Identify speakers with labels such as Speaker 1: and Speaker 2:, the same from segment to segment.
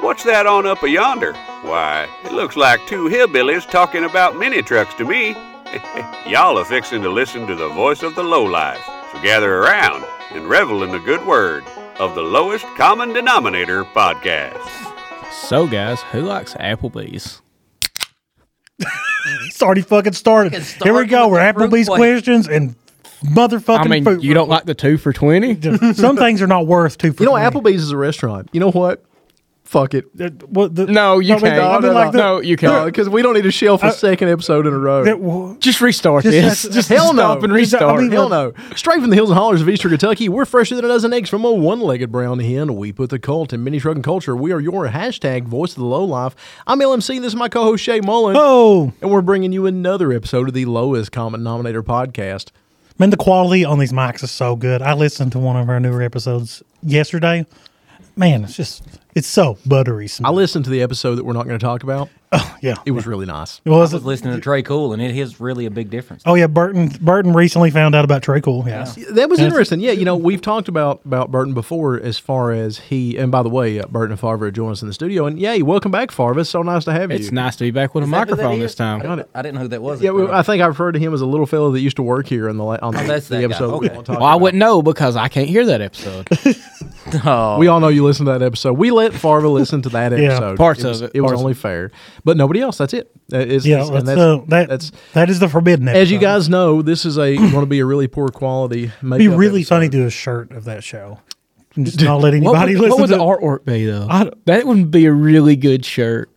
Speaker 1: What's that on up a yonder? Why, it looks like two hillbillies talking about mini trucks to me. Y'all are fixing to listen to the voice of the lowlife, so gather around and revel in the good word of the Lowest Common Denominator podcast.
Speaker 2: So, guys, who likes Applebee's?
Speaker 3: It's already fucking started.
Speaker 4: Fucking
Speaker 3: Here we
Speaker 4: started
Speaker 3: go.
Speaker 4: with
Speaker 3: We're
Speaker 4: the fruit
Speaker 3: Applebee's
Speaker 4: plate.
Speaker 3: questions and motherfucking
Speaker 2: I mean,
Speaker 3: fruit.
Speaker 2: you don't like the two for 20?
Speaker 3: Some things are not worth two. For
Speaker 5: You know,
Speaker 3: 20.
Speaker 5: Applebee's is a restaurant. You know what? Fuck it.
Speaker 3: Uh, what the-
Speaker 2: No, you
Speaker 3: I mean,
Speaker 2: can't.
Speaker 3: I mean,
Speaker 5: no,
Speaker 3: like
Speaker 2: no,
Speaker 3: the-
Speaker 2: Oh, you can't.
Speaker 5: No, because we don't need to shelf a second episode in a row.
Speaker 3: that w-
Speaker 2: just restart
Speaker 3: Just-
Speaker 2: this.
Speaker 3: that's-
Speaker 2: Just
Speaker 5: Hell no.
Speaker 2: stop and
Speaker 3: Just- I
Speaker 2: restart.
Speaker 3: mean,
Speaker 5: Hell no. Straight from the hills and hollers of Eastern Kentucky, we're fresher than a dozen eggs from a one legged brown hen. We put the cult in mini trucking culture. We are your hashtag voice of the low life. I'm LMC. This is my co host Shay Mullen.
Speaker 3: Oh
Speaker 5: And we're bringing you another episode of the Lowest Common Nominator podcast.
Speaker 3: man, the quality on these mics is so good. I listened to one of our newer episodes yesterday. Man, it's just it's so buttery
Speaker 5: I
Speaker 3: smooth.
Speaker 5: listened to the episode that we're not going to talk about.
Speaker 3: yeah,
Speaker 5: It was really nice.
Speaker 3: It was.
Speaker 4: I was listening to Trey Cool, and it is really a big difference.
Speaker 3: Oh yeah, Burton. Burton recently found out about Trey Cool. Yes.
Speaker 5: That was interesting. Yeah, you know, we've talked about about Burton before as far as he, and by the way, uh, Burton and Farva join us in the studio. And yay, welcome back, Farva. So nice to have you.
Speaker 2: It's nice to be back with a
Speaker 4: Is that who that
Speaker 2: microphone
Speaker 4: is?
Speaker 2: this time.
Speaker 4: I didn't, I didn't know who that was.
Speaker 5: Yeah, well, I think I referred to him as a little fellow that used to work here in the la- on
Speaker 2: Oh,
Speaker 5: the,
Speaker 4: that's
Speaker 5: the
Speaker 4: that guy.
Speaker 5: episode.
Speaker 4: Okay.
Speaker 5: We, all
Speaker 2: Well,
Speaker 5: talked
Speaker 2: I
Speaker 5: about.
Speaker 2: wouldn't know because I can't hear that episode.
Speaker 4: oh,
Speaker 5: we all know you listened to that episode. We let Farva listen to that
Speaker 3: Yeah.
Speaker 5: episode.
Speaker 2: Parts
Speaker 5: was-
Speaker 2: of it.
Speaker 5: It was
Speaker 2: Parts of
Speaker 5: only fair, but nobody else. That's it. Uh, it's-
Speaker 3: Yeah.
Speaker 5: it's-
Speaker 3: That's,
Speaker 5: and that's,
Speaker 3: uh, that,
Speaker 5: that's-
Speaker 3: that is the forbidden. Episode.
Speaker 5: as you guys know, this is a going to be a really poor quality.
Speaker 3: It'd be
Speaker 5: makeup
Speaker 3: really
Speaker 5: episode.
Speaker 3: funny to do a shirt of that show. And just not
Speaker 2: what
Speaker 3: let anybody
Speaker 2: would,
Speaker 3: listen
Speaker 2: what would
Speaker 3: to
Speaker 2: the artwork be, though?
Speaker 3: I don't-
Speaker 2: that would be a really good shirt.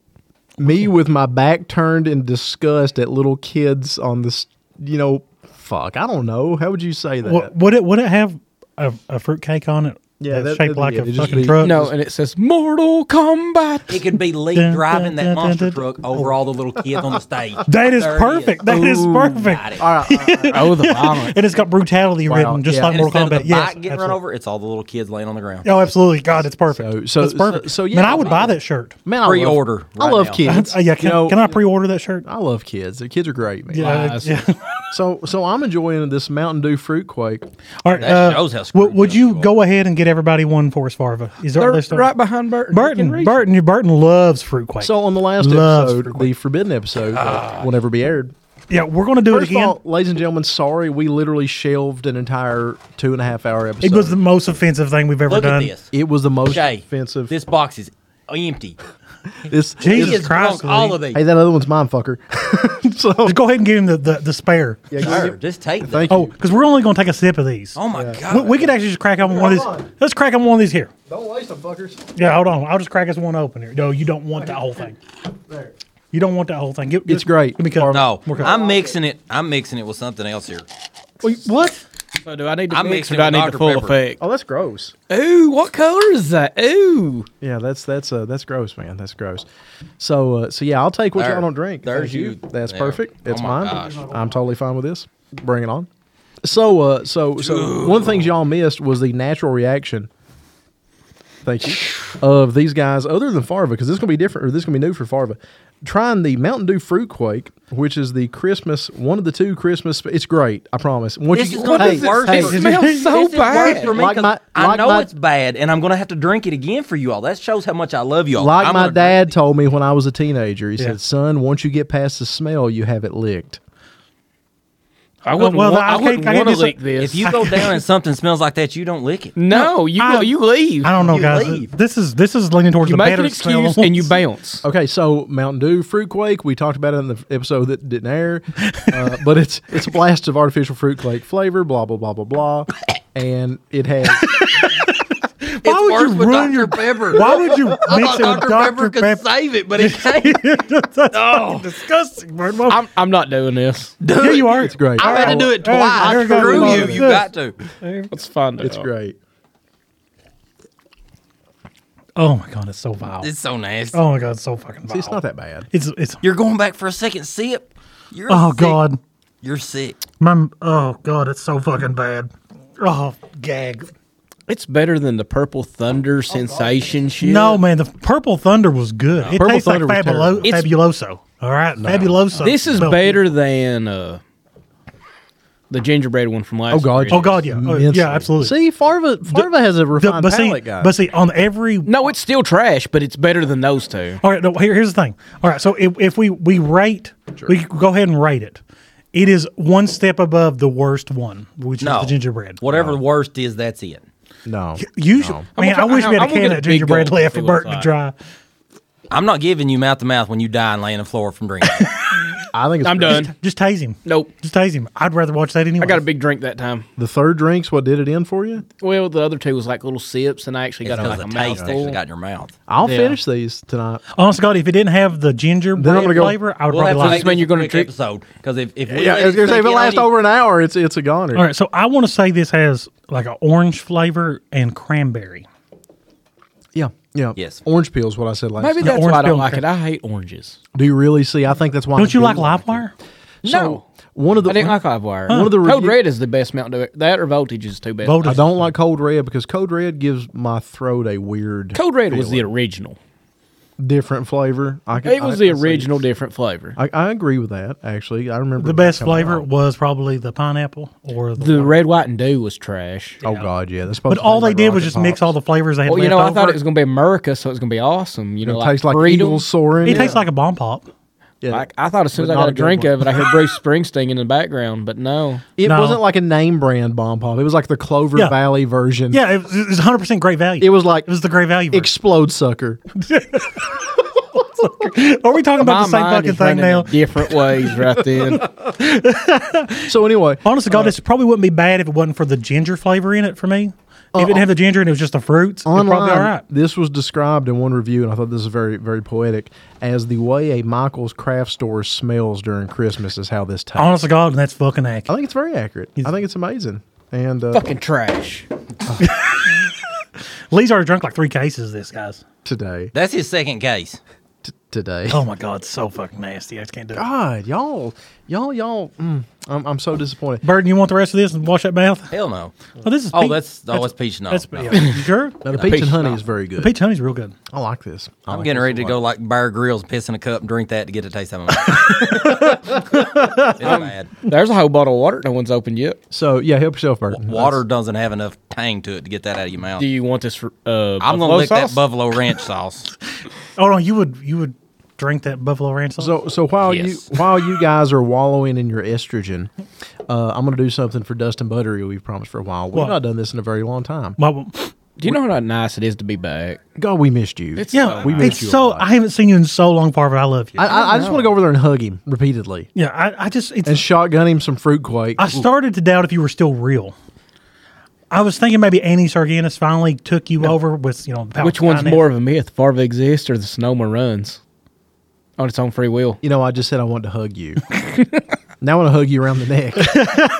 Speaker 5: Me with my back turned in disgust at little kids on this. You know, fuck. I don't know. How would you say that?
Speaker 3: What, would it would it have a, a fruitcake on it?
Speaker 5: Yeah,
Speaker 3: that's
Speaker 5: that-
Speaker 3: shaped
Speaker 5: that'd
Speaker 3: like
Speaker 5: be it.
Speaker 3: a
Speaker 5: It'd just
Speaker 3: fucking
Speaker 5: be-
Speaker 3: truck.
Speaker 2: No, and it says Mortal Kombat.
Speaker 4: it could be Lee
Speaker 3: Dun, dun,
Speaker 4: driving that
Speaker 3: dun, dun,
Speaker 4: monster
Speaker 3: dun.
Speaker 4: truck over all the little kids on the stage.
Speaker 3: that is
Speaker 4: There it
Speaker 3: perfect. That is
Speaker 2: Ooh,
Speaker 3: perfect.
Speaker 4: Got it.
Speaker 2: Oh, the violence.
Speaker 3: And it's got brutality
Speaker 5: Wow,
Speaker 3: written just
Speaker 5: yeah.
Speaker 3: like
Speaker 4: And
Speaker 3: Mortal
Speaker 4: instead of
Speaker 3: Kombat.
Speaker 4: the
Speaker 3: Yes,
Speaker 4: bike getting run
Speaker 3: absolutely.
Speaker 4: over, it's all the little kids laying on the ground.
Speaker 3: Oh, absolutely. God, it's perfect.
Speaker 5: So- so-
Speaker 3: it's perfect.
Speaker 5: so- so, yeah,
Speaker 3: man, I would
Speaker 5: I
Speaker 3: buy
Speaker 5: like
Speaker 3: that shirt.
Speaker 5: Man, I love-
Speaker 4: Pre-order
Speaker 5: I
Speaker 4: right
Speaker 5: love
Speaker 4: now.
Speaker 5: kids.
Speaker 3: Uh, yeah, can,
Speaker 5: you know,
Speaker 3: can I pre-order that shirt?
Speaker 5: I love kids. The kids are great, man.
Speaker 3: Yeah,
Speaker 2: Lies.
Speaker 3: yeah.
Speaker 5: So, so I'm enjoying this Mountain Dew fruit quake.
Speaker 3: All right.
Speaker 4: That
Speaker 3: uh,
Speaker 4: shows how
Speaker 3: w-
Speaker 4: screwed
Speaker 3: would
Speaker 4: up
Speaker 3: you
Speaker 4: you are.
Speaker 3: go ahead and get everybody one for us, Farva? Is there
Speaker 2: They're
Speaker 3: other stuff?
Speaker 2: right behind Burton. You can
Speaker 3: Burton,
Speaker 2: reach
Speaker 3: Burton, Burton loves fruit quake.
Speaker 5: So on the last
Speaker 3: Loves
Speaker 5: episode, the forbidden episode
Speaker 4: Ah.
Speaker 5: uh, will never be aired.
Speaker 3: yeah, we're gonna do
Speaker 5: First
Speaker 3: it again.
Speaker 5: of all, ladies and gentlemen, sorry we literally shelved an entire two and a half hour episode.
Speaker 3: it was the most offensive thing we've ever
Speaker 4: Look at
Speaker 3: done.
Speaker 4: this.
Speaker 5: It was the most
Speaker 4: Jay,
Speaker 5: offensive.
Speaker 4: This box is empty.
Speaker 5: this
Speaker 3: Jesus
Speaker 4: He has
Speaker 3: Christ,
Speaker 4: drunk all
Speaker 3: Lee.
Speaker 4: of these.
Speaker 5: Hey, that other one's mine, fucker. so
Speaker 3: Just go ahead and give him the, the, the spare.
Speaker 5: yeah,
Speaker 4: Sir,
Speaker 5: give it-
Speaker 4: just take them.
Speaker 5: thank
Speaker 3: Oh,
Speaker 5: you.
Speaker 3: because we're only going to take a sip of these.
Speaker 4: Oh my
Speaker 3: we,
Speaker 4: god!
Speaker 3: we could actually just crack open one of these. Let's crack open one of these here.
Speaker 5: Don't waste them, fuckers.
Speaker 3: Yeah, hold on. I'll just crack this one open here. No, you don't want that whole thing.
Speaker 5: There.
Speaker 3: You don't want that whole thing. Give,
Speaker 5: It's
Speaker 3: give-
Speaker 5: great.
Speaker 3: Give me a cup.
Speaker 4: no,
Speaker 3: More cup.
Speaker 4: I'm mixing it. I'm mixing it with something else here.
Speaker 5: what?
Speaker 2: So do I need to
Speaker 4: I'm
Speaker 2: mix or
Speaker 4: mixing
Speaker 2: do I
Speaker 4: with
Speaker 2: need the
Speaker 4: Dr.
Speaker 2: full
Speaker 4: Pepper.
Speaker 2: effect?
Speaker 5: Oh, that's gross.
Speaker 2: Ooh, what color is that? Ooh.
Speaker 5: Yeah, that's that's uh, that's gross, man. That's gross. So uh, so yeah, I'll take what
Speaker 4: There.
Speaker 5: y'all don't drink.
Speaker 4: There's
Speaker 5: Thank
Speaker 4: you.
Speaker 5: That's
Speaker 4: There.
Speaker 5: perfect. That's
Speaker 4: Oh my
Speaker 5: mine.
Speaker 4: gosh.
Speaker 5: I'm totally fine with this. Bring it on. So uh, so so one of the things y'all missed was the natural reaction. Thank you. Of these guys, other than Farva, because this is gonna be different, or this is gonna be new for Farva. Trying the Mountain Dew Fruit Quake, which is the Christmas one of the two Christmas. It's great, I promise. Once
Speaker 4: This
Speaker 5: you-
Speaker 4: is gonna be
Speaker 5: Hey,
Speaker 4: worse.
Speaker 5: hey,
Speaker 2: It smells so
Speaker 4: This is worse
Speaker 2: bad.
Speaker 4: for me
Speaker 5: Like
Speaker 4: 'cause
Speaker 5: my-
Speaker 4: I
Speaker 5: like
Speaker 4: know
Speaker 5: my-
Speaker 4: it's bad, and I'm gonna have to drink it again for you all. That shows how much I love you all.
Speaker 5: Like
Speaker 4: I'm
Speaker 5: my
Speaker 4: gonna
Speaker 5: dad told me when I was a teenager, he
Speaker 3: Yeah.
Speaker 5: said, "Son, once you get past the smell, you have it licked."
Speaker 2: I wouldn't
Speaker 3: well,
Speaker 2: well,
Speaker 3: I
Speaker 2: I,
Speaker 3: can't-
Speaker 2: wouldn't
Speaker 3: I can't
Speaker 2: want to
Speaker 3: do so-
Speaker 2: leak
Speaker 4: drink it.
Speaker 2: this.
Speaker 4: If you go down and something smells like that, you don't lick it.
Speaker 2: no, you
Speaker 3: I-
Speaker 2: go, you leave.
Speaker 3: I don't know,
Speaker 4: You
Speaker 3: guys.
Speaker 4: leave.
Speaker 3: This is this is leaning towards
Speaker 2: You
Speaker 3: the
Speaker 2: make
Speaker 3: better
Speaker 2: an
Speaker 3: smell.
Speaker 2: excuse and you bounce.
Speaker 5: Okay, so Mountain Dew Fruit Quake, we talked about it in the episode that didn't air, uh, but it's it's a blast of artificial fruit quake flavor, blah blah blah blah blah, and it has
Speaker 3: Why would you ruin your-
Speaker 4: Pepper.
Speaker 3: Why would you mix it with Dr. Pepper?
Speaker 4: save it, but it can't.
Speaker 3: Disgusting, Burton. Well,
Speaker 2: I'm, I'm not doing this.
Speaker 3: here you are.
Speaker 5: it's great,
Speaker 4: I had to do it
Speaker 3: All right, there
Speaker 4: twice.
Speaker 3: goes
Speaker 4: Screw
Speaker 3: my
Speaker 4: you.
Speaker 3: list.
Speaker 4: You got to.
Speaker 2: Let's find it.
Speaker 5: it's
Speaker 2: out.
Speaker 5: great.
Speaker 3: Oh my god, it's so vile.
Speaker 4: It's so nasty.
Speaker 3: oh my god, it's so fucking vile.
Speaker 5: It's not that bad.
Speaker 3: It's it's.
Speaker 4: You're going back for a second sip. You're
Speaker 3: Oh
Speaker 4: sick.
Speaker 3: god,
Speaker 4: You're sick.
Speaker 3: my oh god, it's so fucking bad. Oh gag.
Speaker 2: It's better than the purple thunder sensation shit.
Speaker 3: No, man, the Purple Thunder was good. it
Speaker 5: Purple
Speaker 3: tastes
Speaker 5: Thunder was
Speaker 3: like fabulo-
Speaker 5: terrible.
Speaker 2: It's-
Speaker 3: Fabuloso. All right, Fabuloso.
Speaker 2: This is
Speaker 3: Well,
Speaker 2: better than uh the gingerbread one from last.
Speaker 5: Oh God!
Speaker 2: year.
Speaker 3: Oh, God, yeah. Oh,
Speaker 5: Immensely.
Speaker 3: yeah, absolutely.
Speaker 5: See, Farva, Farva has
Speaker 3: The-
Speaker 5: a refined
Speaker 3: but see,
Speaker 5: palate, guys.
Speaker 3: but see, on every
Speaker 2: No, it's still trash, but it's better than those two.
Speaker 3: All right, no, here, here's the thing. All right, so if, if we we rate, we can go ahead and rate it. It is one step above the worst one, which
Speaker 4: No
Speaker 3: is the gingerbread.
Speaker 4: Whatever the worst is, that's it.
Speaker 5: no,
Speaker 3: You should, man,
Speaker 2: try-
Speaker 3: I wish we
Speaker 2: I'm
Speaker 3: had
Speaker 2: gonna
Speaker 3: a can
Speaker 2: get
Speaker 3: of
Speaker 2: a big
Speaker 3: gingerbread
Speaker 2: gulp and
Speaker 3: left
Speaker 2: see
Speaker 3: for
Speaker 2: what's
Speaker 3: Burton to
Speaker 2: like.
Speaker 3: try.
Speaker 4: I'm not giving you mouth to mouth when you die and lay on the floor from drinking.
Speaker 5: I think it's
Speaker 2: I'm
Speaker 5: pretty-
Speaker 2: done.
Speaker 3: Just tase him.
Speaker 2: Nope.
Speaker 3: Just tase him. I'd rather watch that anyway.
Speaker 2: I got a big drink that time.
Speaker 5: The third drink's what did it in for you.
Speaker 2: Well, the other two was like little sips, and I actually
Speaker 4: It's
Speaker 2: got a,
Speaker 4: because
Speaker 2: like a
Speaker 4: the taste actually
Speaker 2: mouthful.
Speaker 4: got in your mouth.
Speaker 5: I'll
Speaker 2: Yeah.
Speaker 5: finish these tonight.
Speaker 3: Honest to God, if it didn't have the gingerbread
Speaker 5: gonna go-
Speaker 3: flavor, I would
Speaker 4: We'll have
Speaker 3: probably
Speaker 4: to
Speaker 3: like
Speaker 4: make
Speaker 3: it.
Speaker 2: mean
Speaker 4: this
Speaker 2: you're
Speaker 4: a
Speaker 2: gonna
Speaker 4: quick
Speaker 2: drink-
Speaker 4: episode because if if we
Speaker 5: Yeah,
Speaker 4: let
Speaker 5: I was
Speaker 4: it
Speaker 5: gonna say
Speaker 4: sink
Speaker 5: if
Speaker 4: in
Speaker 5: it
Speaker 4: on
Speaker 5: lasts
Speaker 4: you-
Speaker 5: over an hour, it's it's a goner.
Speaker 3: All right, so I want to say this has like an orange flavor and cranberry.
Speaker 5: Yeah, yeah.
Speaker 4: Yes.
Speaker 5: orange peel is what I said last.
Speaker 2: Maybe
Speaker 5: time.
Speaker 2: that's
Speaker 3: orange
Speaker 2: why I don't
Speaker 3: peel
Speaker 2: like
Speaker 3: and
Speaker 2: it. I hate oranges.
Speaker 5: Do you really see? I think that's why. I
Speaker 3: Don't you
Speaker 5: do
Speaker 3: like Livewire?
Speaker 2: No,
Speaker 5: One of the
Speaker 2: I didn't like Livewire.
Speaker 5: One of the
Speaker 2: Code
Speaker 5: review-
Speaker 2: Red is the best Mountain Dew. That or Voltage is two best.
Speaker 3: Voltage.
Speaker 5: I don't like cold red because cold red gives my throat a weird
Speaker 2: Code Red was the original.
Speaker 5: different flavor. I can,
Speaker 2: It
Speaker 5: I-
Speaker 2: was the
Speaker 5: I see-
Speaker 2: original different flavor.
Speaker 5: I, I agree with that. Actually, I remember
Speaker 3: The
Speaker 5: it
Speaker 3: best
Speaker 5: coming
Speaker 3: flavor
Speaker 5: out.
Speaker 3: was probably the pineapple or the.
Speaker 2: The red, white, and dew was trash.
Speaker 5: Oh God, yeah. That's
Speaker 3: but all they did was just mix all the flavors they had
Speaker 2: Well, you
Speaker 3: left
Speaker 2: know, I
Speaker 3: over.
Speaker 2: thought it was going to be America, so it's going to be awesome. You know,
Speaker 5: It
Speaker 2: like
Speaker 5: tastes like
Speaker 2: freedom.
Speaker 5: eagles soaring.
Speaker 3: It tastes like a bomb pop.
Speaker 5: Yeah.
Speaker 2: Like, I thought as soon as
Speaker 5: But
Speaker 2: I
Speaker 5: not
Speaker 2: got
Speaker 5: a
Speaker 2: a
Speaker 5: good
Speaker 2: drink
Speaker 5: one.
Speaker 2: of it, I heard Bruce Springsteen in the background, but no.
Speaker 5: It
Speaker 3: No.
Speaker 5: wasn't like a name brand bomb pop. It was like the Clover
Speaker 3: Yeah.
Speaker 5: Valley version.
Speaker 3: Yeah, it was, it was 100% great value.
Speaker 5: It was like
Speaker 3: it was the great value. version.
Speaker 5: explode sucker.
Speaker 3: Are we talking about
Speaker 2: My
Speaker 3: the same
Speaker 2: mind
Speaker 3: fucking
Speaker 2: is
Speaker 3: thing
Speaker 2: running
Speaker 3: now?
Speaker 2: in different ways right then.
Speaker 5: So anyway,
Speaker 3: Honest to God, this probably wouldn't be bad if it wasn't for the ginger flavor in it for me.
Speaker 2: Uh,
Speaker 3: if it didn't have the ginger and it was just the fruits, it'd
Speaker 5: online,
Speaker 3: probably all right.
Speaker 5: this was described in one review, and I thought this is very, very poetic. As the way a Michael's craft store smells during Christmas is how this tastes.
Speaker 3: Honest to God, and that's fucking
Speaker 5: I
Speaker 3: accurate.
Speaker 5: think it's very accurate. I think it's amazing. And uh,
Speaker 2: Fucking trash.
Speaker 3: Lee's already drunk like three cases of this, guys.
Speaker 5: today,
Speaker 4: That's his second case.
Speaker 5: t- today.
Speaker 3: Oh my God, it's so fucking nasty. I just can't do it.
Speaker 5: God, y'all, y'all, y'all. Mm, I'm, I'm so disappointed.
Speaker 3: Burden, you want the rest of this and wash that mouth?
Speaker 4: Hell no.
Speaker 3: Oh, this is
Speaker 4: Oh,
Speaker 3: peach-
Speaker 4: that's oh, that's peach. No,
Speaker 3: that's
Speaker 4: no.
Speaker 3: yeah. You sure.
Speaker 5: Now, the peach,
Speaker 2: peach
Speaker 5: and
Speaker 2: is
Speaker 5: honey
Speaker 2: not-
Speaker 5: is very good.
Speaker 3: Peach honey's real good.
Speaker 5: I like this. I
Speaker 4: I'm
Speaker 5: like
Speaker 4: getting
Speaker 5: this a
Speaker 4: ready to
Speaker 5: lot.
Speaker 4: go like Bear Grylls, piss in a cup and drink that to get a taste out of my mouth. it's bad.
Speaker 2: There's a whole bottle of water no one's opened yet.
Speaker 5: So yeah, help yourself, Burton.
Speaker 4: Water doesn't have enough tang to it to get that out of your mouth.
Speaker 2: Do you want this? for, Uh,
Speaker 4: I'm gonna
Speaker 2: buffalo
Speaker 4: lick
Speaker 2: sauce?
Speaker 4: that Buffalo Ranch sauce.
Speaker 3: Oh no, you would you would drink that buffalo ranch sauce?
Speaker 5: So, so while
Speaker 4: Yes.
Speaker 5: you while you guys are wallowing in your estrogen, uh, I'm going to do something for Dustin Buttery we've promised for a while. We've
Speaker 3: What?
Speaker 5: not done this in a very long time.
Speaker 3: My-
Speaker 2: Do you know how nice it is to be back?
Speaker 5: God, we missed you.
Speaker 3: yeah,
Speaker 5: Uh, we miss
Speaker 3: it's
Speaker 5: you a
Speaker 3: so.
Speaker 5: lot.
Speaker 3: I haven't seen you in so long, Parva. I love you.
Speaker 5: I, I, I just want to go over there and hug him repeatedly
Speaker 3: yeah, I, I just it's
Speaker 5: and shotgun him some fruitcake.
Speaker 3: I started to doubt if you were still real. I was thinking maybe Annie Sarganis finally took you over with you know the
Speaker 2: Which
Speaker 3: Palpatine
Speaker 2: one's
Speaker 3: and-
Speaker 2: more of a myth, Farva exists or the Sonoma runs on its own free will?
Speaker 5: you know, I just said I wanted to hug you. now I want to hug you around the neck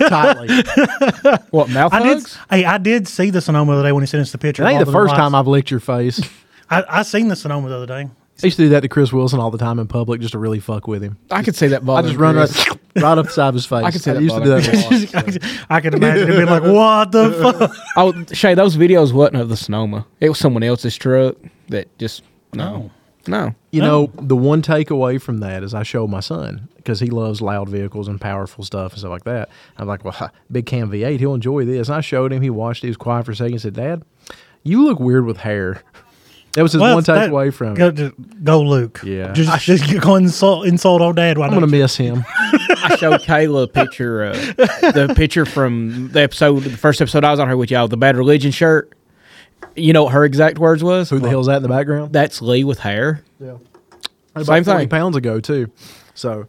Speaker 5: tightly. It
Speaker 2: What mouth
Speaker 3: I did.
Speaker 2: hugs?
Speaker 3: Hey, I did see the Sonoma the other day when he sent us the picture.
Speaker 5: ain't
Speaker 3: of
Speaker 5: the
Speaker 3: all
Speaker 5: first time
Speaker 3: lights.
Speaker 5: I've licked your face. I
Speaker 3: I, I seen the Sonoma the other day.
Speaker 5: used to do that to Chris Wilson all the time in public just to really fuck with him.
Speaker 2: I could say that.
Speaker 5: I
Speaker 2: bothering
Speaker 5: just run
Speaker 2: Chris.
Speaker 5: right, right up the side of his face.
Speaker 2: I could see that
Speaker 5: used to do
Speaker 2: bothering
Speaker 5: that.
Speaker 2: Chris.
Speaker 3: I could imagine him being like, "What the fuck?"
Speaker 2: Oh, Shay, those videos wasn't of the Sonoma. It was someone else's truck that just no, no.
Speaker 5: You know, the one takeaway from that is I show my son because he loves loud vehicles and powerful stuff and stuff like that. I'm like, well, big cam V8, he'll enjoy this. And I showed him. He watched. it, He was quiet for a second. He said, Dad, you look weird with hair. That was his
Speaker 3: Well,
Speaker 5: one
Speaker 3: that-
Speaker 5: takeaway from
Speaker 3: go,
Speaker 5: it.
Speaker 3: to- go Luke.
Speaker 5: Yeah. I
Speaker 3: just, just go insult insult old dad. Why
Speaker 5: I'm gonna
Speaker 3: don't you?
Speaker 5: miss him.
Speaker 2: I showed Kayla a picture, uh, the picture from the episode, the first episode I was on her with y'all, the Bad Religion shirt. You know what her exact words was?
Speaker 5: Who the hell's that in the background?
Speaker 2: That's Lee with hair.
Speaker 5: About
Speaker 2: Same
Speaker 5: 40
Speaker 2: thing.
Speaker 5: Pounds ago too. So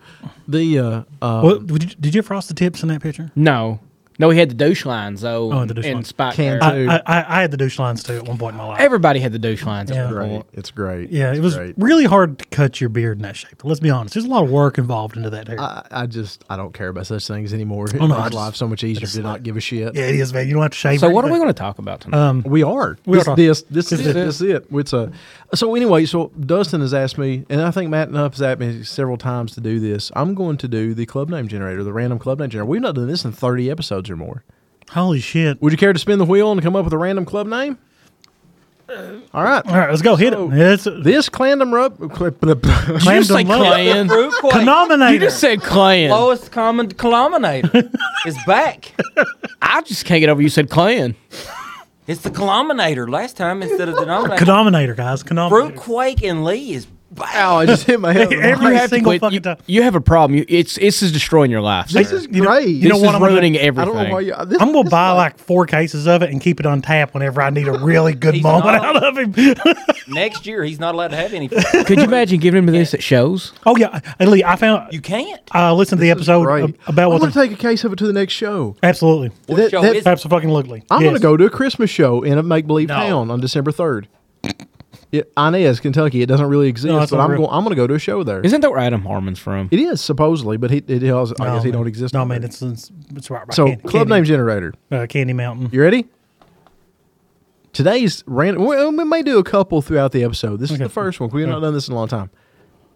Speaker 5: the uh, uh,
Speaker 3: What, did, you, did you frost the tips in that picture?
Speaker 2: No, no, he had the douche lines though.
Speaker 3: Oh, the douche
Speaker 2: and
Speaker 3: lines.
Speaker 2: spike hair.
Speaker 5: Can too.
Speaker 3: I, I, I had the douche lines too at one point in my life.
Speaker 2: Everybody had the douche lines.
Speaker 3: Yeah.
Speaker 2: At one
Speaker 5: great.
Speaker 2: point.
Speaker 5: It's great.
Speaker 3: yeah,
Speaker 5: It's
Speaker 3: it was
Speaker 5: Great.
Speaker 3: really hard to cut your beard in that shape. Let's be honest. There's a lot of work involved into that hair.
Speaker 5: I, I just I don't care about such things anymore. It
Speaker 3: Oh, no, I
Speaker 5: makes
Speaker 3: just-
Speaker 5: life so much easier to not give a shit.
Speaker 3: Yeah, it is, man. You don't have to shave.
Speaker 2: So
Speaker 3: or
Speaker 2: what are we
Speaker 3: anything.
Speaker 2: going to talk about tonight?
Speaker 3: Um,
Speaker 5: We are.
Speaker 3: We
Speaker 5: this,
Speaker 3: are.
Speaker 5: This, this, is
Speaker 2: This
Speaker 5: it.
Speaker 2: is
Speaker 5: This is it. It's a. So anyway, so Dustin has asked me, and I think Matt and Huff has asked me several times to do this. I'm going to do the club name generator, the random club name generator. We've not done this in 30 episodes or more.
Speaker 3: Holy shit!
Speaker 5: Would you care to spin the wheel and come up with a random club name?
Speaker 3: Uh,
Speaker 5: All right.
Speaker 3: All right, let's go hit it. It's
Speaker 5: This clandom rub.
Speaker 2: Did you just say
Speaker 3: Clam dumb love.
Speaker 2: clan?
Speaker 4: Fruit quake.
Speaker 3: Phenomenator.
Speaker 2: You just said clan.
Speaker 4: Lowest common denominator is back.
Speaker 2: I just can't get over you said clan.
Speaker 4: It's the kilominator. Last time instead of denominator.
Speaker 3: Canominator, guys.
Speaker 4: Fruit
Speaker 3: Canominator.
Speaker 4: quake and Lee is back.
Speaker 5: Ow, I just hit my head.
Speaker 3: Every
Speaker 2: You have to
Speaker 3: single
Speaker 2: quit.
Speaker 3: fucking
Speaker 2: You,
Speaker 3: time.
Speaker 2: you have a problem. You, it's this is destroying your life. Sir.
Speaker 5: this is
Speaker 3: You know-
Speaker 5: great.
Speaker 3: you know
Speaker 2: this
Speaker 3: what
Speaker 2: is
Speaker 3: I'm gonna
Speaker 2: ruining
Speaker 3: do?
Speaker 5: I
Speaker 2: everything.
Speaker 5: don't know why you. This,
Speaker 3: I'm gonna
Speaker 5: this
Speaker 3: buy
Speaker 5: is
Speaker 3: like four cases of it and keep it on tap whenever I need a really good
Speaker 4: He's
Speaker 3: moment
Speaker 4: not.
Speaker 3: out of him.
Speaker 4: Next year he's not allowed to have any.
Speaker 2: Could you imagine giving him this at shows?
Speaker 3: oh yeah, Hey, Lee, I found.
Speaker 4: You can't.
Speaker 3: I listened to the episode
Speaker 5: great.
Speaker 3: ab- about what.
Speaker 5: I'm going
Speaker 3: The,
Speaker 5: to take a case of it to the next show.
Speaker 3: absolutely,
Speaker 5: That-
Speaker 4: show
Speaker 5: that-
Speaker 4: is-
Speaker 3: absolutely.
Speaker 5: I'm going
Speaker 3: Yes.
Speaker 5: to go to a Christmas show in a make believe town on December 3rd. It, Inez, Kentucky. It doesn't really exist,
Speaker 3: it's
Speaker 5: but
Speaker 3: not
Speaker 5: I'm
Speaker 3: real.
Speaker 5: going. I'm going to go to a show there.
Speaker 2: Isn't that where Adam Harmon's from?
Speaker 5: It is supposedly, but he it has, I
Speaker 3: No,
Speaker 5: guess he
Speaker 3: man.
Speaker 5: don't exist.
Speaker 3: No
Speaker 5: on
Speaker 3: man,
Speaker 5: there.
Speaker 3: it's it's, it's right. by
Speaker 5: so
Speaker 3: Candy-
Speaker 5: club
Speaker 3: Candy-
Speaker 5: name generator.
Speaker 3: uh, Candy Mountain.
Speaker 5: You ready? Today's random. We, uh, we may do a couple throughout the episode. This is the first one. We've not done this in a long time.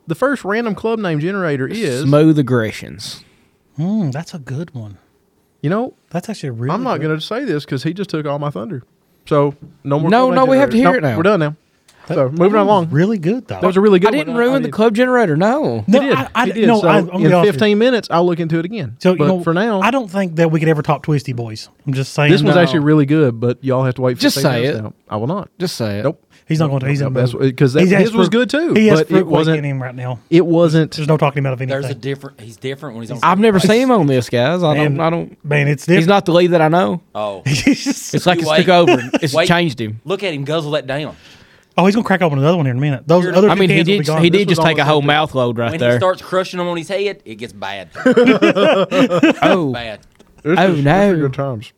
Speaker 5: The first random club name generator is.
Speaker 2: Smooth aggressions.
Speaker 3: Mm, that's a good one.
Speaker 5: You know,
Speaker 3: That's actually a really.
Speaker 5: I'm not
Speaker 3: good-
Speaker 5: going to say this because he just took all my thunder. So no more.
Speaker 2: No,
Speaker 5: club
Speaker 2: no,
Speaker 5: name
Speaker 2: we have to
Speaker 5: generator.
Speaker 2: hear
Speaker 5: Nope,
Speaker 2: it now.
Speaker 5: We're done now. So moving along.
Speaker 3: Really good though.
Speaker 5: That was a really good.
Speaker 2: I didn't
Speaker 5: one.
Speaker 2: ruin the
Speaker 5: did.
Speaker 2: club generator. No.
Speaker 3: no,
Speaker 5: He did.
Speaker 3: I, I,
Speaker 5: He did.
Speaker 3: no,
Speaker 5: So
Speaker 3: I, I'm gonna be
Speaker 5: in
Speaker 3: honest with you.
Speaker 5: 15 minutes, I'll look into it again.
Speaker 3: So you
Speaker 5: but
Speaker 3: know,
Speaker 5: for now,
Speaker 3: I don't think that we could ever top Twisty Boys. I'm just saying.
Speaker 5: this one's
Speaker 2: No.
Speaker 5: actually really good. But y'all have to wait. 15
Speaker 2: Just say
Speaker 5: minutes
Speaker 2: it.
Speaker 5: Now. I will not.
Speaker 2: Just say it.
Speaker 5: Nope.
Speaker 3: He's not going to. He's
Speaker 5: Nope,
Speaker 3: in
Speaker 5: that's what- 'cause that-
Speaker 3: He's
Speaker 5: his
Speaker 3: asked
Speaker 5: was
Speaker 3: for-
Speaker 5: good too,
Speaker 3: He has
Speaker 5: but
Speaker 3: fruit
Speaker 5: it
Speaker 3: quake
Speaker 5: wasn't-
Speaker 3: in him right now.
Speaker 5: It wasn't.
Speaker 3: There's no talking about anything.
Speaker 4: There's a different. He's different when he's on.
Speaker 2: I've never seen him on this, guys. I don't.
Speaker 3: Man,
Speaker 2: I don't.
Speaker 3: man, it's
Speaker 2: He's
Speaker 3: different.
Speaker 2: not the lead that I know.
Speaker 4: oh,
Speaker 3: He's not.
Speaker 2: It's like
Speaker 4: You
Speaker 2: it's
Speaker 4: wait.
Speaker 2: took over. It's
Speaker 4: Wait.
Speaker 2: changed him.
Speaker 4: look at him guzzle that down.
Speaker 3: oh, he's gonna crack open another one here in a minute. Those other.
Speaker 2: I mean, he did. He
Speaker 5: This
Speaker 2: did just
Speaker 5: was
Speaker 2: take a
Speaker 5: almost
Speaker 2: whole
Speaker 5: empty.
Speaker 2: mouthload right
Speaker 4: When he
Speaker 2: there.
Speaker 4: starts crushing them on his head, it gets bad.
Speaker 2: Oh,
Speaker 4: bad.
Speaker 2: Oh, no.
Speaker 5: Good times.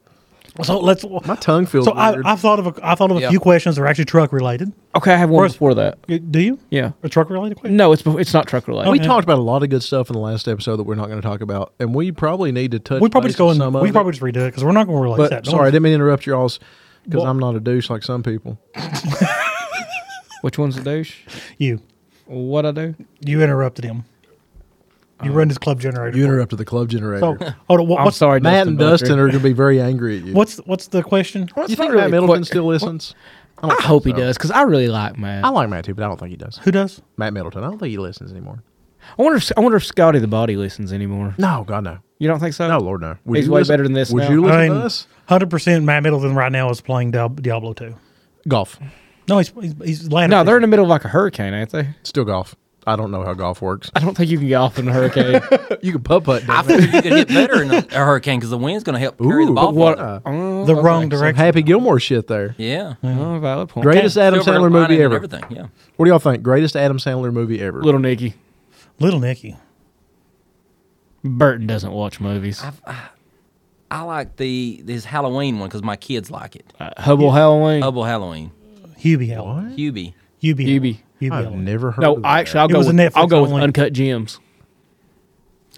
Speaker 3: So let's.
Speaker 5: My tongue feels
Speaker 3: So I,
Speaker 5: weird.
Speaker 3: I've thought of a, I thought of a
Speaker 4: Yeah.
Speaker 3: few questions that are actually truck related.
Speaker 2: okay. I have one
Speaker 3: First-
Speaker 2: before that.
Speaker 3: Y- Do you?
Speaker 2: Yeah.
Speaker 3: A truck related question?
Speaker 2: No, it's bef- it's not truck related.
Speaker 5: we talked about a lot of good stuff in the last episode that we're not going to talk about, and we probably need to touch.
Speaker 3: We probably
Speaker 5: base
Speaker 3: just go
Speaker 5: on
Speaker 3: and
Speaker 5: some of
Speaker 3: we
Speaker 5: it.
Speaker 3: probably just redo it because we're not going to release
Speaker 5: But
Speaker 3: that. Don't
Speaker 5: sorry, I
Speaker 3: worry.
Speaker 5: didn't mean to interrupt you alls because
Speaker 3: Well-
Speaker 5: I'm not a douche like some people.
Speaker 2: Which one's the douche?
Speaker 3: you
Speaker 2: What I do?
Speaker 3: you interrupted him.
Speaker 4: Uh,
Speaker 3: You run his club generator.
Speaker 5: You interrupted the club
Speaker 3: so,
Speaker 5: generator.
Speaker 3: hold on, what,
Speaker 2: I'm
Speaker 3: what's
Speaker 2: sorry,
Speaker 5: Matt and
Speaker 2: Butcher.
Speaker 5: Dustin are going to be very angry at you.
Speaker 3: What's what's the question?
Speaker 5: you
Speaker 2: not
Speaker 5: think
Speaker 2: really
Speaker 5: Matt Middleton
Speaker 2: quite-
Speaker 5: still listens? I,
Speaker 2: I
Speaker 5: don't-
Speaker 2: hope he does because I really like Matt.
Speaker 5: I
Speaker 2: I
Speaker 5: like Matt too, but I don't think he does.
Speaker 3: Who does?
Speaker 5: Matt Middleton, I don't think he listens anymore.
Speaker 2: wonder. If, I wonder if Scotty the Body listens anymore.
Speaker 5: No, God no,
Speaker 2: You don't think so?
Speaker 5: no Lord no. Would
Speaker 2: He's
Speaker 5: you
Speaker 2: way
Speaker 5: listen-
Speaker 2: better than this
Speaker 5: Would
Speaker 2: now.
Speaker 5: you listen
Speaker 3: I
Speaker 5: to
Speaker 3: mean,
Speaker 5: us?
Speaker 3: hundred percent. Matt Middleton right now is playing Diab- Diablo two.
Speaker 5: Golf,
Speaker 3: No, he's he's, he's landed.
Speaker 2: No, they're in the middle of like a hurricane, ain't they?
Speaker 5: still golf. I don't know how golf works.
Speaker 2: I don't think you can get off in a hurricane.
Speaker 5: You can putt putt.
Speaker 4: I figured you could hit better in a, a hurricane because the wind's going to help carry the
Speaker 5: Ooh, uh,
Speaker 4: ball.
Speaker 2: what?
Speaker 4: farther.
Speaker 2: Oh,
Speaker 3: the
Speaker 2: okay.
Speaker 3: wrong direction.
Speaker 5: Happy Gilmore shit there.
Speaker 4: Yeah.
Speaker 2: Oh, valid point.
Speaker 5: Greatest Mm-hmm. Adam
Speaker 4: Silver lining
Speaker 5: Sandler movie
Speaker 4: and
Speaker 5: ever.
Speaker 4: Everything. Yeah.
Speaker 5: What do y'all think? Greatest Adam Sandler movie ever.
Speaker 2: Little Nicky.
Speaker 3: Little Nicky.
Speaker 2: Burton doesn't watch movies.
Speaker 4: I like the this Halloween one because my kids like it.
Speaker 2: Uh, Hubble Halloween.
Speaker 4: Double Halloween.
Speaker 3: Hubie Allen.
Speaker 4: Hubie.
Speaker 3: Hubie.
Speaker 2: Hubie.
Speaker 3: Hubie.
Speaker 5: I've
Speaker 3: Allen.
Speaker 5: never heard.
Speaker 2: No,
Speaker 5: of that.
Speaker 2: I actually, I'll
Speaker 3: It
Speaker 2: go
Speaker 3: was a
Speaker 2: with I'll
Speaker 3: Netflix
Speaker 2: go with
Speaker 3: only.
Speaker 2: Uncut Gems.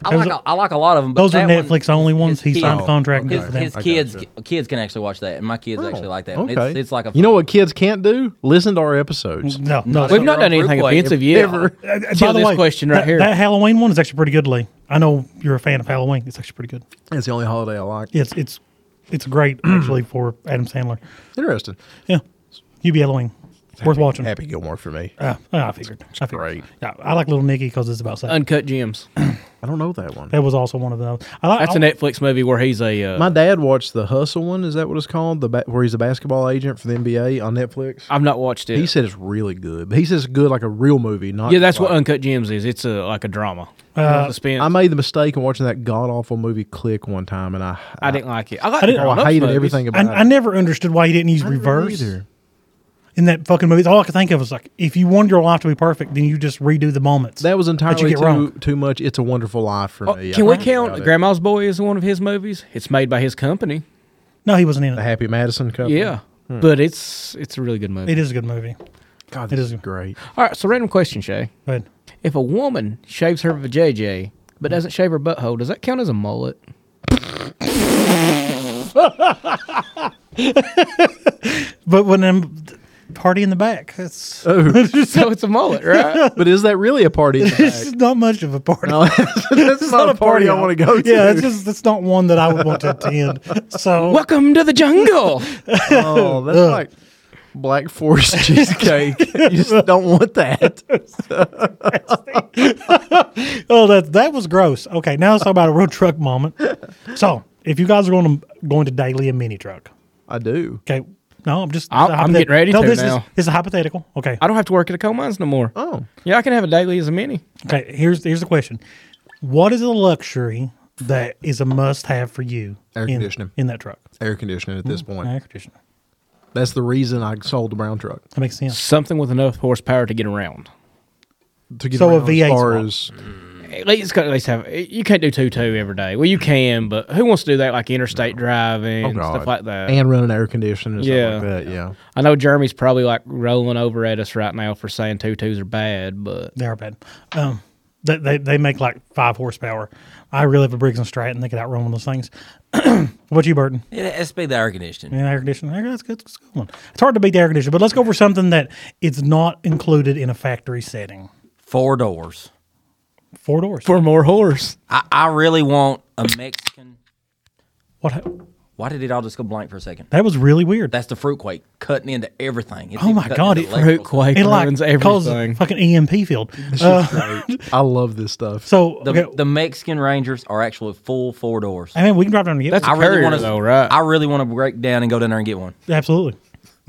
Speaker 4: I like, a, I like a lot of them. But
Speaker 3: Those are
Speaker 4: that one-
Speaker 3: Netflix only ones. He
Speaker 4: his
Speaker 3: signed a
Speaker 4: kids-
Speaker 3: contract and did
Speaker 4: His,
Speaker 3: for
Speaker 4: his
Speaker 3: them.
Speaker 5: I
Speaker 4: kids
Speaker 5: gotcha. Oh,
Speaker 4: kids can actually watch that, and my kids actually like that. one. It's, it's like a
Speaker 5: you know what kids can't do? Listen to our episodes.
Speaker 3: No, uh, no.
Speaker 2: We've not
Speaker 4: they're
Speaker 2: done
Speaker 4: on
Speaker 2: anything
Speaker 4: Fruitway.
Speaker 2: offensive yet.
Speaker 5: Ever.
Speaker 3: Uh,
Speaker 2: Till this question right
Speaker 3: that,
Speaker 2: here.
Speaker 3: That Halloween one is actually pretty good, Lee. I know you're a fan of Halloween. It's actually pretty good.
Speaker 5: It's the only holiday I like.
Speaker 3: It's it's it's great actually for Adam Sandler.
Speaker 5: Interesting.
Speaker 3: Yeah, you be Halloween. Worth watching.
Speaker 5: Happy Gilmore for me.
Speaker 3: Uh, I figured. I figured.
Speaker 5: great.
Speaker 3: Yeah, I like Little Nicky because it's about sex.
Speaker 2: Uncut Gems.
Speaker 5: I don't know that one.
Speaker 3: that was also one of those. I like.
Speaker 2: That's
Speaker 3: I,
Speaker 2: a Netflix movie where he's a uh,
Speaker 5: My dad watched the Hustle one. Is that what it's called? The ba- where he's a basketball agent for the NBA on Netflix.
Speaker 2: I've not watched it.
Speaker 5: He said it's really good, but he says it's good like a real movie. Not
Speaker 2: yeah, that's what
Speaker 5: like-
Speaker 2: Uncut Gems is. It's a like a drama. Suspense.
Speaker 5: I made the mistake of watching that god awful movie Click one time, and I
Speaker 2: I didn't like it. I liked
Speaker 3: I didn't-
Speaker 2: the
Speaker 5: oh,
Speaker 2: grown-ups
Speaker 5: I hated
Speaker 2: movies.
Speaker 5: everything about
Speaker 3: I, I
Speaker 5: it.
Speaker 3: never understood why he didn't use
Speaker 5: I didn't
Speaker 3: reverse
Speaker 5: either.
Speaker 3: in that fucking movie. All I could think of was like, if you wanted your life to be perfect, then you just redo the moments.
Speaker 5: That was entirely
Speaker 3: get
Speaker 5: too,
Speaker 3: wrong.
Speaker 5: too much. It's a Wonderful Life for
Speaker 2: Oh,
Speaker 5: me. I
Speaker 2: Can we
Speaker 5: forgot about
Speaker 2: count
Speaker 5: it.
Speaker 2: Grandma's Boy as one of his movies? It's made by his company.
Speaker 3: no, he wasn't in
Speaker 5: the
Speaker 3: it.
Speaker 5: Happy Madison Company?
Speaker 2: Yeah,
Speaker 5: Hmm.
Speaker 2: but it's it's a really good movie.
Speaker 3: It is a good movie.
Speaker 5: God,
Speaker 3: It
Speaker 5: this
Speaker 3: is-
Speaker 5: is great.
Speaker 2: All right, so random question, Shay.
Speaker 3: But
Speaker 2: If a woman shaves her vajayjay but doesn't shave her butthole, does that count as a mullet?
Speaker 3: but when I'm party in the back, that's
Speaker 2: so it's a mullet, right?
Speaker 5: But is that really a party? in the
Speaker 3: it's
Speaker 5: Oh. back?
Speaker 3: just not much of a party.
Speaker 5: No, that's not, a party I want to go to.
Speaker 3: Yeah, that's just that's not one that I would want to attend. So
Speaker 2: Welcome to the jungle.
Speaker 5: oh, that's like Black Forest cheesecake. you just don't want that.
Speaker 3: Oh, that that was gross. Okay, now let's talk about a road truck moment. So, if you guys are going to going to daily a mini truck,
Speaker 5: I do.
Speaker 3: okay? No, I'm just
Speaker 2: I'm- I'm getting ready
Speaker 3: No,
Speaker 2: to
Speaker 3: this is
Speaker 2: now.
Speaker 3: this is a hypothetical. Okay,
Speaker 2: I don't have to work at the coal mines no more.
Speaker 5: Oh,
Speaker 2: Yeah, I can have a daily as a mini.
Speaker 3: okay. Here's here's the question: What is a luxury that is a must have for you?
Speaker 5: Air
Speaker 3: in-
Speaker 5: conditioning.
Speaker 3: in that truck.
Speaker 5: air conditioning at this point.
Speaker 3: Air conditioner.
Speaker 5: That's the reason I sold the brown truck
Speaker 3: That makes sense.
Speaker 2: Something with enough horsepower to get around.
Speaker 5: to get
Speaker 3: So a
Speaker 5: around as
Speaker 3: V8 's
Speaker 5: far
Speaker 3: one.
Speaker 5: as
Speaker 2: At least, at least have you can't do two two every day. Well, you can, but who wants to do that? Like interstate driving
Speaker 5: oh
Speaker 2: and
Speaker 5: god,
Speaker 2: stuff like that.
Speaker 5: and running air conditioning and
Speaker 2: Yeah.
Speaker 5: stuff like that. Yeah,
Speaker 2: I know Jeremy's probably like rolling over at us right now for saying two twos are bad, but
Speaker 3: They are bad. Um, they, they they make like five horsepower. I really have a Briggs and Stratton. They could outrun one of those things. what about you, Burton?
Speaker 4: It has to be the air conditioning.
Speaker 3: Yeah, air conditioning. Air- That's good. That's a good one. It's hard to beat the air conditioner, but let's go for something that it's not included in a factory setting.
Speaker 4: Four doors.
Speaker 3: Four doors.
Speaker 2: for more horse.
Speaker 4: I, I really want a Mexican.
Speaker 3: What? ha-
Speaker 4: Why did it all just go blank for a second?
Speaker 3: That was really weird.
Speaker 4: That's the fruit quake cutting into everything. It's
Speaker 3: Oh
Speaker 4: even
Speaker 3: my
Speaker 4: cutting
Speaker 3: God,
Speaker 4: into
Speaker 3: it-
Speaker 4: electrical
Speaker 2: Root quake
Speaker 3: it like
Speaker 2: ruins
Speaker 3: caused a
Speaker 2: everything.
Speaker 3: fucking EMP field. Uh,
Speaker 5: I love this stuff.
Speaker 3: so
Speaker 4: The,
Speaker 3: okay,
Speaker 4: the Mexican Rangers are actually full four doors.
Speaker 3: I mean, we can drive down and get.
Speaker 2: That's
Speaker 4: I really
Speaker 2: Courier,
Speaker 4: want
Speaker 2: though,
Speaker 4: to.
Speaker 2: right?
Speaker 4: I really want to break down and go down there and get one.
Speaker 3: absolutely.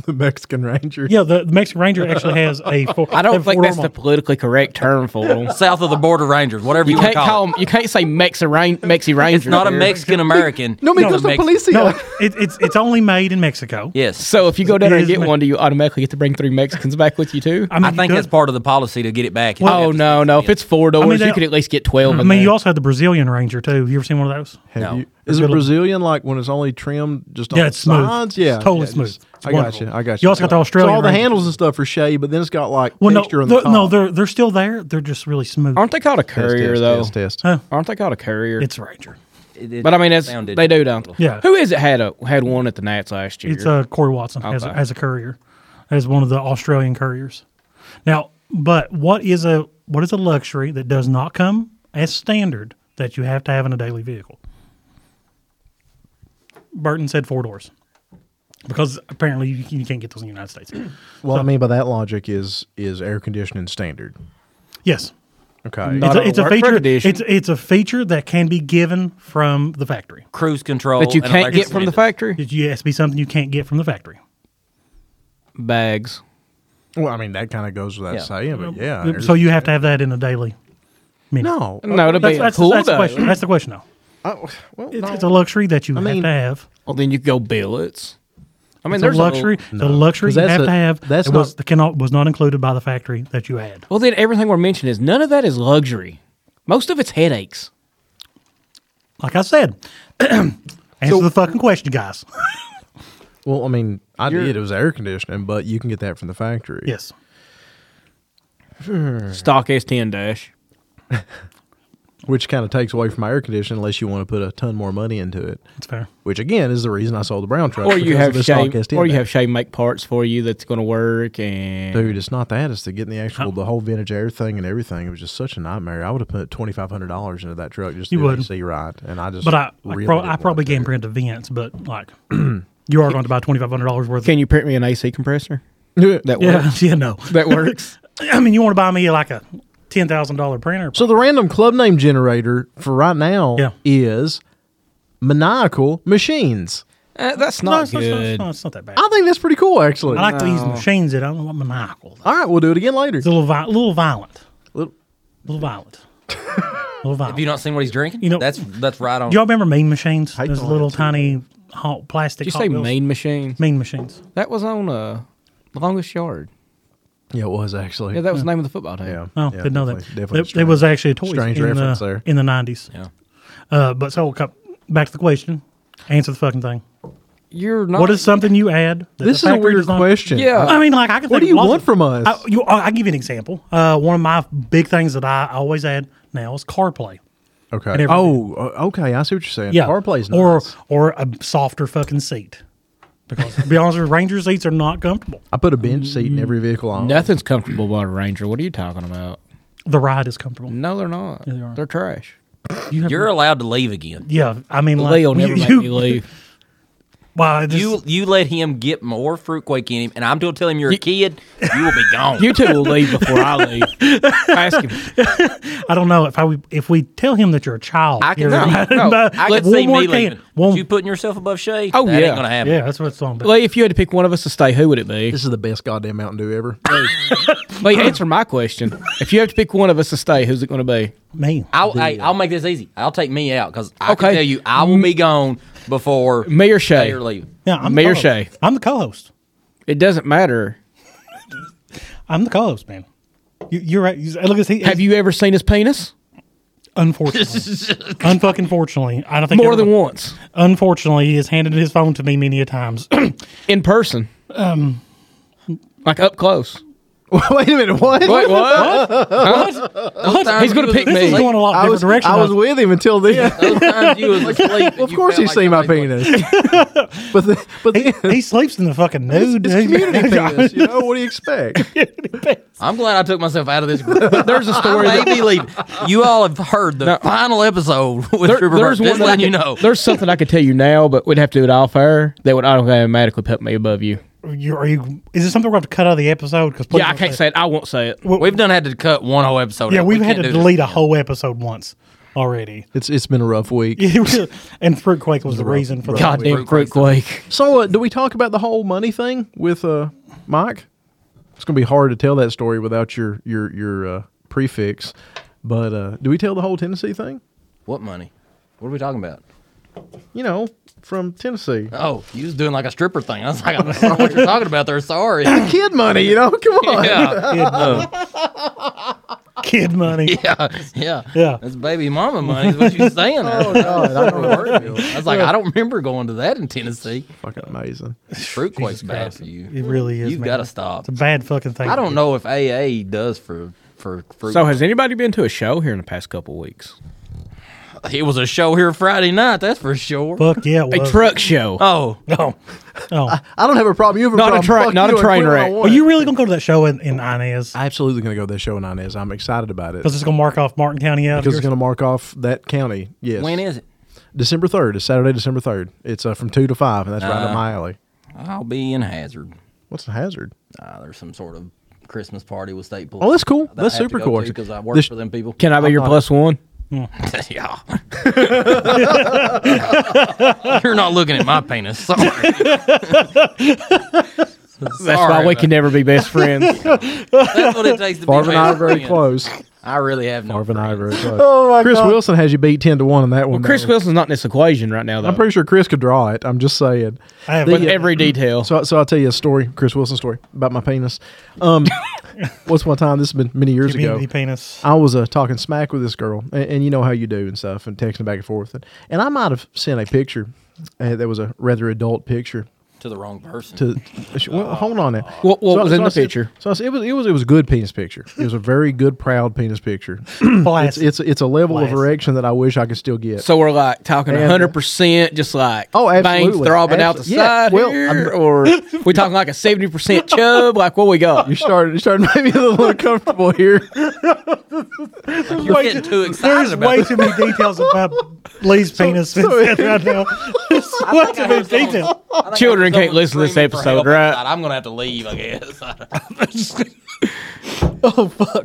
Speaker 5: the Mexican Ranger.
Speaker 3: Yeah, the, the Mexican Ranger actually has a. Four,
Speaker 2: I
Speaker 3: they
Speaker 2: don't
Speaker 3: have
Speaker 2: think
Speaker 3: four
Speaker 2: that's
Speaker 3: door
Speaker 2: the
Speaker 3: model.
Speaker 2: politically correct term for them.
Speaker 4: South of the border Rangers, whatever you,
Speaker 2: You can't
Speaker 4: want to call.
Speaker 2: call
Speaker 4: it.
Speaker 2: them. You can't say Mexi Rain, Mexi Ranger.
Speaker 4: It's not a
Speaker 2: here.
Speaker 4: Mexican American.
Speaker 5: No, me
Speaker 4: It's a
Speaker 5: gusta
Speaker 4: Mex-
Speaker 5: policia.
Speaker 3: No, it, it's it's only made in Mexico.
Speaker 4: Yes,
Speaker 2: So if you go down there and
Speaker 3: It is
Speaker 2: get
Speaker 3: me-
Speaker 2: one, do you automatically get to bring three Mexicans back with you too?
Speaker 3: I mean,
Speaker 4: I
Speaker 3: you
Speaker 4: think
Speaker 3: could-
Speaker 4: that's part of the policy to get it back.
Speaker 2: oh no, no. If it's four doors,
Speaker 3: they-
Speaker 2: you could at least get twelve.
Speaker 3: Mm. I
Speaker 2: in
Speaker 3: mean, you
Speaker 2: there.
Speaker 3: also had the Brazilian Ranger too. Have you ever seen one of those?
Speaker 5: Have
Speaker 4: No.
Speaker 5: you? Is it Brazilian like when it's only trimmed just on
Speaker 3: Yeah,
Speaker 5: the
Speaker 3: it's smooth.
Speaker 5: sides?
Speaker 3: It's
Speaker 5: Yeah,
Speaker 3: totally
Speaker 5: yeah,
Speaker 3: smooth.
Speaker 5: just-
Speaker 3: It's
Speaker 5: I got
Speaker 3: wonderful.
Speaker 5: you. I got you.
Speaker 3: You also got the
Speaker 5: So all
Speaker 3: Australian
Speaker 5: the
Speaker 3: Ranger.
Speaker 5: handles and stuff are shaggy, but then it's got like
Speaker 3: Well, no,
Speaker 5: texture on
Speaker 3: they're-
Speaker 5: the top.
Speaker 3: no, they're they're still there. They're just really smooth.
Speaker 2: aren't they called a
Speaker 5: Test,
Speaker 2: courier
Speaker 5: test,
Speaker 2: though?
Speaker 5: test, test.
Speaker 3: Huh?
Speaker 2: Aren't they called a courier?
Speaker 3: It's Ranger.
Speaker 4: It- it
Speaker 2: but I mean, it's,
Speaker 4: sounded-
Speaker 2: they do don't.
Speaker 3: Yeah.
Speaker 2: Who is it had a had one at the Nats last year?
Speaker 3: It's uh, Corey Watson as,
Speaker 2: Okay.
Speaker 3: as a courier, as one of the Australian couriers. Now, but what is a what is a luxury that does not come as standard that you have to have in a daily vehicle? Burton said four doors, because apparently you, you can't get those in the United States.
Speaker 5: Well, I mean by that logic is is air conditioning standard.
Speaker 3: yes,
Speaker 5: Okay.
Speaker 2: Not
Speaker 3: it's a,
Speaker 2: on a
Speaker 3: it's a
Speaker 2: work truck
Speaker 3: feature.
Speaker 2: edition.
Speaker 3: It's it's a feature that can be given from the factory.
Speaker 4: cruise control
Speaker 2: that you
Speaker 4: and
Speaker 2: can't get
Speaker 4: electric
Speaker 2: from the
Speaker 4: windows.
Speaker 2: factory?
Speaker 3: It has to be something you can't get from the factory.
Speaker 2: Bags.
Speaker 5: well, I mean that kind of goes without
Speaker 4: Yeah.
Speaker 5: saying, but yeah. there's-
Speaker 3: So you have to have that in a daily. Menu.
Speaker 5: no.
Speaker 2: No, it'll
Speaker 3: that's,
Speaker 2: be
Speaker 3: that's,
Speaker 2: a cool
Speaker 3: that's the
Speaker 2: day.
Speaker 3: question. That's the question, though.
Speaker 5: I- well,
Speaker 3: It's,
Speaker 5: no.
Speaker 3: it's a luxury that you
Speaker 5: mean,
Speaker 3: have to have.
Speaker 2: Well, then you could go billets. I mean,
Speaker 3: It's a
Speaker 2: there's
Speaker 3: luxury.
Speaker 2: little-
Speaker 3: The luxury
Speaker 5: 'Cause
Speaker 3: you
Speaker 5: that's
Speaker 3: have
Speaker 5: a-
Speaker 3: to have.
Speaker 5: that's
Speaker 3: That's that was
Speaker 5: not-
Speaker 3: that cannot was not included by the factory that you had.
Speaker 2: well, then everything we're mentioning is none of that is luxury. Most of it's headaches.
Speaker 3: Like I said, answer the fucking question, guys.
Speaker 5: Well, I mean, I
Speaker 2: You're-
Speaker 5: did. It was air conditioning, but you can get that from the factory.
Speaker 3: yes,
Speaker 2: Stock S10 dash.
Speaker 5: Which kind of takes away from air conditioning unless you want to put a ton more money into it.
Speaker 3: that's fair.
Speaker 5: Which again is the reason I sold the brown truck.
Speaker 2: Or you
Speaker 5: because
Speaker 2: have
Speaker 5: of the
Speaker 2: Shay,
Speaker 5: stock ST
Speaker 2: or you
Speaker 5: back.
Speaker 2: have Shay make parts for you that's going to work and
Speaker 5: Dude, it's not that. It's the getting the actual the whole vintage air thing and everything. It was just such a nightmare. I would have put twenty five hundred dollars into that truck just to
Speaker 3: You
Speaker 5: do
Speaker 3: would.
Speaker 5: AC right, and I just.
Speaker 3: But I, like,
Speaker 5: really
Speaker 3: pro-
Speaker 5: didn't
Speaker 3: I
Speaker 5: want
Speaker 3: probably
Speaker 5: to do
Speaker 3: can
Speaker 5: it.
Speaker 3: print events, but like, you are going to buy twenty five hundred dollars worth. Of,
Speaker 2: Can you print me an AC compressor? That
Speaker 3: yeah,
Speaker 2: works.
Speaker 3: yeah, no.
Speaker 2: That works.
Speaker 3: I mean, you want to buy me like a ten thousand dollar printer?
Speaker 5: So the random club name generator for right now
Speaker 3: Yeah.
Speaker 5: is maniacal machines.
Speaker 2: Uh, that's
Speaker 3: no,
Speaker 2: not
Speaker 3: it's not, it's, not, it's
Speaker 2: good.
Speaker 3: not- it's not that bad.
Speaker 5: I think that's pretty cool, actually.
Speaker 3: I like to use machines that I don't want maniacal.
Speaker 5: All right, we'll do it again later.
Speaker 3: It's a little, vi- little violent.
Speaker 5: Little-
Speaker 3: little violent. little violent.
Speaker 4: Have you not seen what he's drinking?
Speaker 3: You know-
Speaker 4: that's that's right on.
Speaker 3: Do y'all remember Mean Machines?
Speaker 5: Hate
Speaker 3: Those
Speaker 5: on
Speaker 3: little
Speaker 5: it, too.
Speaker 3: tiny hot plastic.
Speaker 2: Did you
Speaker 3: Hot
Speaker 2: say
Speaker 3: Wheels.
Speaker 2: main machine?
Speaker 3: Mean Machines.
Speaker 2: That was on uh, the longest yard.
Speaker 5: Yeah, it was actually.
Speaker 2: Yeah, that was the name of the football team.
Speaker 5: yeah.
Speaker 3: Oh,
Speaker 5: yeah,
Speaker 3: didn't know that.
Speaker 5: definitely- Definitely.
Speaker 3: It, it was
Speaker 5: strange.
Speaker 3: actually a toy
Speaker 5: strange
Speaker 3: in,
Speaker 5: reference
Speaker 3: the,
Speaker 5: there.
Speaker 3: in the nineties.
Speaker 4: Yeah.
Speaker 3: Uh, but so co- back to the question. Answer the fucking thing.
Speaker 2: You're not.
Speaker 3: What is something you add? that
Speaker 5: This
Speaker 3: the
Speaker 5: is a
Speaker 3: factory
Speaker 5: weird
Speaker 3: does not-
Speaker 5: question.
Speaker 2: Yeah.
Speaker 3: I mean, like I can.
Speaker 5: What
Speaker 3: think
Speaker 5: do you
Speaker 3: lots
Speaker 5: want
Speaker 3: of-
Speaker 5: from us?
Speaker 3: I, you, I, I'll give you an example. Uh, one of my big things that I always add now is CarPlay.
Speaker 5: Okay.
Speaker 3: everything.
Speaker 5: Oh, uh, okay. I see what you're saying.
Speaker 3: Yeah,
Speaker 5: Car plays nice.
Speaker 3: or or a softer fucking seat. Because to be honest, with you, Ranger seats are not comfortable.
Speaker 5: I put a bench seat in every vehicle on.
Speaker 2: Nothing's comfortable about a Ranger. What are you talking about?
Speaker 3: The ride is comfortable.
Speaker 2: No, they're not.
Speaker 3: they are.
Speaker 2: They're trash.
Speaker 3: You have
Speaker 4: You're allowed to leave again.
Speaker 3: Yeah, I mean, like
Speaker 2: Lee will
Speaker 3: you-
Speaker 2: never make
Speaker 3: you-
Speaker 2: me leave.
Speaker 3: Well, this,
Speaker 4: You you let him get more fruitquake in him, and I'm still telling him you're a kid. You will be gone.
Speaker 2: You two will leave before I leave. Ask him.
Speaker 3: I don't know if I would- if we tell him that you're a child.
Speaker 4: I can
Speaker 3: you're-
Speaker 4: see-
Speaker 2: no,
Speaker 3: but
Speaker 4: I
Speaker 3: one
Speaker 4: could see
Speaker 3: more
Speaker 4: me
Speaker 3: can.
Speaker 4: leaving.
Speaker 3: One-
Speaker 4: You putting yourself above Shay?
Speaker 2: Oh,
Speaker 4: that
Speaker 2: yeah.
Speaker 4: ain't gonna happen.
Speaker 3: yeah, that's what it's on. But
Speaker 2: Lee, if you had to pick one of us to stay, who would it be?
Speaker 5: This is the best goddamn Mountain Dew ever.
Speaker 2: Lee, answer my question. If you have to pick one of us to stay, who's it going to be?
Speaker 3: me,
Speaker 4: I'll hey, I'll make this easy. I'll take me out because I
Speaker 2: Okay.
Speaker 4: can tell you I will be gone before
Speaker 2: Me or Shay?
Speaker 4: Shay or leaving.
Speaker 3: yeah, I'm
Speaker 2: Mayor
Speaker 3: the co-host.
Speaker 2: Shea.
Speaker 3: I'm the co-host.
Speaker 2: It doesn't matter.
Speaker 3: I'm the co-host, man. You, you're right. You- Look, he,
Speaker 2: Have you ever seen his penis?
Speaker 3: unfortunately, unfucking fortunately, I don't think
Speaker 2: More
Speaker 3: everyone-
Speaker 2: than once.
Speaker 3: Unfortunately, he has handed his phone to me many a times.
Speaker 2: In person. Um, like up close.
Speaker 5: Wait a minute, what?
Speaker 2: Wait, what? He's gonna pick
Speaker 3: this
Speaker 2: me.
Speaker 3: is going a lot
Speaker 5: I
Speaker 3: different
Speaker 5: was,
Speaker 3: direction.
Speaker 5: I was with him until then.
Speaker 4: Well,
Speaker 5: of course, he's seen my penis. but the, but then,
Speaker 3: he sleeps in the fucking nude.
Speaker 5: it's
Speaker 3: dude.
Speaker 5: community penis. You know what do you expect?
Speaker 4: I'm glad I took myself out of this group.
Speaker 2: There's a story.
Speaker 4: I
Speaker 2: that-
Speaker 4: may be leaving. You all have heard the final episode with
Speaker 2: there-
Speaker 4: Trooper Burke.
Speaker 2: there's one
Speaker 4: Just
Speaker 2: that I
Speaker 4: letting you
Speaker 2: could-
Speaker 4: know.
Speaker 2: There's something I could tell you now, but we'd have to do it off air. That would automatically put me above you.
Speaker 3: You- are you? Is this something we're going to have to cut out of the episode? Because
Speaker 2: Yeah, I can't say it. I won't say it.
Speaker 4: We've done had to cut one whole episode.
Speaker 3: Yeah,
Speaker 4: out.
Speaker 3: we've
Speaker 4: We
Speaker 3: had
Speaker 4: can't
Speaker 3: to
Speaker 4: do this.
Speaker 3: delete a whole episode once already.
Speaker 5: It's it's been a rough week.
Speaker 3: and Fruitquake was the reason for that.
Speaker 2: Goddamn fruit quake.
Speaker 5: So, uh, do we talk about the whole money thing with uh, Mike? It's going to be hard to tell that story without your your your uh, prefix. But uh, do we tell the whole Tennessee thing?
Speaker 4: What money? What are we talking about?
Speaker 5: You know, from Tennessee,
Speaker 4: Oh, you was doing like a stripper thing. I was like, I don't know what you're talking about there. Sorry. yeah.
Speaker 5: kid money. You know, come on.
Speaker 3: Kid money.
Speaker 4: yeah. Yeah.
Speaker 3: Yeah.
Speaker 4: That's baby mama money is what you're saying. oh, God. I, was like, I don't remember going to that in Tennessee.
Speaker 5: Fucking amazing.
Speaker 4: Fruitquake's bad for you.
Speaker 3: It really is.
Speaker 4: You've
Speaker 3: man.
Speaker 4: got to stop.
Speaker 3: It's a bad fucking thing.
Speaker 4: I don't know if AA does for for fruit.
Speaker 2: So, has anybody been to a show here in the past couple weeks?
Speaker 4: it was a show here Friday night. That's for sure.
Speaker 3: Fuck yeah. it
Speaker 2: A
Speaker 3: was.
Speaker 2: truck show.
Speaker 4: oh,
Speaker 3: No. No.
Speaker 5: I don't have a problem. You have a
Speaker 2: Not a tra-
Speaker 5: problem. Fuck
Speaker 2: not a
Speaker 5: you and
Speaker 2: train
Speaker 5: quit when I
Speaker 2: wreck.
Speaker 3: Are
Speaker 5: want.
Speaker 3: you really going to go to that show in, in Inez?
Speaker 5: I'm absolutely going to go to that show in Inez. I'm excited about it
Speaker 3: Because it's going to mark off Martin County out.
Speaker 5: because it's
Speaker 3: Yours-
Speaker 5: going to mark off that county. Yes.
Speaker 4: when is it?
Speaker 5: December third. It's Saturday, December third. It's uh, from two to five, and that's right up my alley.
Speaker 4: I'll be in Hazard.
Speaker 5: What's the hazard?
Speaker 4: Uh, there's some sort of Christmas party with state police.
Speaker 5: Oh, that's cool.
Speaker 4: that I
Speaker 5: That's
Speaker 4: have to
Speaker 5: super
Speaker 4: go
Speaker 5: cool.
Speaker 4: to
Speaker 5: actually.
Speaker 4: 'cause I work
Speaker 5: This-
Speaker 4: for them people.
Speaker 2: Can I be your plus one?
Speaker 4: yeah. You're not looking at my penis. Sorry.
Speaker 2: That's why we can never be best friends.
Speaker 4: That's what it takes to
Speaker 5: Marv
Speaker 4: be
Speaker 5: and I are
Speaker 4: best
Speaker 5: very
Speaker 4: friends.
Speaker 5: close.
Speaker 4: I really have no.
Speaker 5: Marv and I are very close. oh my Chris Wilson has you beat ten to one on that one.
Speaker 2: Chris
Speaker 5: though.
Speaker 2: Wilson's not in this equation right now, though.
Speaker 5: I'm pretty sure Chris could draw it. I'm just saying.
Speaker 3: I have
Speaker 2: with every detail.
Speaker 5: So, so I'll tell you a story, Chris Wilson story about my penis. Um, once one time, this has been many years ago.
Speaker 3: community penis.
Speaker 5: I was uh, talking smack with this girl, and, and you know how you do and stuff, and texting back and forth. And, and I might have sent a picture uh, that was a rather adult picture.
Speaker 4: To the wrong person.
Speaker 5: To she- well, hold on, now.
Speaker 2: What- what
Speaker 5: I-
Speaker 2: was in
Speaker 5: I
Speaker 2: the
Speaker 5: said-
Speaker 2: picture?
Speaker 5: So I said, it was it was it was a good penis picture. It was a very good, proud penis picture.
Speaker 3: Blast.
Speaker 5: it's it's a level
Speaker 3: Blast.
Speaker 5: of erection that I wish I could still get.
Speaker 2: So we're like talking
Speaker 5: And- uh,
Speaker 2: hundred percent, just like
Speaker 5: Oh,
Speaker 2: bangs
Speaker 5: absolutely.
Speaker 2: throbbing out the
Speaker 5: Absol- yeah,
Speaker 2: side
Speaker 5: well,
Speaker 2: here, or we talking like a seventy percent chub? Like what we got?
Speaker 5: you started you started making me a little uncomfortable here.
Speaker 4: You're getting too excited
Speaker 3: There's
Speaker 4: about
Speaker 3: way
Speaker 4: it.
Speaker 3: too many details about Lee's penis
Speaker 5: so-
Speaker 3: in right now. There's way too many details.
Speaker 4: I think
Speaker 2: Children can't
Speaker 4: someone's
Speaker 2: listen to this
Speaker 4: screaming for
Speaker 2: episode,
Speaker 4: help
Speaker 2: right?
Speaker 4: outside. I'm gonna have to leave. I guess.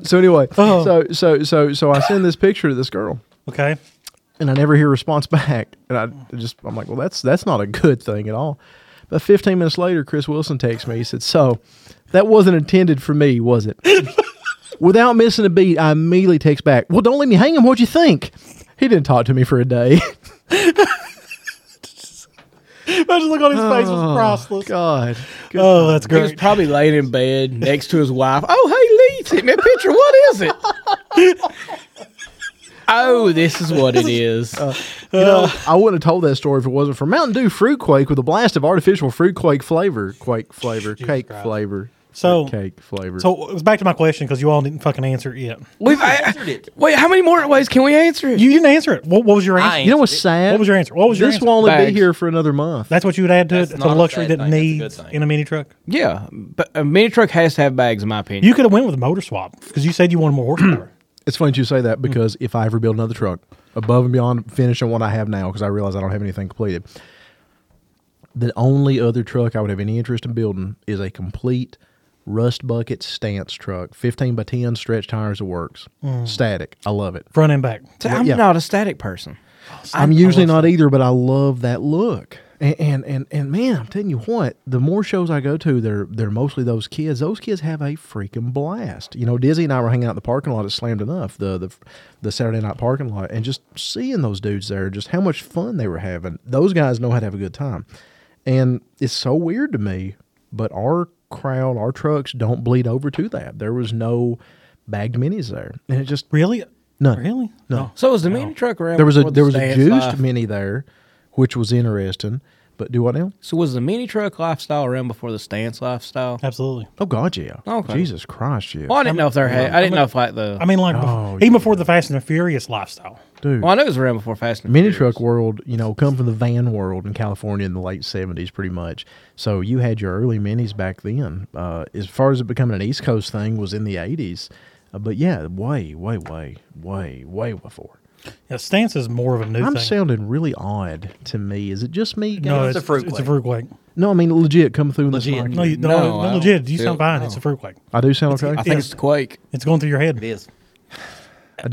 Speaker 5: So anyway, so so so so I send this picture to this girl.
Speaker 3: Okay.
Speaker 5: and I never hear a response back. And I just I'm like, well, that's that's not a good thing at all. But 15 minutes later, Chris Wilson texts me. He said, "So that wasn't intended for me, was it?" Without missing a beat, I immediately text back, "Well, don't leave me hanging. What'd you think?" He didn't talk to me for a day.
Speaker 3: Imagine the look on his face was priceless.
Speaker 5: God,
Speaker 3: Oh, that's
Speaker 2: He was
Speaker 3: great.
Speaker 2: probably laying in bed next to his wife. Oh, hey Lee, sent me a picture. What is it? oh, this is what it is.
Speaker 5: you
Speaker 3: Uh.
Speaker 5: know, I wouldn't have told that story if it wasn't for Mountain Dew Fruit Quake with a blast of artificial fruit quake flavor, quake flavor, cake flavor,
Speaker 3: So-
Speaker 5: cake flavor.
Speaker 3: So it was back to my question because you all didn't fucking answer it yet.
Speaker 2: We've I, wait. How many more ways can we answer it?
Speaker 3: You didn't answer it. What, what was your answer?
Speaker 4: I
Speaker 5: you know
Speaker 4: answered
Speaker 5: what's
Speaker 4: it.
Speaker 5: sad?
Speaker 3: What was your answer? What was your
Speaker 5: this
Speaker 3: answer?
Speaker 5: will only
Speaker 2: Bags.
Speaker 5: be here for another month.
Speaker 3: That's what you would add to
Speaker 4: That's
Speaker 3: it. It's a
Speaker 4: not a
Speaker 3: luxury
Speaker 4: bad
Speaker 3: that
Speaker 4: thing. That's
Speaker 3: needs
Speaker 4: a good thing.
Speaker 3: in a mini truck.
Speaker 2: yeah, but a mini truck has to have bags, in my opinion.
Speaker 3: You could have went with a motor swap because you said you wanted more horsepower.
Speaker 5: It's funny that you say
Speaker 3: Hmm.
Speaker 5: that because if I ever build another truck above and beyond finishing what I have now, because I realize I don't have anything completed, the only other truck I would have any interest in building is a complete rust bucket stance truck, 15 by 10 stretch tires that works.
Speaker 3: Hmm.
Speaker 5: Static. I love it.
Speaker 3: Front and back.
Speaker 2: See, I'm
Speaker 5: yeah.
Speaker 2: not a static person.
Speaker 5: I'm usually not either, but I love that look. And, and and and man, I'm telling you what, the more shows I go to, they're they're mostly those kids. Those kids have a freaking blast. You know, Dizzy and I were hanging out in the parking lot at Slammed Enough, the the the Saturday night parking lot, and just seeing those dudes there, just how much fun they were having. Those guys know how to have a good time. And it's so weird to me, but our crowd, our trucks don't bleed over to that. There was no bagged minis there. And it just
Speaker 3: Really?
Speaker 5: None.
Speaker 3: Really? Oh, No.
Speaker 2: So is the mini truck around?
Speaker 5: there was a
Speaker 2: before the
Speaker 5: there was a
Speaker 2: stance
Speaker 5: juiced
Speaker 2: life?
Speaker 5: mini there, which was interesting. But do what now?
Speaker 2: So was the mini truck lifestyle around before the stance lifestyle?
Speaker 3: Absolutely.
Speaker 5: Oh God, yeah.
Speaker 2: Okay.
Speaker 5: Jesus Christ, yeah.
Speaker 2: Well, I didn't know if there had. I didn't know if like the.
Speaker 3: I mean, like, bef-
Speaker 5: Oh,
Speaker 3: even before the Fast and the Furious lifestyle.
Speaker 5: Dude,
Speaker 2: well, I know it was around before Fast and
Speaker 5: mini
Speaker 2: Furious.
Speaker 5: truck world, you know, come from the van world in California in the late seventies, pretty much. So you had your early minis back then. Uh, as far as it becoming an East Coast thing, was in the eighties. Uh, but yeah, way, way, way, way, way before.
Speaker 3: Yeah, stance is more of a new
Speaker 5: I'm
Speaker 3: thing.
Speaker 5: sounding really odd to me. Is it just me?
Speaker 3: no,
Speaker 5: guys?
Speaker 3: it's,
Speaker 4: a fruit
Speaker 3: It's a
Speaker 4: quake.
Speaker 3: fruit quake.
Speaker 5: no, I mean legit. Coming through legit.
Speaker 4: Legit.
Speaker 5: this mic.
Speaker 3: No, you, no,
Speaker 2: No,
Speaker 3: no,
Speaker 2: I don't
Speaker 3: legit. You
Speaker 2: feel-
Speaker 3: sound fine.
Speaker 2: no.
Speaker 3: It's a fruit quake.
Speaker 5: I do sound okay.
Speaker 2: I think
Speaker 3: Yes.
Speaker 2: it's the Quake.
Speaker 3: It's going through your head.
Speaker 4: It is.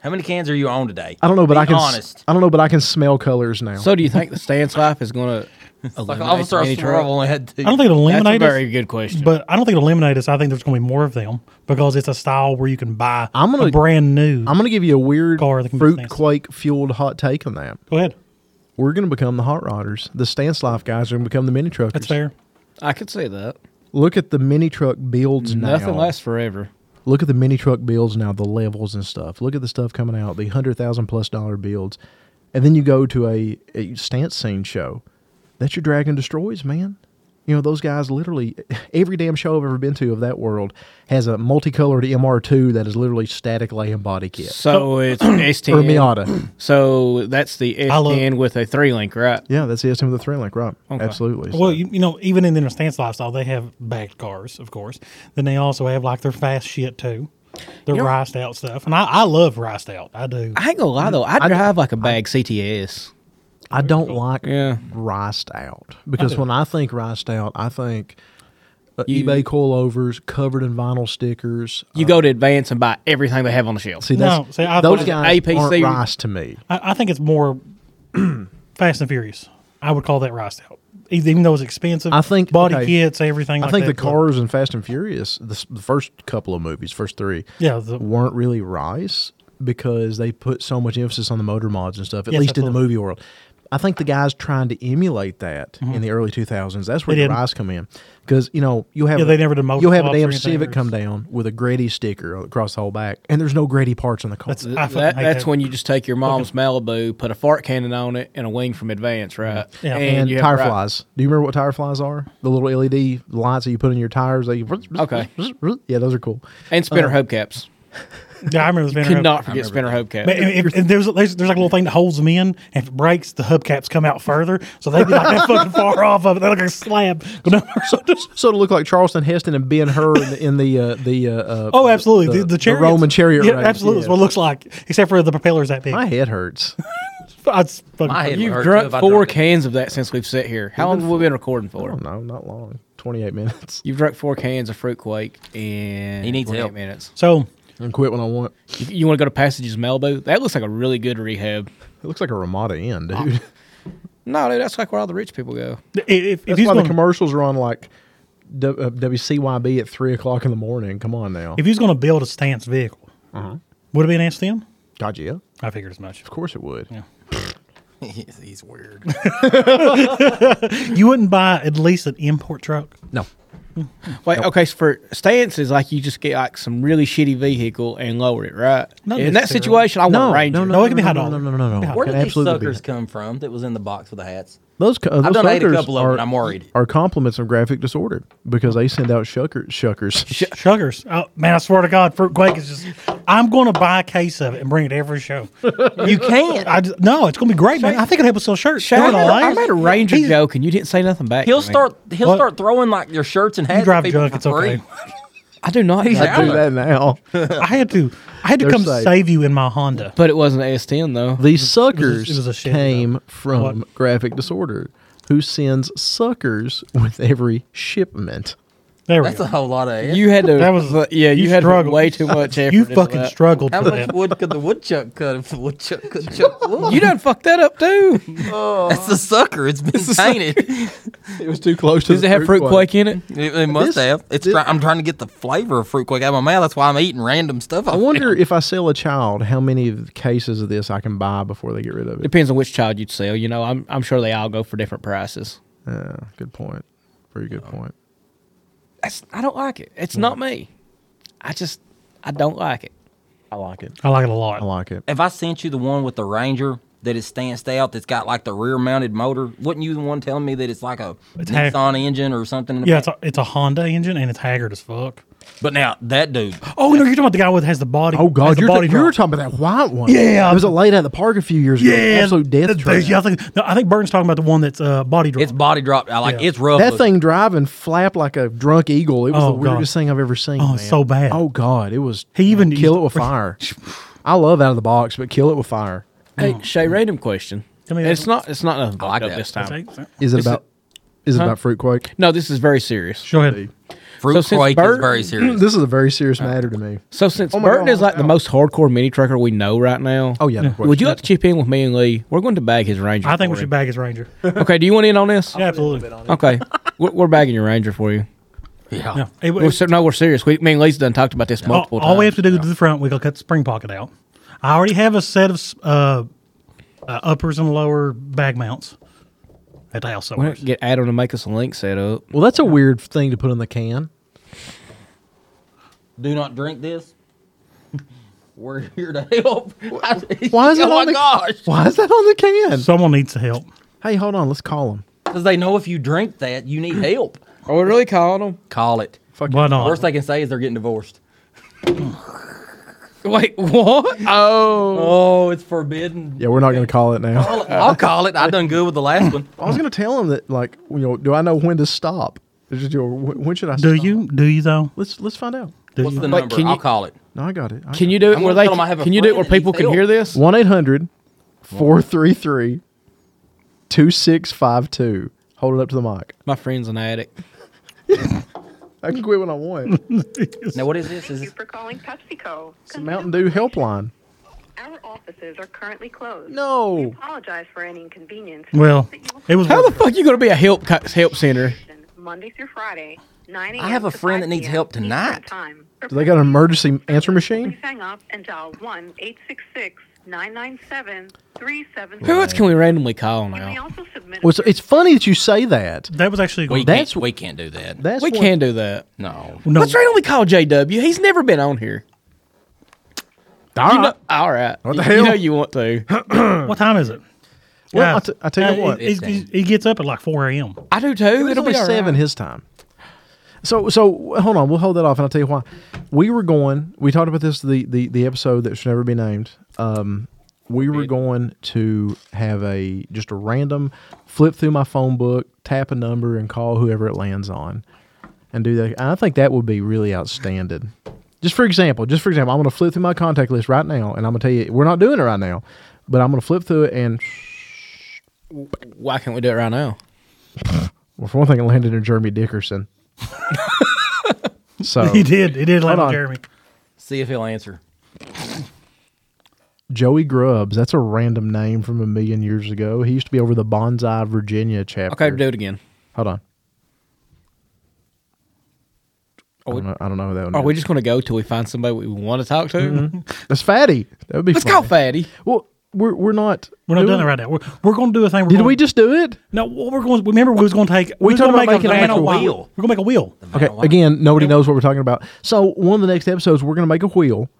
Speaker 4: How many cans are you on today?
Speaker 5: I don't know, but
Speaker 4: Be
Speaker 5: I can. s-
Speaker 4: honest.
Speaker 5: I don't know, but I can smell colors now.
Speaker 2: So do you think the stance life is going to
Speaker 4: Like
Speaker 2: eliminate
Speaker 4: Officer
Speaker 2: the mini
Speaker 4: Swerve
Speaker 2: truck?
Speaker 4: only had two.
Speaker 3: I don't think it'll
Speaker 2: That's a
Speaker 3: eliminate
Speaker 2: very
Speaker 3: us,
Speaker 2: good question.
Speaker 3: but I don't think it'll eliminate us. I think there's going to be more of them because it's a style where you can buy
Speaker 5: I'm gonna-
Speaker 3: a brand new.
Speaker 5: I'm going to give you a weird
Speaker 3: Car that can be
Speaker 5: fruit
Speaker 3: fancy.
Speaker 5: quake fueled hot take on that.
Speaker 3: Go ahead.
Speaker 5: We're going to become the hot rodders. The stance life guys are going to become the mini truckers.
Speaker 3: That's fair.
Speaker 2: I could say that.
Speaker 5: Look at the mini truck builds now.
Speaker 2: Nothing lasts forever.
Speaker 5: Look at the mini truck builds now, the levels and stuff. Look at the stuff coming out, the hundred thousand plus dollar builds, and then you go to a, a stance scene show. That's your Dragon Destroys, man. You know those guys literally every damn show I've ever been to of that world has a multicolored MR2 that is literally static laying body kit
Speaker 2: So it's S10.
Speaker 5: or Miata.
Speaker 2: So that's the
Speaker 3: love-
Speaker 2: S10 with a three link, right?
Speaker 5: Yeah, that's the estimate of the three link, right? Absolutely.
Speaker 3: Well, you, you know, even in their stance lifestyle, they have bagged cars, of course. Then they also have like their fast shit too, their
Speaker 2: You know-
Speaker 3: riced out stuff. And I, I love riced out. I do.
Speaker 2: I ain't gonna lie though, I drive like a bag CTS.
Speaker 5: I don't like
Speaker 2: Yeah.
Speaker 5: riced out because when I think riced out, I think uh,
Speaker 2: You-
Speaker 5: eBay coilovers covered in vinyl stickers. Uh,
Speaker 2: You go to Advance and buy everything they have on the shelf.
Speaker 5: See, that's,
Speaker 3: No, see, I-
Speaker 5: those
Speaker 3: I-
Speaker 5: guys
Speaker 2: APC
Speaker 5: aren't rice to me.
Speaker 3: I, I think it's more Fast and Furious. I would call that riced out, E- even though it's expensive.
Speaker 5: I think-
Speaker 3: body
Speaker 5: okay.
Speaker 3: kits, everything.
Speaker 5: I
Speaker 3: like
Speaker 5: think the
Speaker 3: that, but-
Speaker 5: cars in Fast and Furious, the, s- the first couple of movies, first three,
Speaker 3: Yeah, the-
Speaker 5: weren't really rice because they put so much emphasis on the motor mods and stuff. At
Speaker 3: Yes,
Speaker 5: least in the
Speaker 3: absolutely.
Speaker 5: movie world, I think the guys trying to emulate that in the early two thousands. That's where
Speaker 3: Mm-hmm. They
Speaker 5: the
Speaker 3: didn't.
Speaker 5: rice come in because you know you have
Speaker 3: Yeah,
Speaker 5: a-
Speaker 3: they never did motor
Speaker 5: you'll have a
Speaker 3: swaps or
Speaker 5: damn
Speaker 3: anything,
Speaker 5: Civic
Speaker 3: or-
Speaker 5: come down with a Grady sticker across the whole back, and there's no Grady parts on the car.
Speaker 3: That's I fucking
Speaker 2: That,
Speaker 3: hate
Speaker 2: that's
Speaker 3: that.
Speaker 2: when you just take your mom's Malibu, put a fart cannon on it, and a wing from Advance, right?
Speaker 3: Yeah.
Speaker 5: and
Speaker 2: you have
Speaker 5: tire
Speaker 2: right-
Speaker 5: flies. Do you remember what tire flies are? The little LED lights that you put in your tires. They
Speaker 2: Okay.
Speaker 5: Yeah, those are cool.
Speaker 2: and spinner hubcaps.
Speaker 3: Yeah, I remember this
Speaker 2: Could not forget spinner hubcaps.
Speaker 3: But if, if- if there's, there's there's like a little thing that holds them in, and if it breaks, the hubcaps come out further, so they'd be like that fucking far off of it. They're like a slab. Go down there.
Speaker 5: So, so to look like Charleston Heston and Ben Hur in the in the uh, the uh, uh,
Speaker 3: Oh, absolutely. The,
Speaker 5: the,
Speaker 3: the, chariots.
Speaker 5: Roman chariot
Speaker 3: Yeah,
Speaker 5: race.
Speaker 3: absolutely.
Speaker 5: Yeah.
Speaker 3: That's what it looks like, except for the propeller's that big.
Speaker 5: my head hurts.
Speaker 3: That's fucking-
Speaker 4: My head would
Speaker 2: You've
Speaker 4: hurt, too,
Speaker 2: drunk
Speaker 4: if I
Speaker 2: four
Speaker 4: drank it.
Speaker 2: cans of that since we've sat here. How long have we been recording
Speaker 5: I
Speaker 2: for?
Speaker 5: don't know, not long. Twenty eight minutes.
Speaker 2: You've drunk four cans of fruit quake in
Speaker 4: He needs
Speaker 2: 28
Speaker 4: help.
Speaker 2: minutes.
Speaker 3: So
Speaker 5: And quit when I want.
Speaker 2: You, want to go to Passages Malibu? That looks like a really good rehab.
Speaker 5: It looks like a Ramada Inn, dude.
Speaker 2: No, dude, that's like where all the rich people go.
Speaker 3: i- if, if
Speaker 5: That's
Speaker 3: he's
Speaker 5: why the
Speaker 3: going
Speaker 5: commercials are on like w, uh, WCYB at three o'clock in the morning. Come on now.
Speaker 3: if he's going to build a stance vehicle, would it be an S10?
Speaker 5: God, yeah, Uh-huh. of
Speaker 3: I figured as much.
Speaker 5: course it would.
Speaker 4: He's, he's weird.
Speaker 3: You wouldn't buy at least an import truck.
Speaker 5: No,
Speaker 2: Wait, okay, so for stances, like you just get like some really shitty vehicle and lower it, right?
Speaker 3: Not
Speaker 2: in that
Speaker 3: necessarily.
Speaker 2: situation, I want
Speaker 5: no,
Speaker 2: a Ranger.
Speaker 5: no, no,
Speaker 3: No, it can be high
Speaker 5: no, no,
Speaker 3: dollar.
Speaker 5: no, no, no,
Speaker 3: It
Speaker 5: no.
Speaker 3: can
Speaker 4: Where
Speaker 5: Can
Speaker 4: did these
Speaker 5: absolutely be
Speaker 4: suckers
Speaker 5: high.
Speaker 4: come from that was in the box with the hats?
Speaker 5: Those, co- uh, those
Speaker 4: done ate a
Speaker 5: suckers
Speaker 4: couple of
Speaker 5: are,
Speaker 4: them, I'm worried.
Speaker 5: are compliments of graphic disorder because they send out shuckers. Shuckers.
Speaker 3: Sugars. Oh, man, I swear to God, Fruit Quake is just. I'm going to buy a case of it and bring it to every show.
Speaker 4: You can't.
Speaker 3: I just, no, it's going to be great, man. I think it'll help us sell shirts.
Speaker 2: Shane, I,
Speaker 3: Darn it,
Speaker 2: made a- I
Speaker 3: Elias.
Speaker 2: made a Ranger
Speaker 3: He's-
Speaker 2: joke and you didn't say nothing back.
Speaker 4: He'll
Speaker 2: to me.
Speaker 4: start. He'll
Speaker 3: What?
Speaker 4: start throwing like your shirts and hats.
Speaker 3: You
Speaker 4: at
Speaker 3: drive
Speaker 4: people
Speaker 3: junk.
Speaker 4: for
Speaker 3: It's okay.
Speaker 4: free.
Speaker 2: I do not.
Speaker 4: He's
Speaker 2: know.
Speaker 4: out.
Speaker 5: do that now.
Speaker 3: I had to. I had to
Speaker 5: They're
Speaker 3: come
Speaker 5: safe.
Speaker 3: save you in my Honda.
Speaker 2: But it wasn't an S10 though.
Speaker 5: These suckers
Speaker 3: it was a shit,
Speaker 5: came from
Speaker 3: What?
Speaker 5: graphic disorder. who sends suckers with every shipment.
Speaker 3: There we
Speaker 4: That's
Speaker 3: go.
Speaker 4: a whole lot of it.
Speaker 2: You had to.
Speaker 3: That was-
Speaker 2: yeah. You,
Speaker 3: you
Speaker 2: had to put
Speaker 3: struggled.
Speaker 2: way too much effort.
Speaker 3: you
Speaker 2: into
Speaker 3: fucking
Speaker 2: that.
Speaker 3: struggled
Speaker 4: How
Speaker 3: for
Speaker 4: much
Speaker 3: that.
Speaker 4: wood could the woodchuck cut if the woodchuck could chuck wood?
Speaker 2: You done fucked that up too.
Speaker 4: That's the sucker. It's been painted.
Speaker 5: It was too close to
Speaker 2: Does it have fruit quake in it?
Speaker 4: It, it must
Speaker 5: This-
Speaker 4: have. It's.
Speaker 5: this-
Speaker 4: try- I'm trying to get the flavor of fruit quake out of my mouth. That's why I'm eating random stuff.
Speaker 5: I wonder if I sell a child, how many of the cases of this I can buy before they get rid of it.
Speaker 2: Depends on which child you'd sell. You know, I'm I'm sure they all go for different prices.
Speaker 5: Yeah, Ah, good point. Very good point.
Speaker 2: That's, I don't like it. It's not me. I just I don't like it.
Speaker 5: I like it.
Speaker 3: I like it a lot.
Speaker 5: I like it.
Speaker 4: If I sent you the one with the Ranger that is stanced out, that's got like the rear-mounted motor, wasn't you the one telling me that it's like a
Speaker 3: It's half-
Speaker 4: Nissan engine or something? in the
Speaker 3: Yeah,
Speaker 4: back?
Speaker 3: it's a, it's a Honda engine and it's haggard as fuck.
Speaker 4: But now that dude,
Speaker 3: Oh no, you're talking about the guy with has the body.
Speaker 5: Oh
Speaker 3: has
Speaker 5: God,
Speaker 3: the
Speaker 5: you're,
Speaker 3: body
Speaker 5: th- you're
Speaker 3: drop.
Speaker 5: talking about that white one.
Speaker 3: Yeah.
Speaker 5: it was a late at the park a few years ago.
Speaker 3: the-
Speaker 5: absolute death
Speaker 3: the-
Speaker 5: trap.
Speaker 3: yeah, I think, no, I think Burton's talking about the one that's uh, body drop.
Speaker 4: it's body dropped. I like
Speaker 3: Yeah.
Speaker 4: it's rough.
Speaker 5: That
Speaker 4: looking.
Speaker 5: thing driving flapped like a drunk eagle. It was
Speaker 3: Oh,
Speaker 5: the weirdest
Speaker 3: God.
Speaker 5: thing I've ever seen.
Speaker 3: Oh,
Speaker 5: man.
Speaker 3: so bad.
Speaker 5: Oh God, it was.
Speaker 3: He even
Speaker 5: kill
Speaker 3: used-
Speaker 5: it with fire. I love out of the box, but kill it with fire.
Speaker 2: Hey, Shay, random question.
Speaker 3: uh, Tell me
Speaker 2: it's
Speaker 3: that.
Speaker 2: not it's not nothing
Speaker 4: I like
Speaker 2: fucked up
Speaker 4: that.
Speaker 2: this
Speaker 3: Okay,
Speaker 2: time.
Speaker 3: so-
Speaker 5: Is it
Speaker 2: Is
Speaker 5: about? Is it about fruit quake?
Speaker 2: No, this is very serious.
Speaker 3: Go ahead.
Speaker 4: fruit
Speaker 2: since
Speaker 4: quake
Speaker 2: Bert-
Speaker 4: is very serious.
Speaker 5: This is a very
Speaker 3: Uh,
Speaker 5: serious matter to me.
Speaker 2: So since
Speaker 5: Oh my
Speaker 2: Burton
Speaker 5: God,
Speaker 2: is like the
Speaker 5: ow.
Speaker 2: most hardcore mini trucker we know right now.
Speaker 5: Oh yeah, no question.
Speaker 2: Would you like to chip in with me and Lee? We're going to bag his Ranger.
Speaker 3: I think we
Speaker 2: for
Speaker 3: should
Speaker 2: him.
Speaker 3: bag his Ranger.
Speaker 2: Okay, do you want in on this?
Speaker 3: Yeah, absolutely.
Speaker 2: Okay, we're, we're bagging your Ranger for you.
Speaker 4: Yeah.
Speaker 3: Yeah. It-
Speaker 2: We're,
Speaker 3: it-
Speaker 2: ser- no, we're serious. We, me and Lee's done talked about this
Speaker 3: all,
Speaker 2: multiple
Speaker 3: oh, all
Speaker 2: times.
Speaker 3: we have to do to the front, we go cut the spring pocket out. I already have a set of uh, uh, uppers and lower bag mounts at the house
Speaker 2: We're
Speaker 3: somewhere.
Speaker 2: gonna get Adam to make us a link set up.
Speaker 5: well, that's a weird thing to put in the can.
Speaker 4: Do not drink this. We're here to help.
Speaker 5: Why is
Speaker 4: oh
Speaker 5: it
Speaker 4: my
Speaker 5: on the?
Speaker 4: gosh?
Speaker 5: Why is that on the can?
Speaker 3: Someone needs to help.
Speaker 5: hey, hold on. Let's call him.
Speaker 4: Because they know if you drink that, you need help.
Speaker 2: Are we really calling them?
Speaker 4: Call it.
Speaker 3: Why not?
Speaker 4: Worst they can say is they're getting divorced.
Speaker 2: Wait, what? Oh,
Speaker 4: Oh, it's forbidden.
Speaker 5: Yeah, we're not going to call it now.
Speaker 4: Call it. I'll call it. I done good with the last one.
Speaker 3: Oh,
Speaker 5: I was going to tell him that, like, you know, do I know when to stop? Is it your- When when should I?
Speaker 3: Do
Speaker 5: stop?
Speaker 3: you? Do you though?
Speaker 5: Let's let's find out.
Speaker 3: Do
Speaker 4: What's
Speaker 3: you?
Speaker 4: the
Speaker 2: But
Speaker 4: number?
Speaker 2: can you-
Speaker 4: I'll call it.
Speaker 5: No, I got it. I
Speaker 2: can you do it
Speaker 4: I'm
Speaker 2: where
Speaker 4: gonna
Speaker 2: they?
Speaker 4: tell 'em I have a
Speaker 2: Can you do it
Speaker 4: friend
Speaker 2: where
Speaker 4: that needs
Speaker 2: people can
Speaker 4: help.
Speaker 2: hear this?
Speaker 5: 1 800 433 2652. Hold it up to the mic.
Speaker 2: My friend's an addict.
Speaker 5: I can quit when I want. It's
Speaker 4: Now, what is this? Is this
Speaker 6: Thank you for calling PepsiCo.
Speaker 5: the Mountain Dew helpline.
Speaker 6: Our offices are currently closed. We
Speaker 5: No.
Speaker 6: apologize for any inconvenience.
Speaker 3: Well, it was.
Speaker 2: How the fuck you gonna be a help co- help center?
Speaker 6: Monday through Friday, 9 a.m.
Speaker 4: I have a
Speaker 6: to
Speaker 4: friend
Speaker 6: 5
Speaker 4: that needs
Speaker 6: p.m.
Speaker 4: help
Speaker 6: Eastern
Speaker 4: tonight.
Speaker 6: Time.
Speaker 5: Do they got an emergency answer machine?
Speaker 6: Please hang up and dial 1 866 997
Speaker 2: Who else can we randomly call now?
Speaker 6: also submit.
Speaker 5: Well, it's, it's funny that you say that.
Speaker 3: That was actually. Going,
Speaker 4: we
Speaker 5: That's-
Speaker 4: can't. We can't do that.
Speaker 5: That's
Speaker 2: We
Speaker 5: one-
Speaker 2: can do that.
Speaker 4: no.
Speaker 3: no,
Speaker 2: Let's randomly call JW. He's never been on here.
Speaker 5: All
Speaker 2: You know,
Speaker 5: right.
Speaker 2: all right. What
Speaker 5: the
Speaker 2: You
Speaker 5: hell?
Speaker 2: know you want to.
Speaker 3: what time is it?
Speaker 5: Well,
Speaker 3: Guys,
Speaker 5: I'll, t- I'll tell you
Speaker 3: uh,
Speaker 5: what.
Speaker 3: He, he- he gets up at like 4 a.m.
Speaker 2: I do too. It'll be all
Speaker 5: seven
Speaker 2: right.
Speaker 5: his time. So so hold on, we'll hold that off, and I'll tell you why. We were going. We talked about this the the, the episode that should never be named. Um, we were going to have a just a random flip through my phone book, tap a number, and call whoever it lands on, and do that. I think that would be really outstanding. Just for example, just for example, I'm going to flip through my contact list right now, and I'm going to tell you we're not doing it right now, but I'm going to flip through it, and
Speaker 2: Why can't we do it right now?
Speaker 5: well, for one thing, it landed in Jeremy Dickerson. so
Speaker 3: He did. He did land
Speaker 5: Oh.
Speaker 3: on
Speaker 5: Hold on.
Speaker 3: Jeremy.
Speaker 4: See if he'll answer.
Speaker 5: Joey Grubbs. That's a random name from a million years ago. He used to be over the Bonsai Virginia chapter.
Speaker 2: Okay, do it again.
Speaker 5: Hold on. I
Speaker 2: Are we-
Speaker 5: don't, know, I don't know who that one.
Speaker 2: Are
Speaker 5: is.
Speaker 2: we just going to go till we find somebody we want to talk to?
Speaker 4: Mm-hmm.
Speaker 5: That's Fatty. That would be.
Speaker 2: Let's
Speaker 5: funny.
Speaker 2: call Fatty.
Speaker 5: Well, we're we're not.
Speaker 3: We're not doing it right now. We're, we're going to do a thing. We're
Speaker 5: Did
Speaker 3: gonna,
Speaker 5: we just do it?
Speaker 3: No, what we're going. Remember, we was going to take. We, was
Speaker 5: talking
Speaker 3: going to make
Speaker 5: about making
Speaker 3: a,
Speaker 5: an actual
Speaker 3: wheel.
Speaker 4: wheel.
Speaker 3: We're going to make a wheel.
Speaker 5: Okay. Again, nobody knows what we're talking about. So one of the next episodes, we're gonna make a wheel.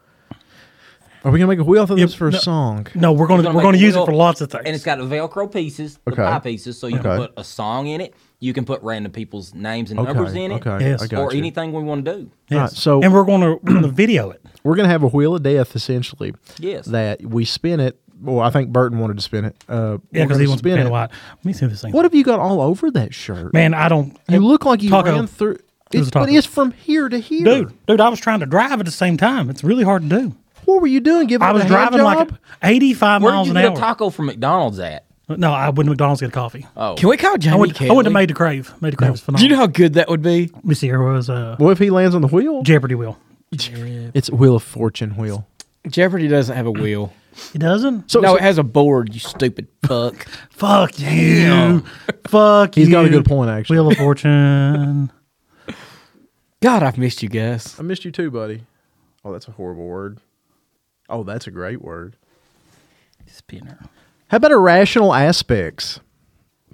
Speaker 5: Are we gonna make a wheel? I thought this was for a
Speaker 3: no.
Speaker 5: song.
Speaker 3: No, we're going to we're
Speaker 4: make
Speaker 3: going
Speaker 4: a
Speaker 3: to use it
Speaker 4: wheel,
Speaker 3: for lots of things.
Speaker 4: And it's got the Velcro pieces, the
Speaker 5: Okay.
Speaker 4: pie pieces, so you
Speaker 5: Okay.
Speaker 4: can put a song in it. You can put random people's names and
Speaker 5: Okay.
Speaker 4: numbers in it,
Speaker 5: Okay.
Speaker 3: Yes.
Speaker 5: I got
Speaker 4: or
Speaker 5: you.
Speaker 4: anything we want to do.
Speaker 5: All right, so
Speaker 3: and we're going to we're going to video it.
Speaker 5: we're gonna have a wheel of death essentially.
Speaker 4: Yes.
Speaker 5: That we spin it. Well, I think Burton wanted to spin it. Uh,
Speaker 3: Yeah,
Speaker 5: we're
Speaker 3: because
Speaker 5: gonna
Speaker 3: he wants to
Speaker 5: spin
Speaker 3: pin a
Speaker 5: it.
Speaker 3: lot. Let me see this thing.
Speaker 5: What have you got all over that shirt?
Speaker 3: man? I don't.
Speaker 5: you look like you
Speaker 3: Taco.
Speaker 5: ran through.
Speaker 3: was
Speaker 5: It's,
Speaker 3: a taco.
Speaker 5: but it's from here to here,
Speaker 3: dude, dude. I was trying to drive at the same time. It's really hard to do.
Speaker 5: What were you doing? Giving
Speaker 3: I was driving like 85
Speaker 4: Where
Speaker 3: miles
Speaker 4: did you
Speaker 3: an
Speaker 4: get
Speaker 3: hour.
Speaker 4: a taco from McDonald's at?
Speaker 3: No, I went to McDonald's to get a coffee.
Speaker 4: Oh,
Speaker 2: Can we call Jamie
Speaker 3: I went. I went
Speaker 2: Kelly?
Speaker 3: to Made to Crave. Made to Crave was
Speaker 2: Do you
Speaker 3: phenomenal.
Speaker 2: know how good that would be?
Speaker 3: Let me see. Here was uh,
Speaker 5: Well, if he lands on the wheel,
Speaker 3: Jeopardy wheel.
Speaker 5: it's Wheel of Fortune wheel.
Speaker 2: Jeopardy doesn't have a wheel.
Speaker 3: It doesn't.
Speaker 5: So,
Speaker 2: Mm. no,
Speaker 5: so
Speaker 2: it has a board. You stupid fuck.
Speaker 3: Fuck you. Fuck you.
Speaker 5: he's got a good point actually.
Speaker 3: Wheel of Fortune.
Speaker 2: God, I've missed you guys.
Speaker 5: I missed you too, buddy. Oh, that's a horrible word. Oh, that's a great word.
Speaker 3: Spinner.
Speaker 5: How about irrational aspects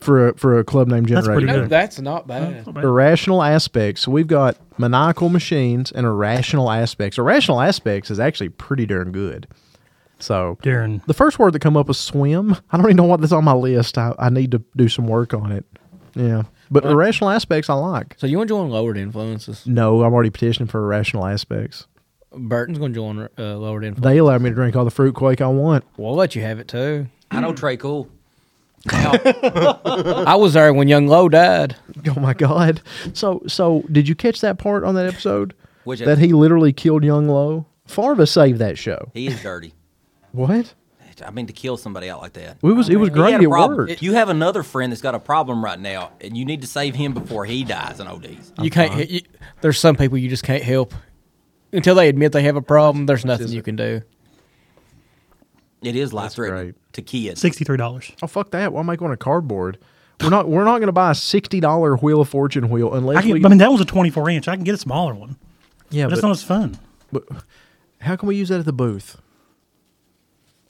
Speaker 5: for a, for a club name
Speaker 3: That's
Speaker 5: generator?
Speaker 3: pretty
Speaker 2: No,
Speaker 3: good.
Speaker 2: that's not bad.
Speaker 5: Irrational aspects. So we've got maniacal machines and irrational aspects. Irrational aspects is actually pretty darn good. So
Speaker 3: Darren.
Speaker 5: the first word that come up was swim. I don't even know what that's on my list. I, I need to do some work on it. Yeah, but irrational aspects I like.
Speaker 2: So you want to join lowered influences?
Speaker 5: No, I'm already petitioning for irrational aspects.
Speaker 2: Burton's going to join uh, lowered influences.
Speaker 5: They allow me to drink all the fruit quake I want.
Speaker 2: We'll let you have it too.
Speaker 4: I know Trey Cool.
Speaker 2: I was there when Young Low died.
Speaker 5: Oh my god! So so did you catch that part on that episode?
Speaker 4: Which
Speaker 5: that he literally killed Young Lo. Farva saved that show.
Speaker 4: He is dirty.
Speaker 5: What?
Speaker 4: I mean, to kill somebody out like that.
Speaker 5: It was it was
Speaker 4: He had
Speaker 5: great.
Speaker 4: a
Speaker 5: It
Speaker 4: problem.
Speaker 5: worked.
Speaker 4: You have another friend that's got a problem right now, and you need to save him before he dies in ODs.
Speaker 2: You can't. You, there's some people you just can't help until they admit they have a problem. There's nothing you can do.
Speaker 4: It is life threatening
Speaker 5: great.
Speaker 4: to kids.
Speaker 3: Sixty-three dollars.
Speaker 5: Oh fuck that! Why am I going to cardboard? We're not we're not going to buy a sixty dollar Wheel of Fortune wheel
Speaker 3: I,
Speaker 5: unless
Speaker 3: can,
Speaker 5: we.
Speaker 3: I mean, that was a twenty-four inch. I can get a smaller one,
Speaker 5: yeah,
Speaker 3: but it's
Speaker 5: but
Speaker 3: not as fun.
Speaker 5: how can we use that at the booth?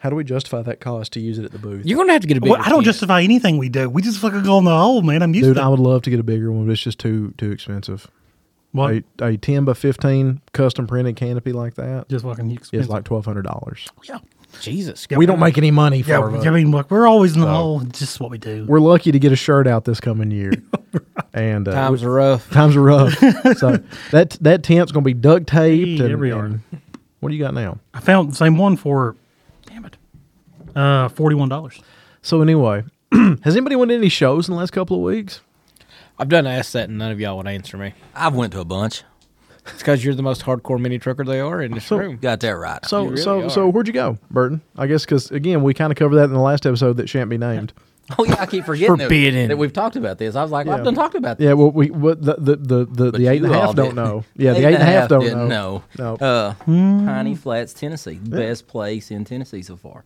Speaker 5: How do we justify that cost to use it at the booth?
Speaker 2: You're going to have to get a big.
Speaker 3: Well, I don't justify anything we do. We just fucking go in the hole, man. I'm used
Speaker 5: Dude,
Speaker 3: to
Speaker 5: I
Speaker 3: that.
Speaker 5: would love to get a bigger one, but it's just too too expensive.
Speaker 3: What?
Speaker 5: A, a ten by fifteen custom printed canopy like that
Speaker 3: Just fucking
Speaker 5: is
Speaker 3: expensive.
Speaker 5: like twelve hundred dollars.
Speaker 3: yeah.
Speaker 2: Jesus.
Speaker 5: We don't make any money.
Speaker 3: Yeah,
Speaker 5: Farva.
Speaker 3: I mean, look, we're always in the hole. It's just what we do.
Speaker 5: we're lucky to get a shirt out this coming year. And uh,
Speaker 2: Times are rough.
Speaker 5: times are rough. so that that tent's gonna be duct taped.
Speaker 3: Hey,
Speaker 5: and,
Speaker 3: there we are.
Speaker 5: and- what do you got now?
Speaker 3: I found the same one for, damn it, uh, forty-one dollars.
Speaker 5: So anyway, has anybody went to any shows in the last couple of weeks?
Speaker 2: I've done asked that, and none of y'all would answer me.
Speaker 4: I've went to a bunch.
Speaker 2: It's because you're the most hardcore mini trucker they are in this
Speaker 5: So-
Speaker 2: room.
Speaker 4: Got that right.
Speaker 5: So
Speaker 2: really
Speaker 5: so
Speaker 2: are.
Speaker 5: so where'd you go, Burton? I guess because again we kind of covered that in the last episode that shan't be named.
Speaker 4: oh yeah, I keep forgetting that-
Speaker 2: Forbidden.
Speaker 4: That, we've talked about this. I was like, well, I've done talked about this.
Speaker 5: Yeah, well we what the the the the, the eight and
Speaker 4: you
Speaker 5: a
Speaker 4: all
Speaker 5: half don't
Speaker 4: didn't.
Speaker 5: know. Yeah, the eight and a half don't know.
Speaker 4: didn't know.
Speaker 5: No.
Speaker 4: Uh, Piney Flats, Tennessee, best place in Tennessee so far.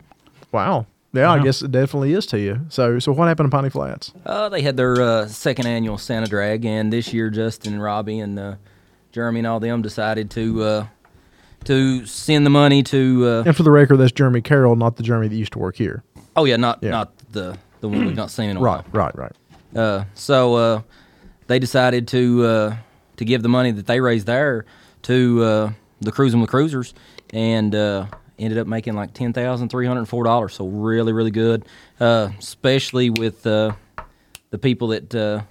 Speaker 5: Wow. Yeah, I guess it definitely is to you. So so what happened to Piney Flats?
Speaker 4: Uh, they had their uh, second annual Santa Drag, and this year Justin and Robbie and uh, Jeremy and all them decided to uh, to send the money to. Uh,
Speaker 5: And for the record, that's Jeremy Carroll, not the Jeremy that used to work here.
Speaker 4: oh yeah, not
Speaker 5: Yeah.
Speaker 4: not the the one we've not seen in a
Speaker 5: Right,
Speaker 4: while.
Speaker 5: right, right.
Speaker 4: Uh, so uh, they decided to uh, to give the money that they raised there to uh, the Cruising with Cruisers, and uh, ended up making like ten thousand three hundred four dollars. So really, really good, uh, especially with uh, the people that uh,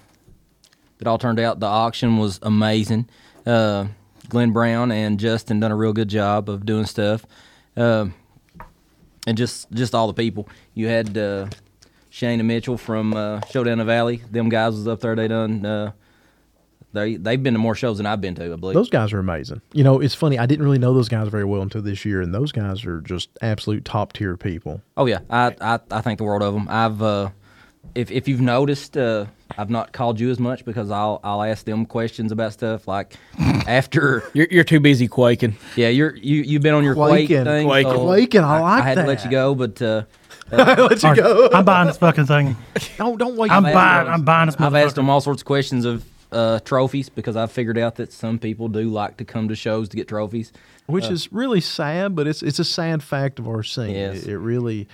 Speaker 4: that all turned out. The auction was amazing. Uh, Glenn Brown and Justin done a real good job of doing stuff. Um and just just all the people. You had uh, Shane and Mitchell from uh, Showdown in the Valley. Them guys was up there. They done. Uh, they they've been to more shows than I've been to. I believe.
Speaker 5: Those guys are amazing. You know, it's funny. I didn't really know those guys very well until this year, and those guys are just absolute top tier people.
Speaker 4: oh yeah, I, I I think the world of them. I've uh, if if you've noticed, uh, I've not called you as much because I'll I'll ask them questions about stuff like after.
Speaker 2: You're, you're too busy quaking.
Speaker 4: Yeah, you're you you've been on your quake
Speaker 5: Quaking,
Speaker 4: thing.
Speaker 2: quaking.
Speaker 4: so
Speaker 5: Quaking, I like
Speaker 4: I had to let
Speaker 5: that.
Speaker 4: you go, but uh,
Speaker 5: Let you go.
Speaker 3: I'm buying this fucking thing.
Speaker 5: No, don't wait.
Speaker 3: I'm
Speaker 4: I've
Speaker 3: buying.
Speaker 4: asked-
Speaker 3: I'm buying this.
Speaker 4: I've asked
Speaker 3: motherfucker.
Speaker 4: them all sorts of questions of uh, trophies because I figured out that some people do like to come to shows to get trophies.
Speaker 5: Which
Speaker 4: Uh.
Speaker 5: is really sad, but it's it's a sad fact of our scene.
Speaker 4: Yes.
Speaker 5: It, it really.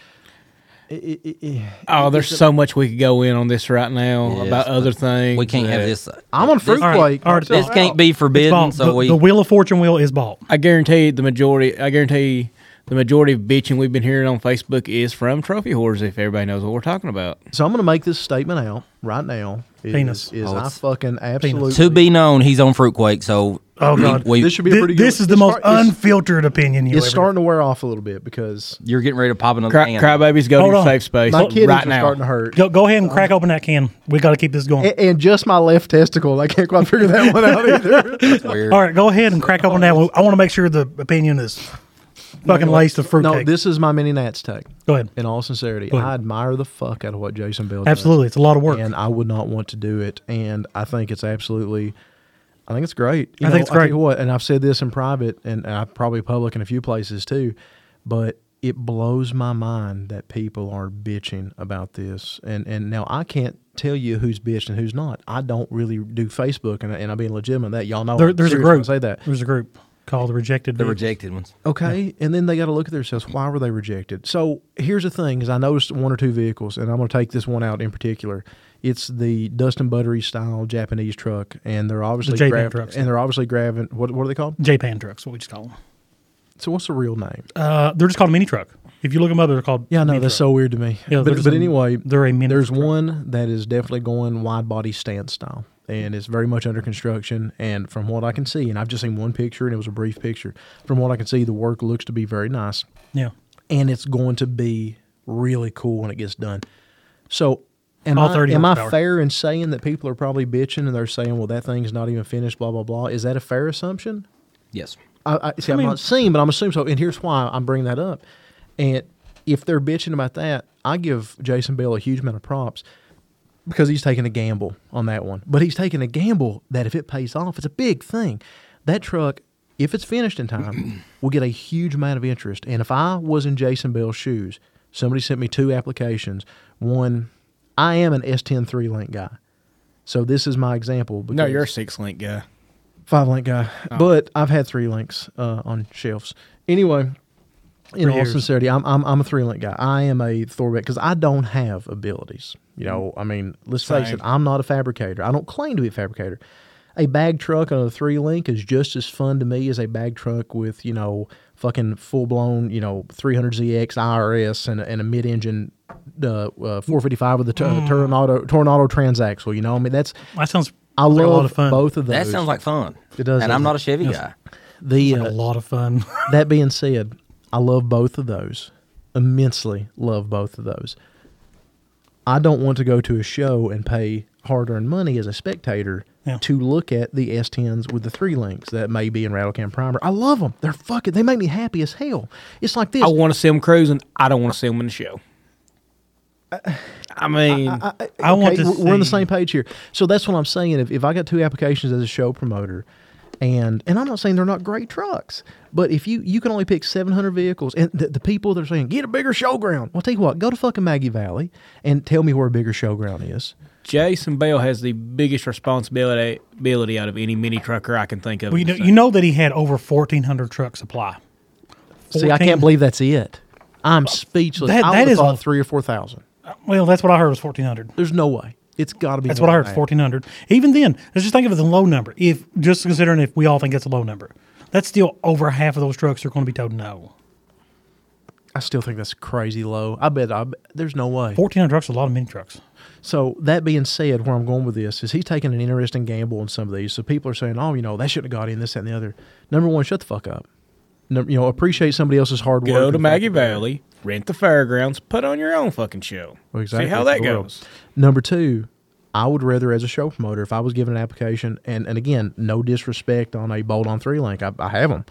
Speaker 5: It, it, it,
Speaker 2: Oh, there's so much we could go in on this right now
Speaker 4: Yes,
Speaker 2: about
Speaker 4: but
Speaker 2: other things.
Speaker 4: We can't have
Speaker 2: that-
Speaker 4: this. uh,
Speaker 5: I'm on fruit
Speaker 4: This,
Speaker 3: all right,
Speaker 5: quake.
Speaker 3: all right,
Speaker 5: Myself
Speaker 4: this can't
Speaker 5: out.
Speaker 4: be
Speaker 3: It's
Speaker 4: forbidden,
Speaker 3: bought.
Speaker 4: so
Speaker 3: the,
Speaker 4: we.
Speaker 3: the Wheel of Fortune wheel is bought.
Speaker 2: I guarantee the majority. I guarantee the majority of bitching we've been hearing on Facebook is from trophy whores. If everybody knows what we're talking about,
Speaker 5: So I'm going to make this statement out right now. Is,
Speaker 3: Penis.
Speaker 5: is
Speaker 4: Oh,
Speaker 5: I
Speaker 4: it's-
Speaker 5: fucking absolutely
Speaker 4: to be known, he's on Fruitquake, so
Speaker 3: Oh, God.
Speaker 4: we,
Speaker 5: This should be a
Speaker 3: Thi-
Speaker 5: pretty good.
Speaker 3: this is the
Speaker 5: it's
Speaker 3: most
Speaker 5: start- it's-
Speaker 3: unfiltered opinion you
Speaker 5: It's
Speaker 3: ever.
Speaker 5: starting to wear off a little bit because
Speaker 4: you're getting ready to pop another
Speaker 2: Cry,
Speaker 4: can.
Speaker 2: crybabies go
Speaker 3: Hold
Speaker 2: to your
Speaker 3: on.
Speaker 2: safe space
Speaker 5: my kidneys
Speaker 2: right
Speaker 5: are
Speaker 2: now.
Speaker 5: starting to hurt.
Speaker 3: Go, go ahead and crack open that can. We got to keep this going.
Speaker 5: A- And just my left testicle. I can't quite figure that one out either.
Speaker 4: Weird.
Speaker 5: Oh.
Speaker 3: All right, go ahead and crack open that one. I want to make sure the opinion is fucking laced the fruitcake.
Speaker 5: No, this is my mini Nats take.
Speaker 3: Go ahead.
Speaker 5: In all sincerity,
Speaker 3: Go ahead.
Speaker 5: I admire the fuck out of what Jason Bell does.
Speaker 3: Absolutely, it's a lot of work.
Speaker 5: And I would not want to do it. And I think it's absolutely, I think it's great. You
Speaker 3: I think it's
Speaker 5: tell
Speaker 3: great.
Speaker 5: you what, and I've said this in private and I probably public in a few places too, but it blows my mind that people are bitching about this. And and now I can't tell you who's bitched and who's not. I don't really do Facebook, and, I- and I'm being legitimate. in That y'all know.
Speaker 3: There-
Speaker 5: I'm
Speaker 3: there's a
Speaker 5: serious when I
Speaker 3: group.
Speaker 5: Say that.
Speaker 3: There's a group called the Rejected.
Speaker 4: The
Speaker 3: Vehicles.
Speaker 4: rejected ones.
Speaker 5: Okay, and then they got to look at themselves. Why were they rejected? So here's the thing: is I noticed one or two vehicles, and I'm going to take this one out in particular. It's the dust and buttery style Japanese truck, and they're obviously
Speaker 3: J-Pan
Speaker 5: grabbing,
Speaker 3: trucks.
Speaker 5: and they're obviously grabbing. What what are they called?
Speaker 3: J-Pan trucks, what we just call them.
Speaker 5: So what's the real name?
Speaker 3: Uh, they're just called a mini truck. If you look them up, they're called.
Speaker 5: yeah, no,
Speaker 3: mini
Speaker 5: that's
Speaker 3: truck.
Speaker 5: so weird to me.
Speaker 3: Yeah,
Speaker 5: but
Speaker 3: there's
Speaker 5: but
Speaker 3: a-
Speaker 5: anyway,
Speaker 3: they're a mini
Speaker 5: There's
Speaker 3: truck.
Speaker 5: one that is definitely going wide body stance style, and it's very much under construction. And from what I can see, and I've just seen one picture, and it was a brief picture. From what I can see, the work looks to be very nice.
Speaker 3: Yeah.
Speaker 5: and it's going to be really cool when it gets done. So, am
Speaker 3: All
Speaker 5: I,
Speaker 3: 30
Speaker 5: am I
Speaker 3: horsepower.
Speaker 5: fair in saying that people are probably bitching and they're saying, "Well, that thing's not even finished," blah blah blah? Is that a fair assumption?
Speaker 4: Yes.
Speaker 5: I, I see. I am
Speaker 3: mean-
Speaker 5: not seeing, but I'm assuming so. And here's why I'm bringing that up. And if they're bitching about that, I give Jason Bell a huge amount of props because he's taking a gamble on that one. But he's taking a gamble that if it pays off, it's a big thing. That truck, if it's finished in time, will get a huge amount of interest. And if I was in Jason Bell's shoes, somebody sent me two applications. One, I am an S10 three link guy. So this is my example. Because
Speaker 2: No, you're a six link guy. Oh.
Speaker 5: five link guy, but I've had three links uh, on shelves. Anyway, in
Speaker 3: For
Speaker 5: all
Speaker 3: years.
Speaker 5: sincerity, I'm, I'm I'm a three link guy. I am a Thorbeck because I don't have abilities.
Speaker 3: Mm-hmm.
Speaker 5: You know, I mean, let's face
Speaker 2: Same.
Speaker 5: it, I'm not a fabricator. I don't claim to be a fabricator. A bag truck on a three link is just as fun to me as a bag truck with you know fucking full blown you know 300ZX IRS and, a- and a mid engine uh, uh, 455 with the tur-
Speaker 3: Mm.
Speaker 5: Tornado Tornado transaxle. You know, I mean that's
Speaker 3: That sounds
Speaker 5: I
Speaker 3: like
Speaker 5: love
Speaker 3: a lot of fun.
Speaker 5: both of those.
Speaker 4: That sounds like fun.
Speaker 5: It does,
Speaker 4: And I'm
Speaker 5: doesn't
Speaker 4: not
Speaker 5: it?
Speaker 4: a Chevy guy.
Speaker 5: the
Speaker 3: Like
Speaker 5: uh,
Speaker 3: a lot of fun.
Speaker 5: That being said, I love both of those. Immensely love both of those. I don't want to go to a show and pay hard earned money as a spectator
Speaker 3: Yeah.
Speaker 5: to look at the S10s with the three links that may be in Rattlecam Primer. I love them. They're fucking, they make me happy as hell. It's like this.
Speaker 2: I want to see him cruising. I don't want to see him in the show. I mean,
Speaker 3: I want
Speaker 5: okay,
Speaker 3: to.
Speaker 5: we're, we're on the
Speaker 3: see-
Speaker 5: same page here. So that's what I'm saying. If, if I got two applications as a show promoter, and and I'm not saying they're not great trucks, but if you you can only pick 700 vehicles, and the, the people that are saying get a bigger showground, well, tell you what, go to fucking Maggie Valley and tell me where a bigger showground is.
Speaker 2: Jason Bell has the biggest responsibility ability out of any mini trucker I can think of.
Speaker 3: Well, you
Speaker 2: in
Speaker 3: know,
Speaker 2: the
Speaker 3: you know that he had over 1,400 truck supply.
Speaker 5: See, I
Speaker 3: 14
Speaker 5: can't believe that's it. I'm speechless.
Speaker 3: That-
Speaker 5: I
Speaker 3: that
Speaker 5: would have
Speaker 3: is
Speaker 5: thought
Speaker 3: a-
Speaker 5: three or four thousand.
Speaker 3: Well, that's what I heard was 1,400.
Speaker 5: There's no way. It's got to be.
Speaker 3: That's
Speaker 5: more
Speaker 3: what I
Speaker 5: than
Speaker 3: heard.
Speaker 5: that.
Speaker 3: Fourteen hundred. Even then, let's just think of it as a low number. If just considering if we all think it's a low number, that's still over half of those trucks are going to be told no.
Speaker 5: I still think that's crazy low. I bet. I bet there's no way.
Speaker 3: Fourteen hundred trucks, is a lot of mini trucks.
Speaker 5: So that being said, where I'm going with this is he's taking an interesting gamble on some of these. So people are saying, "Oh, you know, that shouldn't have got in this that, and the other." Number one, shut the fuck up. Num you know, appreciate somebody else's hard work.
Speaker 2: Go
Speaker 5: and
Speaker 2: to
Speaker 5: the
Speaker 2: Maggie
Speaker 5: fact that-
Speaker 2: Valley, rent the fairgrounds, put on your own fucking show.
Speaker 5: Well, exactly.
Speaker 2: See how that
Speaker 5: For real.
Speaker 2: goes.
Speaker 5: Number two, I would rather, as a show promoter, if I was given an application, and, and again, no disrespect on a bolt on three link, I, I have them.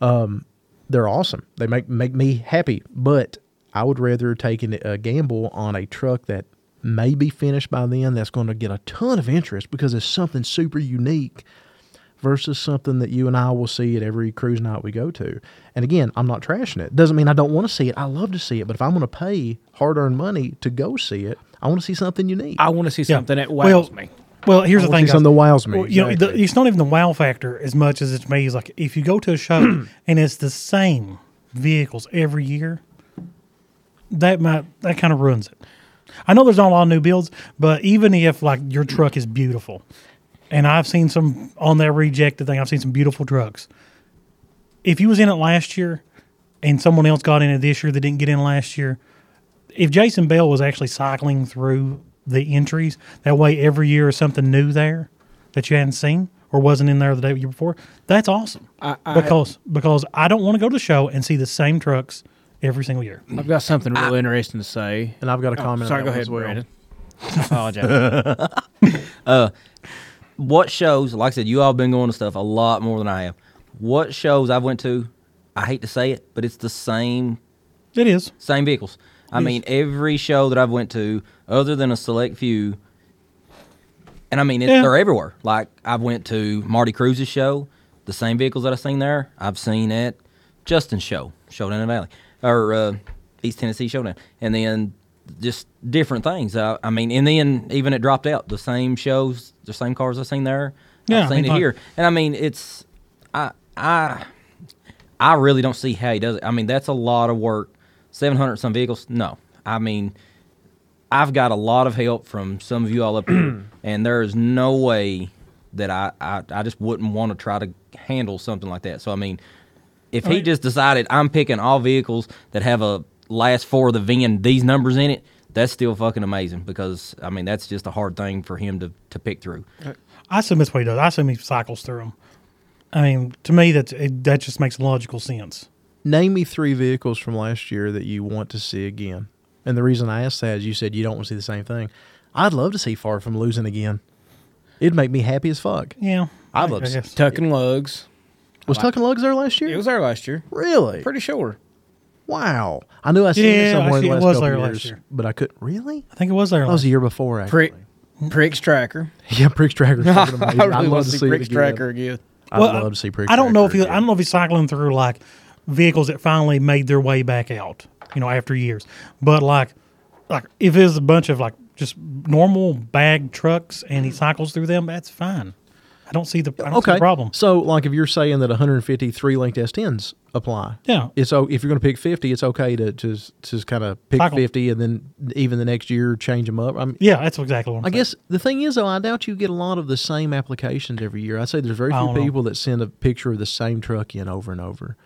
Speaker 5: Um, they're awesome. They make make me happy. But I would rather take an, a gamble on a truck that may be finished by then. That's going to get a ton of interest because it's something super unique. Versus something that you and I will see at every cruise night we go to. And again, I'm not trashing it. Doesn't mean I don't want to see it. I love to see it. But if I'm going to pay hard earned money to go see it, I want to see something unique.
Speaker 2: I want to see
Speaker 3: Yeah.
Speaker 2: something that wows
Speaker 3: well,
Speaker 2: me.
Speaker 3: Well, here's the
Speaker 5: want
Speaker 3: thing.
Speaker 5: to see something
Speaker 3: guys.
Speaker 5: that wows me,
Speaker 3: Well, you know,
Speaker 5: exactly.
Speaker 3: the, it's not even the wow factor as much as it's me. It's like if you go to a show and it's the same vehicles every year, that might that kind of ruins it. I know there's not a lot of new builds, but even if like your truck is beautiful, and I've seen some on that rejected thing, I've seen some beautiful trucks. If you was in it last year, and someone else got in it this year that didn't get in last year, if Jason Bell was actually cycling through the entries, that way every year is something new there that you hadn't seen or wasn't in there the day before. That's awesome. because because I don't want to go to the show and see the same trucks every single year.
Speaker 2: I've got something real interesting to say.
Speaker 5: and I've got a comment.
Speaker 2: Oh, Sorry,
Speaker 5: on
Speaker 2: go
Speaker 5: that one Oh,
Speaker 2: ahead,
Speaker 5: as well.
Speaker 2: Brandon. I apologize.
Speaker 4: What shows, like I said, you all been going to stuff a lot more than I have. What shows I've went to I hate to say it, but it's the same
Speaker 3: It is.
Speaker 4: same vehicles. I
Speaker 3: Yes.
Speaker 4: mean, every show that I've went to, other than a select few, and I mean, it,
Speaker 3: Yeah.
Speaker 4: they're everywhere. Like I've went to Marty Cruz's show, the same vehicles that I've seen there, I've seen at Justin's show, Showdown in the Valley, or uh, East Tennessee Showdown, and then just different things. I, I mean, and then even it dropped out. The same shows, the same cars I've seen there,
Speaker 3: Yeah, I
Speaker 4: I've seen
Speaker 3: mean,
Speaker 4: it
Speaker 3: like-
Speaker 4: here, and I mean, it's I I. I really don't see how he does it. I mean, that's a lot of work. 700 some vehicles? No. I mean, I've got a lot of help from some of you all up here, and there is no way that I, I, I just wouldn't want to try to handle something like that. So, I mean, if he just decided I'm picking all vehicles that have a last four of the VIN, these numbers in it, that's still fucking amazing because, I mean, that's just a hard thing for him to, to pick through.
Speaker 3: I assume that's what he does. I assume he cycles through them. I mean, to me, that it, that just makes logical sense.
Speaker 5: Name me three vehicles from last year that you want to see again. And the reason I asked that is you said you don't want to see the same thing. I'd love to see Far From Losing again. It'd make me happy as fuck.
Speaker 3: Yeah,
Speaker 5: I'd
Speaker 3: I-
Speaker 5: love
Speaker 3: I
Speaker 5: to see-
Speaker 3: guess.
Speaker 2: Tucking lugs.
Speaker 5: Was Tuck and Lugs there last year?
Speaker 2: It was there last year.
Speaker 5: really?
Speaker 2: Pretty sure.
Speaker 5: wow. I knew I seen it
Speaker 3: Yeah,
Speaker 5: somewhere
Speaker 3: I
Speaker 5: in
Speaker 3: see- it
Speaker 5: the last
Speaker 3: was
Speaker 5: couple
Speaker 3: there
Speaker 5: years,
Speaker 3: last year.
Speaker 5: but I couldn't. Really?
Speaker 3: I think it was there.
Speaker 5: That was
Speaker 3: Last
Speaker 5: the year before. Actually.
Speaker 2: Prick, Pricks Tracker.
Speaker 5: Yeah, Prick's Tracker.
Speaker 2: I
Speaker 5: fucking amazing.
Speaker 2: really
Speaker 5: I'd love
Speaker 2: want
Speaker 5: to see,
Speaker 2: Pricks
Speaker 5: it again.
Speaker 2: Tracker again.
Speaker 5: I'd
Speaker 3: Well,
Speaker 5: love to see Prick.
Speaker 3: I don't know if he.
Speaker 5: Tracker
Speaker 3: I don't know if he's cycling through like vehicles that finally made their way back out. You know, after years. But like, like if it's a bunch of like just normal bag trucks and he cycles through them, that's fine. I don't see the. I don't see
Speaker 5: Okay.
Speaker 3: the problem.
Speaker 5: So, like, if you're saying that 150 three linked S10s apply,
Speaker 3: Yeah.
Speaker 5: it's o- if you're going to pick 50, it's okay to just to, kind of pick
Speaker 3: Cycle.
Speaker 5: 50 and then even the next year change them up. I mean,
Speaker 3: Yeah, that's exactly what I'm
Speaker 5: I
Speaker 3: saying.
Speaker 5: guess the thing is, though, I doubt you get a lot of the same applications every year. I'd say there's very
Speaker 3: I
Speaker 5: few
Speaker 3: don't know.
Speaker 5: people that send a picture of the same truck in over and over.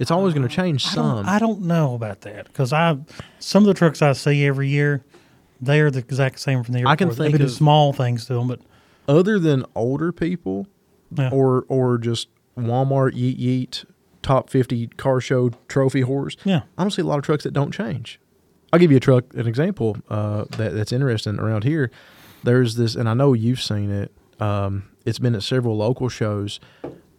Speaker 5: It's always going to change
Speaker 3: Uh, I don't,
Speaker 5: some.
Speaker 3: I don't know about that because I some of the trucks I see every year, they are the exact same from the year
Speaker 5: I can
Speaker 3: before.
Speaker 5: think
Speaker 3: they do
Speaker 5: of-
Speaker 3: small things to them, but
Speaker 5: Other than older people
Speaker 3: Yeah.
Speaker 5: or or just Walmart, yeet yeet, top 50 car show trophy horse,
Speaker 3: yeah,
Speaker 5: I don't see a lot of trucks that don't change. I'll give you a truck an example uh, that that's interesting around here. There's this, and I know you've seen it. Um, it's been at several local shows.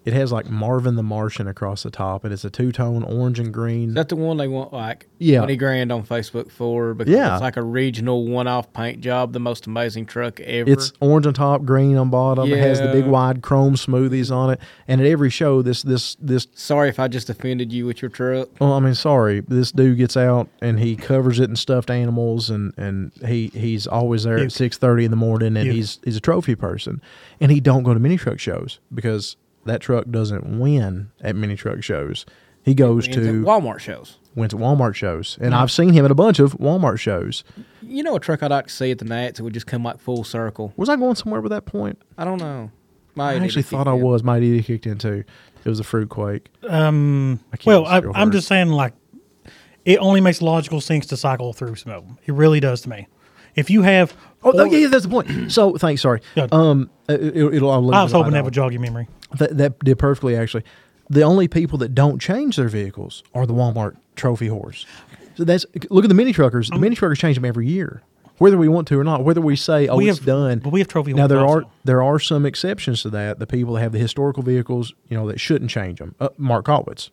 Speaker 5: It has like Marvin the Martian across the top, and it's a two tone orange and green.
Speaker 2: Is that the one they want like
Speaker 5: Yeah.
Speaker 2: 20 grand on Facebook for? Because
Speaker 5: Yeah.
Speaker 2: it's like a regional one off paint job, the most amazing truck ever.
Speaker 5: it's orange on top, green on bottom. It has the big
Speaker 2: Yeah.
Speaker 5: wide chrome smoothies on it, and at every show, this this this
Speaker 2: Sorry if I just offended you with your truck.
Speaker 5: Well, I mean, sorry, this dude gets out and he covers it in stuffed animals, and and he he's always there
Speaker 3: Puke.
Speaker 5: at six thirty in the morning, and
Speaker 3: Puke.
Speaker 5: he's he's a trophy person, and he don't go to mini truck shows because that truck doesn't win at mini truck shows. He goes
Speaker 2: Ends at
Speaker 5: to
Speaker 2: Walmart shows.
Speaker 5: wins at Walmart shows, and I've seen him at a bunch of Walmart shows.
Speaker 2: You know a truck I'd like to see at the Nats? It would just come like full circle.
Speaker 5: Was I going somewhere with that point?
Speaker 2: I don't know. My
Speaker 5: I
Speaker 2: idea
Speaker 5: actually
Speaker 2: to
Speaker 5: thought
Speaker 2: keep
Speaker 5: I
Speaker 2: it.
Speaker 5: was. My idea kicked in too. It was a fruit quake.
Speaker 3: um,
Speaker 5: can't
Speaker 3: well,
Speaker 5: see
Speaker 3: I,
Speaker 5: your
Speaker 3: I'm
Speaker 5: heart.
Speaker 3: just saying like it only makes logical sense to cycle through some of them. It really does to me. If you have,
Speaker 5: Oh, no,
Speaker 3: four-
Speaker 5: yeah, yeah, that's the point. So, thanks. Sorry.
Speaker 3: Yeah.
Speaker 5: Um, it, it, will
Speaker 3: I was hoping that would jog your memory.
Speaker 5: That, that did perfectly, actually. The only people that don't change their vehicles are the Walmart trophy horse. So that's look at the mini truckers.
Speaker 3: Um,
Speaker 5: The mini truckers change them every year, whether we want to or not. Whether we say, "Oh,
Speaker 3: We
Speaker 5: it's
Speaker 3: have-
Speaker 5: done,"
Speaker 3: but we have trophy
Speaker 5: Now
Speaker 3: horse
Speaker 5: there are
Speaker 3: also.
Speaker 5: there are some exceptions to that. The people that have the historical vehicles, you know, that shouldn't change them. Uh, Mark Kotwitz,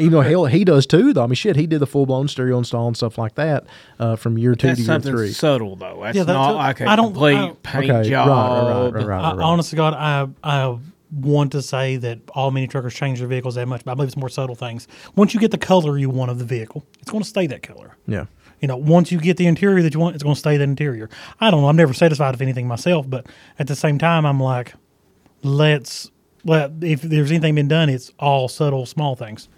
Speaker 5: even though hell he does too. Though I mean, shit, he did the full blown stereo install and stuff like that uh, from year two
Speaker 2: That's
Speaker 5: to year
Speaker 2: something
Speaker 5: three.
Speaker 2: subtle though. That's
Speaker 3: Yeah, that's
Speaker 2: not
Speaker 3: a-
Speaker 2: like a
Speaker 3: I don't-
Speaker 2: complete
Speaker 3: I don't-
Speaker 2: paint
Speaker 5: Okay, right,
Speaker 2: job.
Speaker 5: right, right, Oh, right,
Speaker 3: I,
Speaker 5: right.
Speaker 3: honest to God, I I want to say that all mini truckers change their vehicles that much, but I believe it's more subtle things. Once you get the color you want of the vehicle, it's going to stay that color.
Speaker 5: yeah.
Speaker 3: You know, once you get the interior that you want, it's going to stay that interior. I don't know. I'm never satisfied with anything myself, but at the same time, I'm like, let's let if there's anything been done, it's all subtle, small things.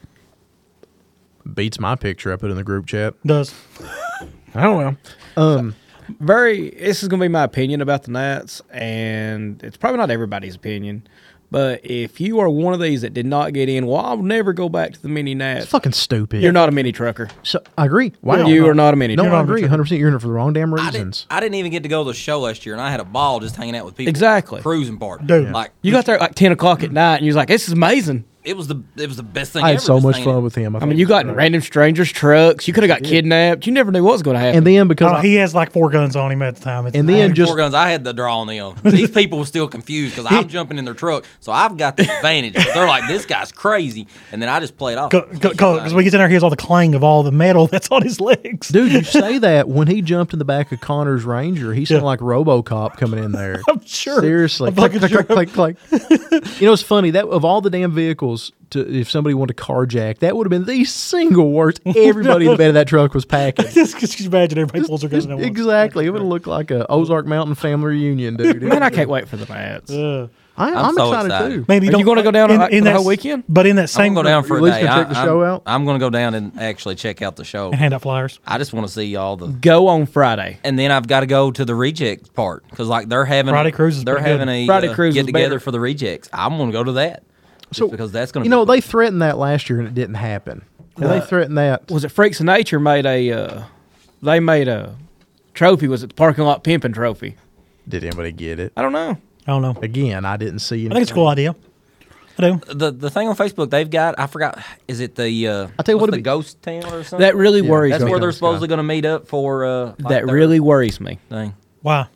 Speaker 5: Beats my picture I put in the group chat. Um,
Speaker 3: Does
Speaker 5: I
Speaker 3: Oh,
Speaker 5: don't know.
Speaker 2: very this is going to be my opinion about the Nats, and it's probably not everybody's opinion. But if you are one of these that did not get in, well, I'll never go back to the mini Nats.
Speaker 5: It's fucking stupid.
Speaker 2: You're not a mini trucker.
Speaker 5: So, I agree. Wow.
Speaker 2: You are not a mini
Speaker 5: No,
Speaker 2: trucker.
Speaker 5: I agree. 100. percent You're in it for the wrong damn
Speaker 4: I didn't,
Speaker 5: reasons.
Speaker 4: I didn't even get to go to the show last year, and I had a ball just hanging out with people.
Speaker 2: Exactly.
Speaker 4: Cruising part.
Speaker 3: Dude.
Speaker 4: Like,
Speaker 2: You got there at like ten o'clock at night, and you're like, "This is amazing."
Speaker 4: it was the it was the best thing.
Speaker 5: I
Speaker 4: ever,
Speaker 5: had so
Speaker 4: this
Speaker 5: much
Speaker 4: thing.
Speaker 5: fun with him.
Speaker 2: I mean,
Speaker 5: think.
Speaker 2: you got in random strangers' trucks. You could have got kidnapped. You never knew what was going to happen.
Speaker 5: And then because
Speaker 3: Oh,
Speaker 5: I-
Speaker 3: he has like four guns on him at the time. It's
Speaker 5: and then
Speaker 3: like-
Speaker 5: just
Speaker 4: four guns. I had the draw on them. These people were still confused because I'm jumping in their truck, so I've got the advantage. They're like, "This guy's crazy," and then I just play it off.
Speaker 3: because we get in there, he has all the clang of all the metal that's on his legs.
Speaker 5: Dude, you say that when he jumped in the back of Connor's Ranger, he sounded
Speaker 3: Yeah.
Speaker 5: like RoboCop coming in there. I'm
Speaker 3: sure.
Speaker 5: Seriously,
Speaker 3: I'm
Speaker 5: click,
Speaker 3: fucking
Speaker 5: click, click, click, click. you know, it's funny that of all the damn vehicles, to, if somebody wanted to carjack, that would have been the single worst. Everybody in the bed of that truck was packing.
Speaker 3: just, just imagine everybody pulls their guns.
Speaker 5: Just-
Speaker 3: and everyone-
Speaker 5: exactly, it would have looked like a Ozark Mountain family reunion, dude.
Speaker 2: Man, I can't wait for the mats.
Speaker 3: Uh,
Speaker 5: I, I'm,
Speaker 4: so
Speaker 5: excited,
Speaker 4: excited.
Speaker 5: too.
Speaker 3: maybe
Speaker 2: Are
Speaker 3: don't,
Speaker 2: you gonna go down like for the
Speaker 3: that
Speaker 2: whole
Speaker 3: s-
Speaker 2: weekend?
Speaker 3: But in that
Speaker 4: I'm
Speaker 3: same
Speaker 4: gonna go down for
Speaker 5: At
Speaker 4: a
Speaker 5: least
Speaker 4: day.
Speaker 5: gonna
Speaker 4: I,
Speaker 5: check the show
Speaker 4: am
Speaker 5: out.
Speaker 4: I'm gonna go down and actually check out the show.
Speaker 3: and hand out flyers.
Speaker 4: I just want to see all the.
Speaker 2: Go on Friday.
Speaker 4: And then I've got to go to the rejects part because like they're having
Speaker 3: Friday Cruise is
Speaker 4: They're
Speaker 3: pretty good.
Speaker 4: having a
Speaker 2: Friday
Speaker 4: uh,
Speaker 2: Cruise
Speaker 4: get
Speaker 2: is
Speaker 4: together
Speaker 2: better.
Speaker 4: for the rejects. I'm gonna go to that.
Speaker 5: So,
Speaker 4: So because that's gonna
Speaker 5: You
Speaker 4: be
Speaker 5: know,
Speaker 4: cool.
Speaker 5: they threatened that last year and it didn't happen. And they threatened that.
Speaker 2: Was it Freaks of Nature made a? Uh, they made a trophy. Was it the parking lot pimping trophy?
Speaker 5: Did anybody get it?
Speaker 2: I don't know.
Speaker 3: I don't know. I think
Speaker 5: Again, I didn't see. Anything.
Speaker 3: it's a cool idea. I do.
Speaker 4: the the thing on Facebook they've got. I forgot. Is it the uh,
Speaker 5: I tell you
Speaker 4: what's
Speaker 5: what,
Speaker 4: the
Speaker 5: it'd be-
Speaker 4: ghost town or something?
Speaker 2: That really worries
Speaker 4: that's
Speaker 2: me.
Speaker 4: where they're
Speaker 5: Ghost
Speaker 4: supposedly
Speaker 5: town.
Speaker 4: gonna meet up for uh, like
Speaker 2: that
Speaker 4: their
Speaker 2: really worries me
Speaker 4: thing.
Speaker 3: Why?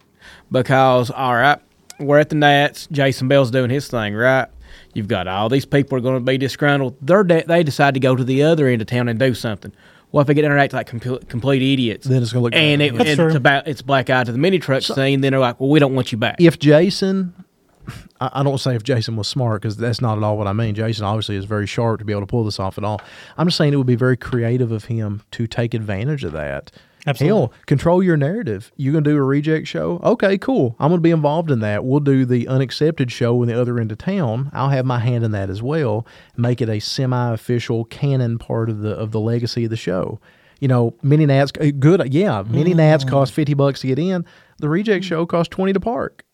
Speaker 2: because all right, we're at the Nats. Jason Bell's doing his thing, right? You've got all these people are going to be disgruntled. They're de- they decide to go to the other end of town and do something. What if they get to interact like complete, complete idiots?
Speaker 5: Then it's gonna look
Speaker 2: and,
Speaker 5: bad.
Speaker 2: it,
Speaker 3: That's
Speaker 2: and
Speaker 3: true.
Speaker 2: it's about it's black eye to the mini truck scene. Then they're like, well, we don't want you back.
Speaker 5: if Jason, I, I don't say if Jason was smart because that's not at all what I mean. Jason obviously is very sharp to be able to pull this off at all. I'm just saying it would be very creative of him to take advantage of that.
Speaker 3: Absolutely.
Speaker 5: Hell, control your narrative. You're going to do a reject show? Okay, cool. I'm going to be involved in that. We'll do the unaccepted show in the other end of town. I'll have my hand in that as well. Make it a semi-official canon part of the of the legacy of the show. You know, mini nats eh, good. Yeah, mini nats cost 50 bucks to get in. The reject show costs 20 to park.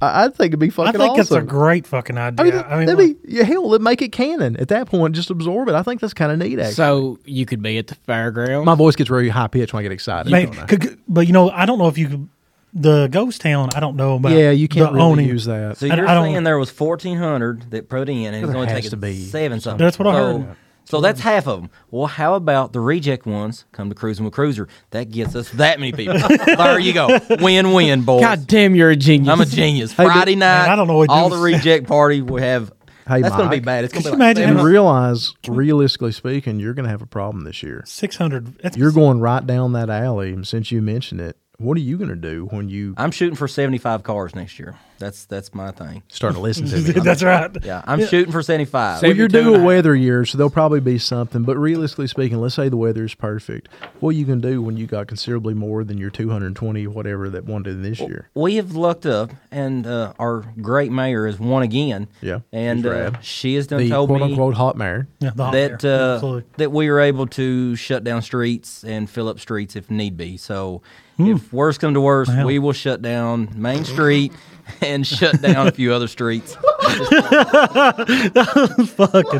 Speaker 5: I, I think it'd be fucking
Speaker 3: I think it's
Speaker 5: awesome.
Speaker 3: a great fucking idea.
Speaker 5: I mean,
Speaker 3: I mean,
Speaker 5: that'd be, yeah, hell, it'd make it canon at that point. Just absorb it. I think that's kind of neat, actually.
Speaker 2: so you could be at the fairground.
Speaker 5: My voice gets very high pitched when I get excited.
Speaker 3: Man,
Speaker 5: don't I?
Speaker 3: could- could- but you know, I don't know if you could, the ghost town. I don't know about.
Speaker 5: yeah, you can't
Speaker 3: the
Speaker 5: really
Speaker 3: owning.
Speaker 5: use that.
Speaker 4: So
Speaker 3: I-
Speaker 4: you're
Speaker 3: I don't-
Speaker 4: saying there was fourteen hundred that put in, and it was
Speaker 5: There
Speaker 4: only
Speaker 5: has
Speaker 4: taking
Speaker 5: to be
Speaker 4: seven something.
Speaker 3: That's what I
Speaker 4: so,
Speaker 3: heard.
Speaker 4: So that's half of them. Well, how about the reject ones? Come to cruising with cruiser. That gets us that many people. there you go. Win win, boys.
Speaker 2: God damn, you're a genius.
Speaker 4: I'm a genius.
Speaker 5: but-
Speaker 4: Friday night,
Speaker 3: Man, I don't know what to
Speaker 4: all
Speaker 3: do.
Speaker 4: the reject party we have.
Speaker 5: Hey,
Speaker 4: that's gonna be
Speaker 5: Mike.
Speaker 4: bad. It's gonna
Speaker 3: Could
Speaker 4: be
Speaker 3: you
Speaker 4: like
Speaker 3: imagine
Speaker 4: seven
Speaker 5: and
Speaker 3: how-
Speaker 5: realize, realistically speaking, you're going to have a problem this year.
Speaker 3: Six hundred. That's
Speaker 5: You're going right down that alley, and since you mentioned it, what are you going to do when you
Speaker 4: I'm shooting for 75 cars next year. That's that's my thing.
Speaker 5: start to listen to me?
Speaker 3: that's right.
Speaker 4: Yeah, I'm shooting for 75.
Speaker 2: So-
Speaker 5: Well, you're
Speaker 2: 72
Speaker 5: due
Speaker 2: and
Speaker 5: a
Speaker 2: a-
Speaker 5: weather year, so there'll probably be something. But realistically speaking, let's say the weather is perfect. What you can do when you got considerably more than your 220 whatever that one did this year?
Speaker 4: we have lucked up, and uh, our great mayor has won again.
Speaker 5: Yeah,
Speaker 4: and
Speaker 5: she's
Speaker 4: uh,
Speaker 5: rad.
Speaker 4: she has done
Speaker 5: The
Speaker 4: told
Speaker 5: quote
Speaker 4: me
Speaker 5: unquote hot mare.
Speaker 3: Yeah, the hot
Speaker 4: that
Speaker 3: air.
Speaker 4: uh,
Speaker 3: Absolutely.
Speaker 4: that we were able to shut down streets and fill up streets if need be. So if worse come to worse,
Speaker 3: Hmm. Wow.
Speaker 4: we will shut down Main Street and shut down a few other streets.
Speaker 3: fucking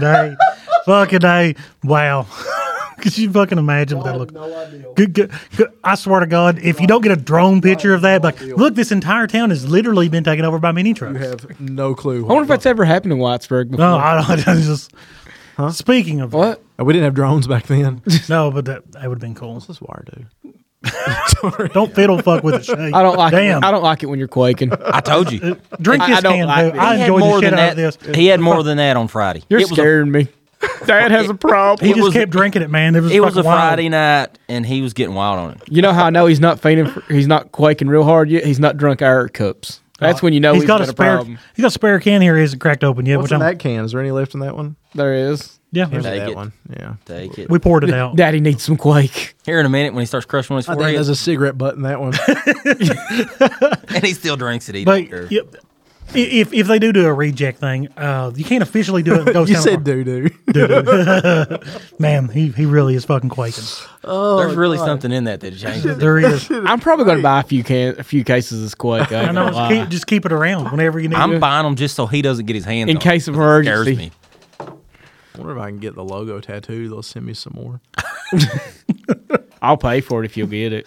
Speaker 3: a, fucking a. Wow. Could you fucking imagine what that looked? No idea. Good, good, good. I swear to God, if you don't get a drone picture of that, like, look, this entire town has literally been taken over by mini trucks.
Speaker 5: You have no clue.
Speaker 2: I wonder if that's ever happened in Whitesburg before.
Speaker 3: No, I don't. I just. Speaking of
Speaker 2: what?
Speaker 5: we didn't have drones back then. What's
Speaker 3: No, but that, that would have been cool.
Speaker 5: this wire do?
Speaker 3: Don't fiddle fuck with it. Shay.
Speaker 2: I don't like
Speaker 3: Damn.
Speaker 2: it. I don't like it when you're quaking.
Speaker 4: I told you.
Speaker 3: Drink
Speaker 2: I-
Speaker 3: this
Speaker 2: I don't
Speaker 3: can.
Speaker 2: like
Speaker 3: boo.
Speaker 2: it.
Speaker 3: I
Speaker 4: He had
Speaker 3: enjoyed the
Speaker 4: more
Speaker 3: shit
Speaker 4: than
Speaker 3: out of
Speaker 4: that.
Speaker 3: this.
Speaker 4: He had more than that on Friday.
Speaker 2: You're
Speaker 4: It was a
Speaker 2: scaring me. Dad has a problem.
Speaker 3: He just
Speaker 4: was-
Speaker 3: kept drinking it, man. It was,
Speaker 4: It was a
Speaker 3: fucking wild.
Speaker 4: Friday night, and he was getting wild on it.
Speaker 2: You know how I know he's not fainting? For, he's not quaking real hard yet. He's not drunk our cups. That's when you know
Speaker 3: Uh, he's got, a spare.
Speaker 2: problem.
Speaker 3: He's got a spare can here. Isn't cracked open yet?
Speaker 5: What's
Speaker 3: which
Speaker 5: in
Speaker 3: I'm,
Speaker 5: that can? Is there any left in that one?
Speaker 2: There is.
Speaker 3: yeah,
Speaker 4: Take
Speaker 5: that
Speaker 4: it.
Speaker 5: one. Yeah.
Speaker 4: Take it.
Speaker 3: we poured it out.
Speaker 2: Daddy needs some quake.
Speaker 4: Here in a minute when he starts crushing on his
Speaker 5: I think
Speaker 4: forehead,
Speaker 5: there's a cigarette butt in that one.
Speaker 4: and he still drinks it. He don't care.
Speaker 3: But yep. I- If, if they do do a reject thing, uh, you can't officially do it. in Ghost
Speaker 5: you
Speaker 3: Town
Speaker 5: said
Speaker 3: Park.
Speaker 5: doo doo.
Speaker 3: man, he, he really is fucking quaking.
Speaker 4: There's really something in that that changes.
Speaker 3: There he is.
Speaker 2: I'm probably going to buy a few can, a few cases of this quake. I
Speaker 3: I
Speaker 2: ain't
Speaker 3: know.
Speaker 2: gonna
Speaker 3: Just keep,
Speaker 2: lie.
Speaker 3: just keep it around whenever you need.
Speaker 4: I'm
Speaker 3: it.
Speaker 4: buying them just so he doesn't get his hands
Speaker 2: In
Speaker 4: on
Speaker 2: case
Speaker 4: it,
Speaker 2: of
Speaker 4: 'cause it scares
Speaker 2: emergency.
Speaker 4: me.
Speaker 5: I wonder if I can get the logo tattooed. They'll send me some more.
Speaker 2: I'll pay for it if you'll get it.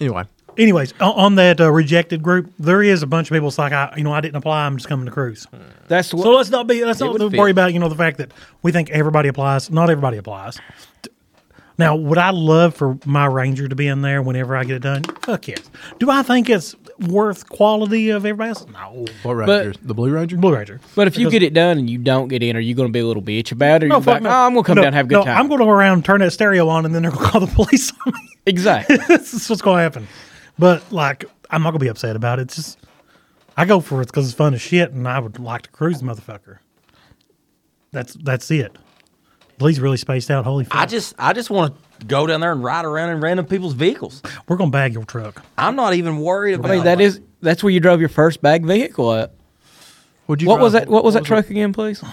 Speaker 5: Anyway,
Speaker 3: Anyways, on, on that uh, rejected group, there is a bunch of people. It's like I, you know, I didn't apply. I'm just coming to cruise.
Speaker 2: That's what.
Speaker 3: So let's not be. Let's not
Speaker 4: Hmm. would fit.
Speaker 3: worry about you know the fact that we think everybody applies. Not everybody applies. Now, would I love for my ranger to be in there whenever I get it done? Fuck yes. Do I think it's worth quality of everybody else? No,
Speaker 5: What Ranger? the Blue Ranger?
Speaker 3: Blue Ranger.
Speaker 2: but if you get it done and you don't get in, are you going to be a little bitch about it? Or
Speaker 3: No,
Speaker 2: you
Speaker 3: fuck
Speaker 2: like,
Speaker 3: no.
Speaker 2: oh, I'm going to come
Speaker 3: No,
Speaker 2: down and have a good
Speaker 3: no,
Speaker 2: time.
Speaker 3: I'm going to go around, turn that stereo on, and then they're going to call the police on me.
Speaker 2: exactly.
Speaker 3: this is what's going to happen. But like, I'm not going to be upset about it. It's just I go for it because it's fun as shit, and I would like to cruise, the motherfucker. That's that's it. Lee's really spaced out. Holy fuck!
Speaker 4: I just I just want to go down there and ride around in random people's vehicles.
Speaker 3: We're gonna bag your truck.
Speaker 4: I'm not even worried about.
Speaker 2: I mean, that is that's where you drove your first bag vehicle at.
Speaker 5: Would you
Speaker 2: What
Speaker 5: drive-
Speaker 2: was that? What was that truck again, please?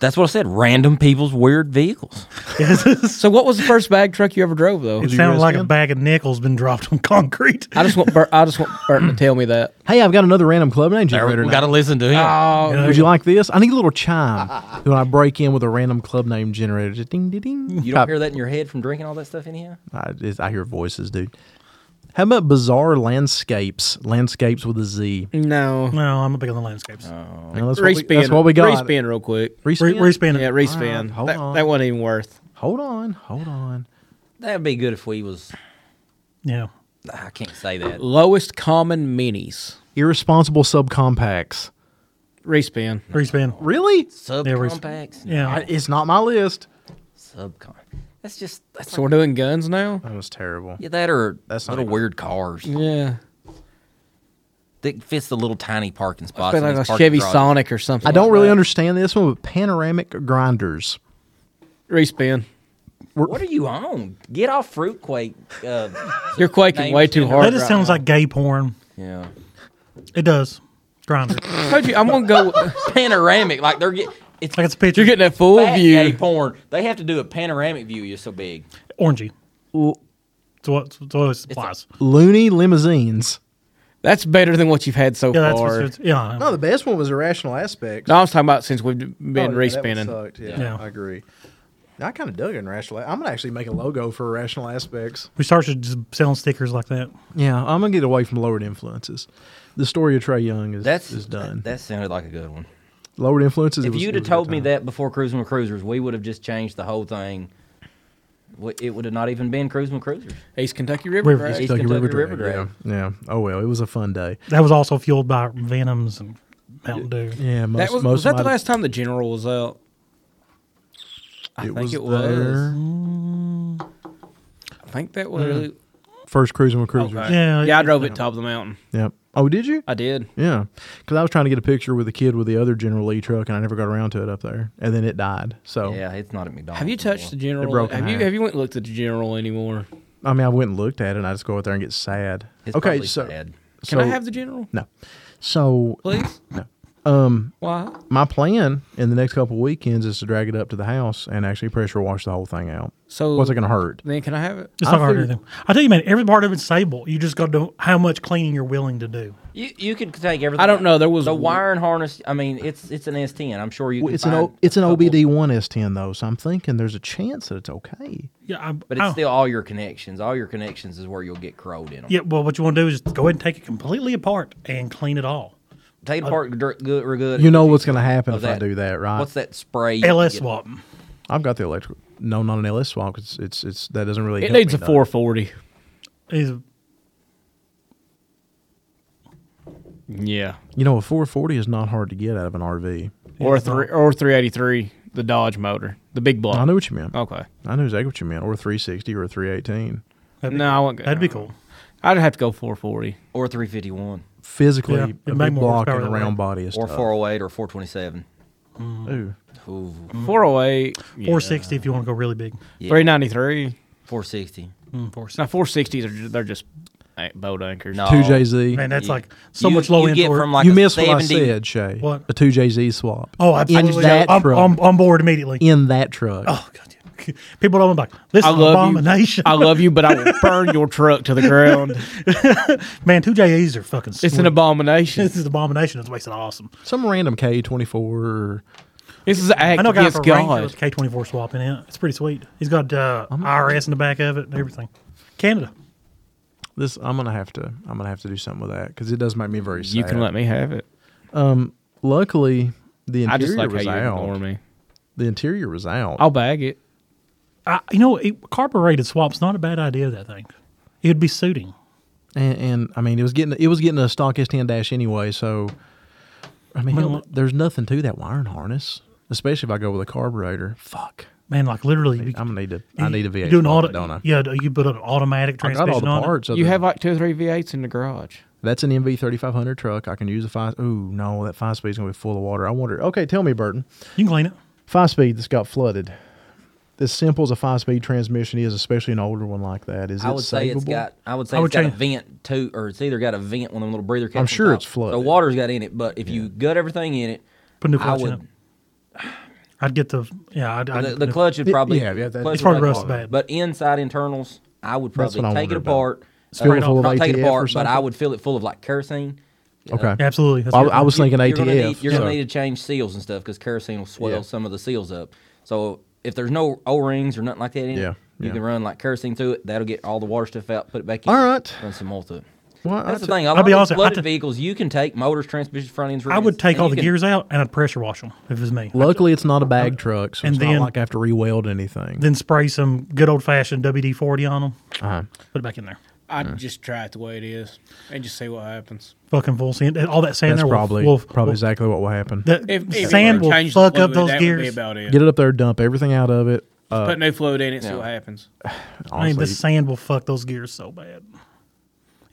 Speaker 4: That's what I said. Random people's weird vehicles.
Speaker 3: it
Speaker 2: So, what was the first bag truck you ever drove though?
Speaker 5: you
Speaker 3: sounded like a
Speaker 5: rescuing?
Speaker 3: bag of nickels been dropped on concrete.
Speaker 2: I just want Bert, I just want Bert to tell me that.
Speaker 5: Hey, I've got another random club name
Speaker 4: There,
Speaker 5: generator.
Speaker 4: we
Speaker 5: now.
Speaker 4: got to listen to him.
Speaker 5: Would you like this? I need a little chime when I break in with a random club name generator. Just ding, ding, ding.
Speaker 4: you don't hear that in your head from drinking all that stuff anyhow.
Speaker 5: I, it's- I hear voices, dude. How about bizarre landscapes? Landscapes with a Z.
Speaker 2: No,
Speaker 3: No, I'm a big on the landscapes.
Speaker 2: Oh.
Speaker 5: Now, that's, what we,
Speaker 2: respin.
Speaker 5: that's what we got.
Speaker 2: Respin real quick.
Speaker 5: Respin?
Speaker 3: Re- respin.
Speaker 2: Yeah, respin.
Speaker 5: Alright, hold
Speaker 2: that,
Speaker 5: on.
Speaker 2: that wasn't even worth.
Speaker 5: Hold on, hold on.
Speaker 4: That'd be good if we was.
Speaker 3: yeah.
Speaker 4: I can't say that.
Speaker 2: Lowest common minis.
Speaker 5: Irresponsible subcompacts.
Speaker 2: Respin.
Speaker 3: Respin.
Speaker 5: Really?
Speaker 4: Subcompacts.
Speaker 3: Yeah.
Speaker 5: I- It's not my list.
Speaker 4: Subcon. That's just that's
Speaker 2: So we're doing guns now.
Speaker 5: That was terrible.
Speaker 4: yeah, that or
Speaker 5: That's not
Speaker 4: little
Speaker 5: even-
Speaker 4: weird cars
Speaker 2: Yeah,
Speaker 4: that fits the little tiny parking spots.
Speaker 2: been
Speaker 4: in
Speaker 2: like
Speaker 4: these
Speaker 2: a
Speaker 4: parking
Speaker 2: Chevy
Speaker 4: garages.
Speaker 2: Sonic or something.
Speaker 5: I don't
Speaker 2: like
Speaker 5: really
Speaker 2: that.
Speaker 5: understand this one, but panoramic grinders.
Speaker 2: Respin.
Speaker 4: What are you on? Get off Fruitquake. Uh,
Speaker 2: You're quaking
Speaker 4: Names
Speaker 2: way too
Speaker 4: and-
Speaker 2: hard.
Speaker 3: That just
Speaker 2: right
Speaker 3: sounds
Speaker 2: now.
Speaker 3: like gay porn.
Speaker 4: yeah.
Speaker 3: It does. Grinder.
Speaker 2: I told you, I'm gonna go.
Speaker 4: Panoramic, like they're get. It's
Speaker 3: like it's a picture.
Speaker 2: You're getting that full
Speaker 4: fat gay
Speaker 2: view.
Speaker 4: porn. They have to do a panoramic view. You're so big.
Speaker 3: orangey. So what? So what supplies?
Speaker 5: Loony limousines.
Speaker 2: That's better than what you've had so
Speaker 3: Yeah, that's
Speaker 2: far.
Speaker 3: what's, it's, yeah.
Speaker 5: No, the best one was irrational aspects.
Speaker 2: no, I was talking about since we've been
Speaker 5: Oh, yeah, that one
Speaker 2: respinning.
Speaker 5: sucked. Yeah,
Speaker 3: Yeah.
Speaker 5: I agree. I kind of dug irrational. I'm gonna actually make a logo for irrational aspects.
Speaker 3: We started just selling stickers like that.
Speaker 5: Yeah, I'm gonna get away from lowered influences. The story of Trey Young is
Speaker 4: That's
Speaker 5: is done.
Speaker 4: That sounded like a good one.
Speaker 5: lowered influences. it
Speaker 4: If
Speaker 5: was-
Speaker 4: you'd
Speaker 5: it
Speaker 4: have
Speaker 5: was a good
Speaker 4: told me
Speaker 5: time.
Speaker 4: that before Cruising with Cruisers, we would have just changed the whole thing. W- It would have not even been Cruising with Cruisers.
Speaker 2: East Kentucky River.
Speaker 3: River.
Speaker 2: right?
Speaker 4: East
Speaker 5: Kentucky
Speaker 4: Kentucky
Speaker 5: River
Speaker 4: River
Speaker 5: Drive, Yeah. yeah. Oh well, it was a fun day.
Speaker 3: That was also fueled by Venoms and Mountain Dew.
Speaker 5: Yeah, most,
Speaker 2: That was,
Speaker 5: most
Speaker 2: was that the
Speaker 5: of my-
Speaker 2: last time the general was out? I
Speaker 5: It
Speaker 2: think
Speaker 5: was
Speaker 2: it was.
Speaker 5: there.
Speaker 2: I think that was.
Speaker 5: First cruising with cruisers.
Speaker 2: Okay.
Speaker 3: Yeah,
Speaker 2: yeah, I drove it top of the mountain.
Speaker 5: Yep. Oh, did you?
Speaker 2: I did.
Speaker 5: Yeah, because I was trying to get a picture with a kid with the other General Lee truck, and I never got around to it up there, and then it died. So
Speaker 4: Yeah, it's not at McDonald's.
Speaker 2: Have you touched the
Speaker 4: anymore.
Speaker 2: general?
Speaker 5: broke in
Speaker 2: have you
Speaker 5: half.
Speaker 2: have you went and looked at the general anymore?
Speaker 5: I mean, I went and looked at it, and I just go out there and get sad.
Speaker 4: It's
Speaker 5: okay,
Speaker 4: probably
Speaker 5: so
Speaker 4: sad.
Speaker 2: Can
Speaker 5: so-
Speaker 2: I have the general,
Speaker 5: no? So
Speaker 2: please? No. Um. Why?
Speaker 5: my plan in the next couple weekends is to drag it up to the house and actually pressure wash the whole thing out.
Speaker 2: So-
Speaker 5: what's it going to hurt?
Speaker 2: Then can I have it?
Speaker 3: It's
Speaker 5: I
Speaker 3: not hard to
Speaker 5: figured-
Speaker 3: do. I tell you, man, every part of it's sable. You just got to know how much cleaning you're willing to do.
Speaker 4: You, you could take everything.
Speaker 2: I don't know, there was
Speaker 4: the
Speaker 2: w-
Speaker 4: wiring harness. I mean, it's it's an S10. I'm sure you.
Speaker 5: Well,
Speaker 4: can
Speaker 5: it's an
Speaker 4: find
Speaker 5: o, it's an
Speaker 4: a couple,
Speaker 5: OBD one S ten though, so I'm thinking there's a chance that it's okay.
Speaker 3: Yeah, I,
Speaker 4: but it's
Speaker 3: I-
Speaker 4: still all your connections. All your connections is where you'll get crowed in them.
Speaker 3: Yeah, well, what you want to do is go ahead and take it completely apart and clean it all.
Speaker 4: Take it apart, dirt good, real good.
Speaker 5: You know what's going to happen
Speaker 4: Of
Speaker 5: if I do that, right?
Speaker 4: What's that spray? you
Speaker 3: LS
Speaker 4: get?
Speaker 3: swap.
Speaker 5: I've got the electric. No, not an LS swap. It's it's, it's that doesn't really.
Speaker 2: It
Speaker 5: help
Speaker 2: needs
Speaker 5: me
Speaker 2: a
Speaker 5: none.
Speaker 2: 440.
Speaker 3: Is
Speaker 2: Yeah.
Speaker 5: You know, a 440 is not hard to get out of an RV.
Speaker 2: Or a three or 383, the Dodge motor, the big
Speaker 4: Oh.
Speaker 2: block.
Speaker 5: I know what you meant.
Speaker 2: Okay.
Speaker 5: I know exactly what you meant. Or a 360 or a 318.
Speaker 2: no, I won't go.
Speaker 3: that'd be cool.
Speaker 2: I'd have to go 440.
Speaker 4: Or 351,
Speaker 5: Physically,
Speaker 3: Yeah,
Speaker 5: a
Speaker 3: it
Speaker 5: big
Speaker 3: made more
Speaker 5: block and
Speaker 3: horsepower
Speaker 5: a
Speaker 3: that way.
Speaker 5: round body is
Speaker 4: or
Speaker 5: tough.
Speaker 4: 408, or 427.
Speaker 5: Ooh.
Speaker 4: Ooh,
Speaker 2: 408. yeah.
Speaker 3: 460 if you want to go really big.
Speaker 4: yeah.
Speaker 2: 393.
Speaker 4: 460.
Speaker 2: Now 460s are ju- they're just a- boat anchors.
Speaker 4: No,
Speaker 5: 2JZ.
Speaker 3: Man, that's
Speaker 4: You-
Speaker 3: like so
Speaker 4: you-
Speaker 3: much low
Speaker 4: you
Speaker 3: end
Speaker 4: get
Speaker 3: torque.
Speaker 4: from like
Speaker 5: you
Speaker 4: a
Speaker 5: missed what I
Speaker 4: 70
Speaker 5: said, Shay.
Speaker 3: What?
Speaker 5: A 2JZ swap.
Speaker 3: oh, absolutely.
Speaker 5: In that
Speaker 3: I'm,
Speaker 5: truck.
Speaker 3: I'm on board immediately.
Speaker 5: in that truck.
Speaker 3: Oh, God. yeah. People don't like this
Speaker 2: I
Speaker 3: is an
Speaker 2: love you.
Speaker 3: abomination.
Speaker 2: I love you, but I will burn your truck to the ground.
Speaker 3: Man, two JEs are fucking.
Speaker 2: It's
Speaker 3: sweet.
Speaker 2: an abomination.
Speaker 3: This is an abomination. It's makes it awesome.
Speaker 5: Some random K24.
Speaker 2: This is an act
Speaker 3: I know a guy
Speaker 2: against
Speaker 3: for Ranger
Speaker 2: God.
Speaker 3: with K twenty four swap in it. It's pretty sweet. He's got uh, IRS in the back of it and everything. Canada.
Speaker 5: This I'm gonna have to I'm gonna have to do something with that because it does make me very sad.
Speaker 2: You can let me have it.
Speaker 5: Luckily, the interior
Speaker 2: I just like how
Speaker 5: was
Speaker 2: you ignore
Speaker 5: out.
Speaker 2: me. Oh.
Speaker 5: The interior was out.
Speaker 2: I'll bag it.
Speaker 3: I, you know, it, carbureted swap's not a bad idea. That thing, it'd be suiting.
Speaker 5: and, and I mean it was getting it was getting a stock S10 dash anyway. So I mean, hell, there's nothing to that wiring harness, especially if I go with a carburetor. Fuck,
Speaker 3: Man, like literally, you,
Speaker 5: I'm gonna need to I need a
Speaker 3: you
Speaker 5: V8
Speaker 3: do an
Speaker 5: swap,
Speaker 3: auto,
Speaker 5: don't I?
Speaker 3: Yeah, you put an automatic
Speaker 5: I
Speaker 3: transmission
Speaker 5: got all the
Speaker 3: on it.
Speaker 5: parts. other
Speaker 2: You
Speaker 5: than-
Speaker 2: have like two or three V8s in the garage.
Speaker 5: that's an MV 3500 truck. I can use a five. Ooh, no, that five speed's gonna be full of water. I wonder. Okay, tell me, Burton.
Speaker 3: You can clean it.
Speaker 5: five speed that's got flooded. As simple as a five speed transmission is, especially an older one like that, is
Speaker 4: I
Speaker 5: it
Speaker 4: would say it's
Speaker 5: savable?
Speaker 4: got. I would say
Speaker 3: I would
Speaker 4: it's got a
Speaker 3: change-
Speaker 4: vent too, or it's either got a vent one of them little breather. caps
Speaker 5: I'm
Speaker 4: on
Speaker 5: sure
Speaker 4: top.
Speaker 5: it's flooded.
Speaker 4: So water's got in it, but if you gut everything in it,
Speaker 3: Put a new
Speaker 4: I
Speaker 3: clutch in it.
Speaker 4: would.
Speaker 3: I'd get the yeah. I'd, I'd
Speaker 4: The,
Speaker 3: put
Speaker 4: the
Speaker 3: it-
Speaker 4: clutch would probably.
Speaker 5: yeah, yeah, that-
Speaker 4: clutch
Speaker 5: It's
Speaker 4: would
Speaker 3: probably
Speaker 4: probably-
Speaker 3: rusted bad.
Speaker 4: But inside internals, I would
Speaker 5: That's
Speaker 4: probably
Speaker 5: what I
Speaker 4: take it
Speaker 5: wondered about.
Speaker 4: apart.
Speaker 5: Fill it
Speaker 4: uh,
Speaker 5: full of
Speaker 4: not take it
Speaker 5: ATF or
Speaker 4: apart, but I
Speaker 5: something?
Speaker 4: would fill it full of like kerosene.
Speaker 5: Okay.
Speaker 3: Absolutely. That's
Speaker 5: I,
Speaker 3: what-
Speaker 5: I was thinking
Speaker 4: You're
Speaker 5: ATF.
Speaker 4: gonna need, you're
Speaker 5: so-
Speaker 4: gonna need to change seals and stuff because kerosene will swell
Speaker 5: Yeah.
Speaker 4: some of the seals up. So if there's no O rings or nothing like that in
Speaker 5: Yeah,
Speaker 4: it, you
Speaker 5: yeah.
Speaker 4: can run like kerosene through it. That'll get all the water stuff out. Put it back in.
Speaker 5: All right.
Speaker 4: Run some more through it.
Speaker 5: Well,
Speaker 4: That's
Speaker 5: I
Speaker 4: the
Speaker 5: t-
Speaker 4: thing. A
Speaker 3: I'll
Speaker 4: lot
Speaker 3: be
Speaker 4: of
Speaker 3: honest,
Speaker 4: these
Speaker 3: I
Speaker 4: flooded
Speaker 3: t-
Speaker 4: vehicles, you can take motors, transmissions, front ends. rear
Speaker 3: I would
Speaker 4: ends,
Speaker 3: take
Speaker 4: and
Speaker 3: all
Speaker 4: you
Speaker 3: the
Speaker 4: can-
Speaker 3: gears out and I'd pressure wash them if it was me.
Speaker 5: Luckily, it's not a bag truck, so
Speaker 3: Uh, And
Speaker 5: it's
Speaker 3: then-
Speaker 5: not like I have to re-weld anything.
Speaker 3: Then spray some good old fashioned WD forty on them.
Speaker 5: Uh-huh.
Speaker 3: Put it back in there.
Speaker 2: I'd just try it the way it is and just see what happens.
Speaker 3: Fucking full sand. All that sand
Speaker 5: That's
Speaker 3: there. will-
Speaker 5: probably
Speaker 3: will-
Speaker 5: probably
Speaker 3: will-
Speaker 5: exactly what will happen.
Speaker 3: That
Speaker 2: If, if
Speaker 3: sand
Speaker 2: you
Speaker 3: will
Speaker 2: change the
Speaker 3: fuck up
Speaker 2: fluid,
Speaker 3: those
Speaker 2: that would be
Speaker 3: gears.
Speaker 2: about it.
Speaker 5: Get it up there, dump everything out of it. Uh,
Speaker 2: Put new fluid in it, see
Speaker 4: Yeah.
Speaker 2: what happens.
Speaker 3: I mean,
Speaker 5: honestly,
Speaker 3: the sand will fuck those gears so bad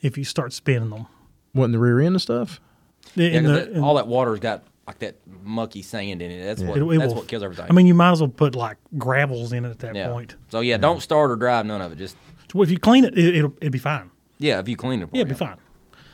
Speaker 3: if you start spinning them.
Speaker 5: what in the rear end and stuff.
Speaker 4: Yeah,
Speaker 3: In
Speaker 4: 'cause
Speaker 3: the-
Speaker 4: that-
Speaker 3: in-
Speaker 4: all that water's got like that mucky sand in it. That's what.
Speaker 3: it- it
Speaker 4: that's
Speaker 3: will-
Speaker 4: what kills everything.
Speaker 3: I mean, you might as well put like gravels in it at that
Speaker 4: yeah.
Speaker 3: point.
Speaker 4: So yeah, don't start or drive none of it. Just
Speaker 3: Well, if you clean it, it it'll, it'd be fine.
Speaker 4: yeah, if you clean it.
Speaker 3: Yeah, it'd be
Speaker 4: properly.
Speaker 3: fine.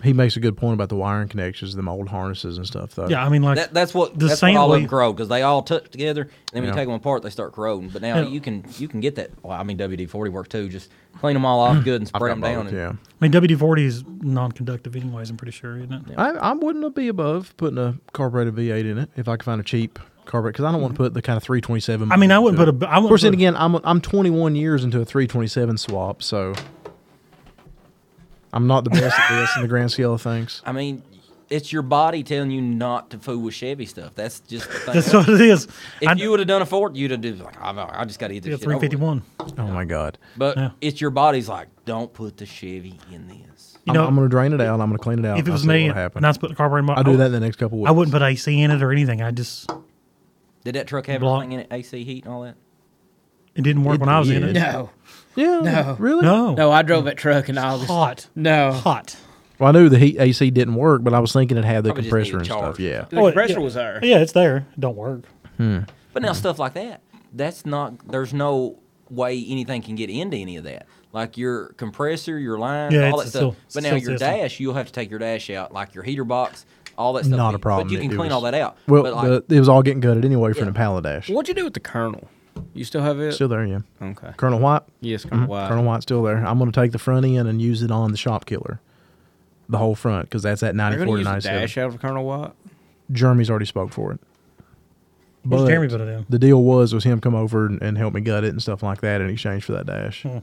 Speaker 5: He makes a good point about the wiring connections, them old harnesses and stuff. Though.
Speaker 3: Yeah, I mean, like
Speaker 4: That, that's what
Speaker 3: the
Speaker 4: that's
Speaker 3: sand
Speaker 4: what all
Speaker 3: will-
Speaker 4: of them corrode because they all touch together, and then when
Speaker 5: Yeah.
Speaker 4: you take them apart, they start corroding. But now
Speaker 3: Yeah.
Speaker 4: you can you can get that. Well, I mean WD forty work too. Just clean them all off good and
Speaker 5: I've
Speaker 4: spray them
Speaker 5: got
Speaker 4: down.
Speaker 5: both,
Speaker 4: and-
Speaker 5: yeah.
Speaker 3: I mean, WD forty is non-conductive, anyways. I'm pretty sure, isn't it?
Speaker 5: I, I wouldn't be above putting a carbureted V8 in it if I could find a cheap carburetor because I don't want to put the kind of 327.
Speaker 3: Mm-hmm. I mean, I wouldn't
Speaker 5: into
Speaker 3: put
Speaker 5: it.
Speaker 3: a- I wouldn't
Speaker 5: of course, then
Speaker 3: put a-
Speaker 5: again, I'm I'm 21 years into a 327 swap, so I'm not the best at this in the grand scale of things.
Speaker 4: I mean, it's your body telling you not to fool with Chevy stuff. That's just the thing.
Speaker 3: That's what it is.
Speaker 4: if
Speaker 3: I,
Speaker 4: you would have done a Ford, you'd have been like, I, I just got to get this
Speaker 3: yeah,
Speaker 4: shit over
Speaker 3: three
Speaker 4: with."
Speaker 3: fifty one.
Speaker 5: Oh my god!
Speaker 4: But
Speaker 3: Yeah.
Speaker 4: it's your body's like, don't put the Chevy in this.
Speaker 3: You
Speaker 5: I'm,
Speaker 3: know,
Speaker 5: I'm going to drain it out. I'm going to clean it out.
Speaker 3: if it
Speaker 5: I'll
Speaker 3: was
Speaker 5: see
Speaker 3: me,
Speaker 5: what
Speaker 3: and
Speaker 5: happened.
Speaker 3: I
Speaker 5: I'll
Speaker 3: was putting the carburetor in, my,
Speaker 5: do that in the next couple weeks.
Speaker 3: I wouldn't put AC in it or anything. I just
Speaker 4: Did that truck have
Speaker 3: Block.
Speaker 4: everything in it? AC heat and all that?
Speaker 3: it didn't work
Speaker 5: It
Speaker 3: when I was in
Speaker 5: did.
Speaker 3: it.
Speaker 2: No.
Speaker 5: Yeah.
Speaker 2: No.
Speaker 5: Really?
Speaker 3: No,
Speaker 2: No, I drove that truck in August.
Speaker 3: hot,
Speaker 2: No.
Speaker 3: hot.
Speaker 5: Well, I knew the heat AC didn't work, but I was thinking it had the
Speaker 4: Probably just
Speaker 5: compressor and
Speaker 4: needed
Speaker 5: stuff.
Speaker 4: charge.
Speaker 5: Yeah.
Speaker 2: The
Speaker 3: Oh,
Speaker 2: compressor
Speaker 3: yeah.
Speaker 2: was there.
Speaker 3: Yeah, it's there. It don't work.
Speaker 4: But
Speaker 3: Mm-hmm.
Speaker 4: now stuff like that, that's not. There's no way anything can get into any of that. Like your compressor, your line,
Speaker 3: Yeah,
Speaker 4: all
Speaker 3: it's
Speaker 4: that
Speaker 3: a
Speaker 4: stuff.
Speaker 3: still-
Speaker 4: but now
Speaker 3: still
Speaker 4: your
Speaker 3: system.
Speaker 4: dash, you'll have to take your dash out, like your heater box, all that stuff.
Speaker 5: Not a problem.
Speaker 4: But you can
Speaker 5: It
Speaker 4: clean
Speaker 5: was-
Speaker 4: all that out.
Speaker 5: Well,
Speaker 4: but like,
Speaker 5: the, it was all getting gutted anyway from
Speaker 4: Yeah.
Speaker 5: the Paladash.
Speaker 2: What'd you do with the kernel? You still have it?
Speaker 5: Still there, yeah.
Speaker 2: Okay.
Speaker 5: Colonel White.
Speaker 2: Yes, Colonel White.
Speaker 5: Colonel White's still there. I'm going to take the front end and use it on the shop killer, the whole front, because that's at
Speaker 2: They're
Speaker 5: 94
Speaker 2: going to
Speaker 5: to
Speaker 2: use the
Speaker 5: 97.
Speaker 2: dash out of Colonel Watt.
Speaker 5: Jeremy's already spoke for it.
Speaker 3: Where's
Speaker 5: But
Speaker 3: Jeremy put it in?
Speaker 5: The deal was was him come over and, and help me gut it and stuff like that in exchange for that dash.
Speaker 3: Hmm.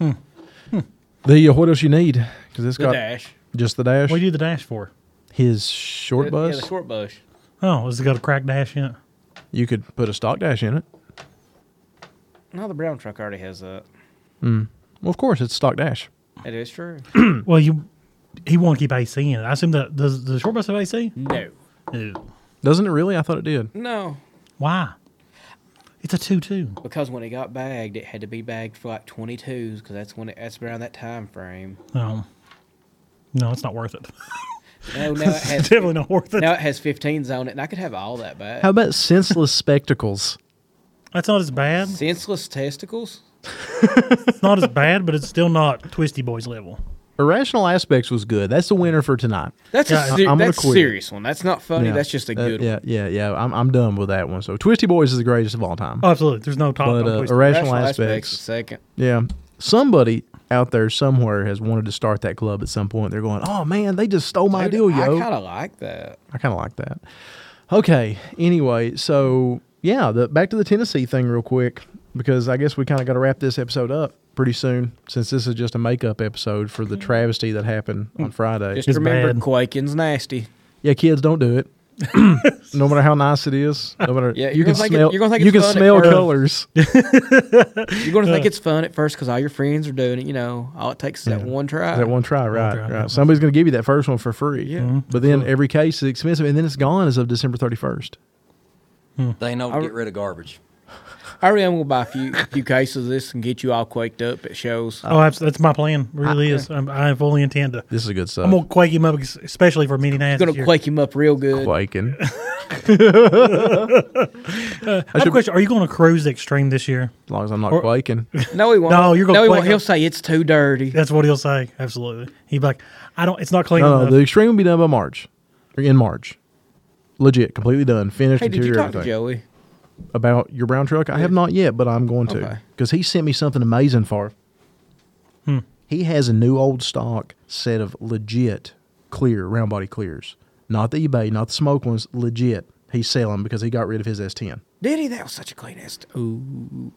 Speaker 5: The uh, what else you need? Because it's
Speaker 2: The
Speaker 5: got
Speaker 2: dash.
Speaker 5: just the dash.
Speaker 3: What do you do the dash for?
Speaker 5: His short
Speaker 2: Yeah,
Speaker 5: bus.
Speaker 2: Yeah, the short bus.
Speaker 3: Oh, has it got a crack dash in it?
Speaker 5: you could put a stock dash in it.
Speaker 2: No, the brown truck already has that.
Speaker 5: Well, of course it's stock dash.
Speaker 2: It is true.
Speaker 5: Hmm.
Speaker 3: Well, you he won't keep AC in it. I assume that does the short bus have AC?
Speaker 2: no.
Speaker 3: No.
Speaker 5: Doesn't it really? I thought it did.
Speaker 2: No.
Speaker 3: Why? It's a two two.
Speaker 2: Because when it got bagged, it had to be bagged for like 22s because that's when it, that's around that time frame.
Speaker 3: No, Oh. no, it's not worth it.
Speaker 2: No, now it
Speaker 3: It's
Speaker 2: has
Speaker 3: definitely not worth it.
Speaker 2: now it has 15s on it, and I could have all that back.
Speaker 5: How about senseless spectacles?
Speaker 3: That's not as bad.
Speaker 2: Senseless testicles.
Speaker 3: It's not as bad, but it's still not Twisty Boys level.
Speaker 5: Irrational aspects was good. That's the winner for tonight.
Speaker 2: That's
Speaker 3: Yeah,
Speaker 2: a ser-
Speaker 5: I'm gonna
Speaker 2: that's
Speaker 5: quit.
Speaker 2: serious one. That's not funny.
Speaker 5: Yeah.
Speaker 2: That's just a
Speaker 5: That-
Speaker 2: good
Speaker 5: yeah, yeah, yeah. I'm, I'm done with that one. So Twisty Boys is the greatest of all time.
Speaker 3: Oh, absolutely. There's no top.
Speaker 5: but
Speaker 3: on
Speaker 5: uh,
Speaker 3: Twisty.
Speaker 2: one.
Speaker 5: irrational,
Speaker 2: Rational
Speaker 5: aspects.
Speaker 2: is second.
Speaker 5: Yeah, somebody out there somewhere has wanted to start that club at some point. They're going, oh man, they just stole my deal,
Speaker 2: Dude, I
Speaker 5: yo.
Speaker 2: kind of like that.
Speaker 5: I kind of like that. Okay. Anyway, so yeah, the back to the Tennessee thing real quick because I guess we kind of got to wrap this episode up. pretty soon, since this is just a makeup episode for the travesty that happened on Friday.
Speaker 2: Mm-hmm. Mm. Just
Speaker 3: It's
Speaker 2: remember,
Speaker 3: bad.
Speaker 2: quaking's nasty.
Speaker 5: yeah, kids, don't do it. no matter how nice it is, no matter
Speaker 2: Yeah,
Speaker 5: you
Speaker 2: you're gonna
Speaker 5: can
Speaker 2: think it-
Speaker 5: smell
Speaker 2: you're gonna think
Speaker 5: you
Speaker 2: it's
Speaker 5: can
Speaker 2: fun at
Speaker 5: smell
Speaker 2: first.
Speaker 5: colors.
Speaker 2: You're going to
Speaker 5: Uh.
Speaker 2: think it's fun at first because all your friends are doing it. You know, all it takes is that one try.
Speaker 5: That one try, right?
Speaker 3: try,
Speaker 5: right. Somebody's going to give you that first one for free. Yeah. But then every case is expensive, and then it's gone as of December thirty first.
Speaker 4: They know
Speaker 2: I-
Speaker 4: to get rid of garbage.
Speaker 2: I really am going to buy a few, few cases of this and get you all quaked up at shows.
Speaker 3: Oh, that's, that's my plan.
Speaker 5: Ah,
Speaker 3: Really is. I'm, I fully intend to.
Speaker 5: This is good stuff.
Speaker 3: I'm gonna quake him up, especially for mini nasty.
Speaker 2: going to quake him up real good.
Speaker 5: Quaking.
Speaker 3: I have a question. Are you going to cruise the extreme this year?
Speaker 5: As long as I'm not
Speaker 3: Or-
Speaker 5: quaking.
Speaker 2: No, he won't.
Speaker 3: No, you're gonna
Speaker 2: No, he
Speaker 3: quake
Speaker 2: won't. He'll
Speaker 3: up.
Speaker 2: say it's too dirty.
Speaker 3: That's what he'll say. Absolutely. He'd be like, I don't. It's not clean
Speaker 5: No, no,
Speaker 3: enough.
Speaker 5: the extreme will be done by March. Or in March. Legit, completely done, finished
Speaker 2: Hey, did you
Speaker 5: interior,
Speaker 2: talk
Speaker 5: everything.
Speaker 2: to Joey?
Speaker 5: About your brown truck? I have not yet, but I'm going
Speaker 2: Okay.
Speaker 5: to. Because he sent me something amazing for. Hmm. He has a new old stock set of legit clear, round body clears. Not the eBay, not the smoke ones, legit. He's selling because he got rid of his S10.
Speaker 2: Did he? That was such a clean ass. Ooh.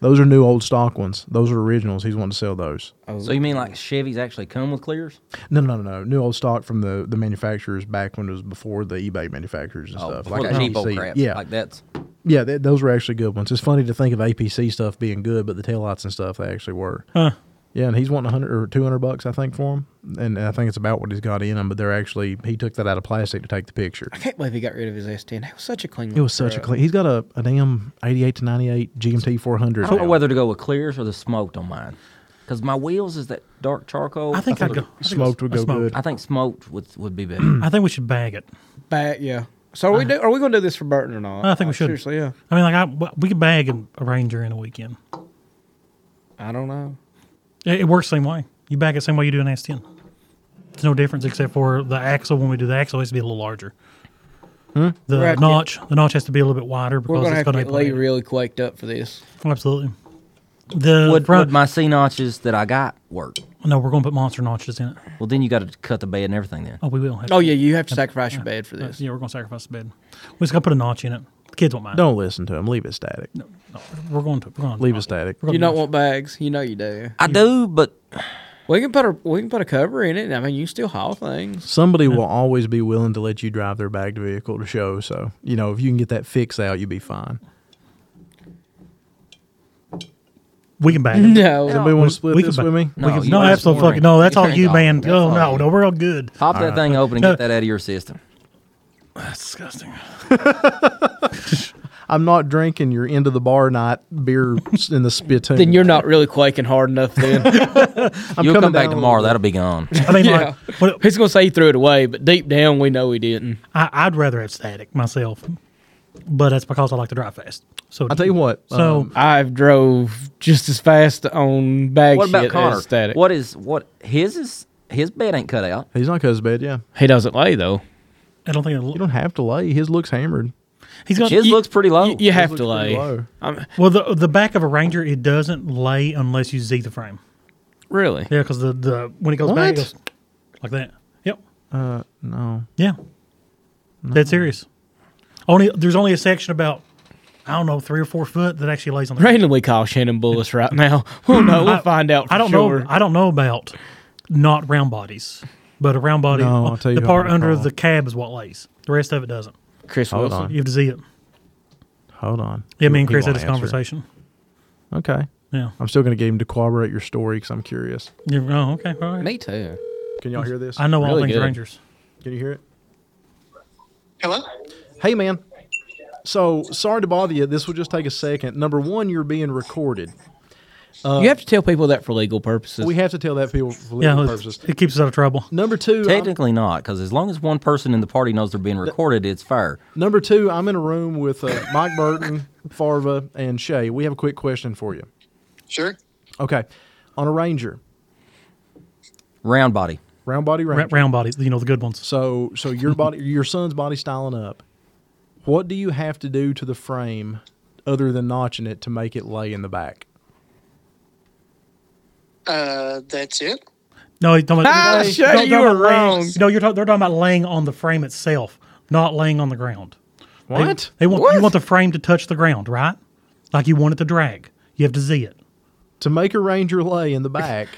Speaker 5: Those are new old stock ones. Those are originals. He's wanting to sell those.
Speaker 2: Oh,
Speaker 4: So you mean like Chevys actually come with clears?
Speaker 5: No, no, no, no. New old stock from the, the manufacturers back when it was before the eBay manufacturers and
Speaker 4: Oh,
Speaker 5: stuff.
Speaker 4: before that cheap old
Speaker 5: APC.
Speaker 4: crap.
Speaker 5: Yeah,
Speaker 4: Like that's
Speaker 5: yeah. Th- those were actually good ones. It's funny to think of APC stuff being good, but the taillights and stuff they actually were.
Speaker 3: Huh.
Speaker 5: Yeah, and he's wanting hundred or two hundred bucks, I think, for them. And I think it's about what he's got in them. But they're actually he took that out of plastic to take the picture.
Speaker 2: I can't believe he got rid of his S10. That was such a clean.
Speaker 5: It was such a clean. He's got a, a damn eighty-eight to ninety-eight GMT four hundred.
Speaker 4: I don't know whether to go with clears or the smoked on mine. Because my wheels is that dark charcoal.
Speaker 3: I think I'd go. I think
Speaker 5: smoked would
Speaker 3: I
Speaker 5: go
Speaker 3: smoked.
Speaker 5: good.
Speaker 4: I think smoked would would be better.
Speaker 3: I think we should bag it.
Speaker 2: Bad, yeah. So are we do, are we going to do this for Burton or not?
Speaker 3: Uh-huh. I think we should.
Speaker 2: Seriously, yeah.
Speaker 3: I mean, like, I, we could bag a, a ranger in a weekend.
Speaker 2: I don't know.
Speaker 3: It, it works the same way. You bag it the same way you do an S10. It's no difference except for the axle. When we do the axle, it has to be a little larger.
Speaker 5: Hmm?
Speaker 3: The
Speaker 2: Right, yeah.
Speaker 3: notch, the notch has to be a little bit
Speaker 2: We're
Speaker 3: wider because
Speaker 2: going to
Speaker 3: it's
Speaker 2: have to
Speaker 3: going to
Speaker 2: get
Speaker 3: be
Speaker 2: Lee
Speaker 3: plated.
Speaker 2: really quaked up for this.
Speaker 3: Absolutely. The
Speaker 4: would,
Speaker 3: front. Oh,
Speaker 4: would my C notches that I got work?
Speaker 3: no, we're going to put monster notches in it.
Speaker 4: Well, then you got to cut the bed and everything. Then
Speaker 3: Oh, we will. Have
Speaker 2: Oh
Speaker 3: to.
Speaker 2: yeah, you have to sacrifice your bed for this.
Speaker 3: Uh, yeah, we're going to sacrifice the bed. We just got to put a notch in it. The kids won't mind.
Speaker 5: Don't listen to him. Leave it static.
Speaker 3: No, we're going to. We're going to
Speaker 5: Leave it static.
Speaker 2: You don't want bags. You know you do.
Speaker 4: I do, but
Speaker 2: We can put a we can put a cover in it. and I mean, you still haul things.
Speaker 5: Somebody will always be willing to let you drive their bagged vehicle to show. So, you know, if you can get that fix out, you'll be fine.
Speaker 3: We can bag it.
Speaker 2: No,
Speaker 5: Somebody want to split
Speaker 3: we
Speaker 5: this
Speaker 3: could
Speaker 5: with
Speaker 3: bu-
Speaker 5: me?
Speaker 4: no,
Speaker 3: we can, no, absolutely fucking no. That's all you, man. Oh no, no, we're all good.
Speaker 4: Pop that thing open and
Speaker 3: No.
Speaker 4: get that out of your system.
Speaker 3: That's disgusting.
Speaker 5: I'm not drinking your end of the bar night beer s- in the spittoon.
Speaker 2: then you're not really quaking hard enough. Then
Speaker 5: I'm
Speaker 4: You'll
Speaker 5: coming
Speaker 4: come back
Speaker 5: down a
Speaker 4: tomorrow.
Speaker 5: little
Speaker 4: That'll be gone.
Speaker 3: I mean,
Speaker 2: yeah,
Speaker 3: like, what,
Speaker 2: he's going to say he threw it away, but deep down we know he didn't.
Speaker 3: I, I'd rather have static myself, but that's because I like to drive fast. So
Speaker 5: I tell you what.
Speaker 3: So
Speaker 5: um,
Speaker 2: I've drove just as fast on bag
Speaker 4: what about
Speaker 2: shit
Speaker 4: Connor?
Speaker 2: as static.
Speaker 4: What is what his is his bed ain't cut out.
Speaker 5: he's not cuz bed. Yeah,
Speaker 2: He doesn't lay though.
Speaker 3: I don't think
Speaker 5: you
Speaker 3: it'll,
Speaker 5: don't have to lay. His looks hammered.
Speaker 3: he's going.
Speaker 4: His
Speaker 3: to
Speaker 4: looks pretty low.
Speaker 2: You, you have to
Speaker 5: looks pretty
Speaker 2: lay.
Speaker 5: low.
Speaker 2: I'm,
Speaker 3: Well, the the back of a Ranger it doesn't lay unless you Z the frame.
Speaker 2: really?
Speaker 3: Yeah, because the, the when it goes back, it
Speaker 5: What?
Speaker 3: goes like that. Yep.
Speaker 5: Uh, no.
Speaker 3: Yeah. Dead serious. Only there's only a section about I don't know three or four foot that actually lays on the.
Speaker 2: Randomly call Shannon Bullis right now. We'll know. We'll find out. For
Speaker 3: I don't
Speaker 2: sure.
Speaker 3: know. I don't know about not round bodies, but a round body,
Speaker 5: No, I'll tell you
Speaker 3: the
Speaker 5: who
Speaker 3: part
Speaker 5: I'm
Speaker 3: under
Speaker 5: calling.
Speaker 3: the cab is what lays. The rest of it doesn't.
Speaker 2: Chris
Speaker 5: Hold
Speaker 2: Wilson.
Speaker 5: on.
Speaker 3: You have to see it.
Speaker 5: Hold on.
Speaker 3: Yeah,
Speaker 5: He-
Speaker 3: me and
Speaker 5: he
Speaker 3: Chris had
Speaker 5: won't
Speaker 3: this
Speaker 5: answer.
Speaker 3: conversation.
Speaker 5: Okay.
Speaker 3: Yeah.
Speaker 5: I'm still going to get him to corroborate your story because I'm curious.
Speaker 3: Yeah, Oh, okay. All right.
Speaker 2: Me too.
Speaker 5: Can y'all hear this?
Speaker 3: I know all
Speaker 2: Really
Speaker 3: things
Speaker 2: good.
Speaker 3: Rangers.
Speaker 5: Can you hear it?
Speaker 7: Hello?
Speaker 5: Hey, man. So sorry to bother you. This will just take a second. Number one, you're being recorded.
Speaker 2: you have to tell people that for legal purposes.
Speaker 5: We have to tell that people for
Speaker 3: Yeah,
Speaker 5: legal purposes.
Speaker 3: it, it keeps us out of trouble.
Speaker 5: Number two, I'm,
Speaker 4: Technically not, because as long as one person in the party knows they're being recorded, it's fair.
Speaker 5: number two, I'm in a room with uh, Mike Burton, Farva, and Shay. We have a quick question for you.
Speaker 7: Sure.
Speaker 5: Okay, on a Ranger,
Speaker 4: Round body.
Speaker 5: round body
Speaker 3: Ra-
Speaker 5: Ranger.
Speaker 3: round bodies, you know the good ones.
Speaker 5: So, so your body, your son's body styling up. What do you have to do to the frame, other than notching it, to make it lay in the back?
Speaker 7: Uh, that's it.
Speaker 3: No, you're talking
Speaker 2: Ah,
Speaker 3: about,
Speaker 2: Shay,
Speaker 3: no,
Speaker 2: you
Speaker 3: talking
Speaker 2: were
Speaker 3: about laying-
Speaker 2: wrong.
Speaker 3: No, you're talking, they're talking about laying on the frame itself, not laying on the ground. They-
Speaker 5: What?
Speaker 3: They, want you want the frame to touch the ground, right? Like you want it to drag. You have to Z it.
Speaker 5: to make a Ranger lay in the back,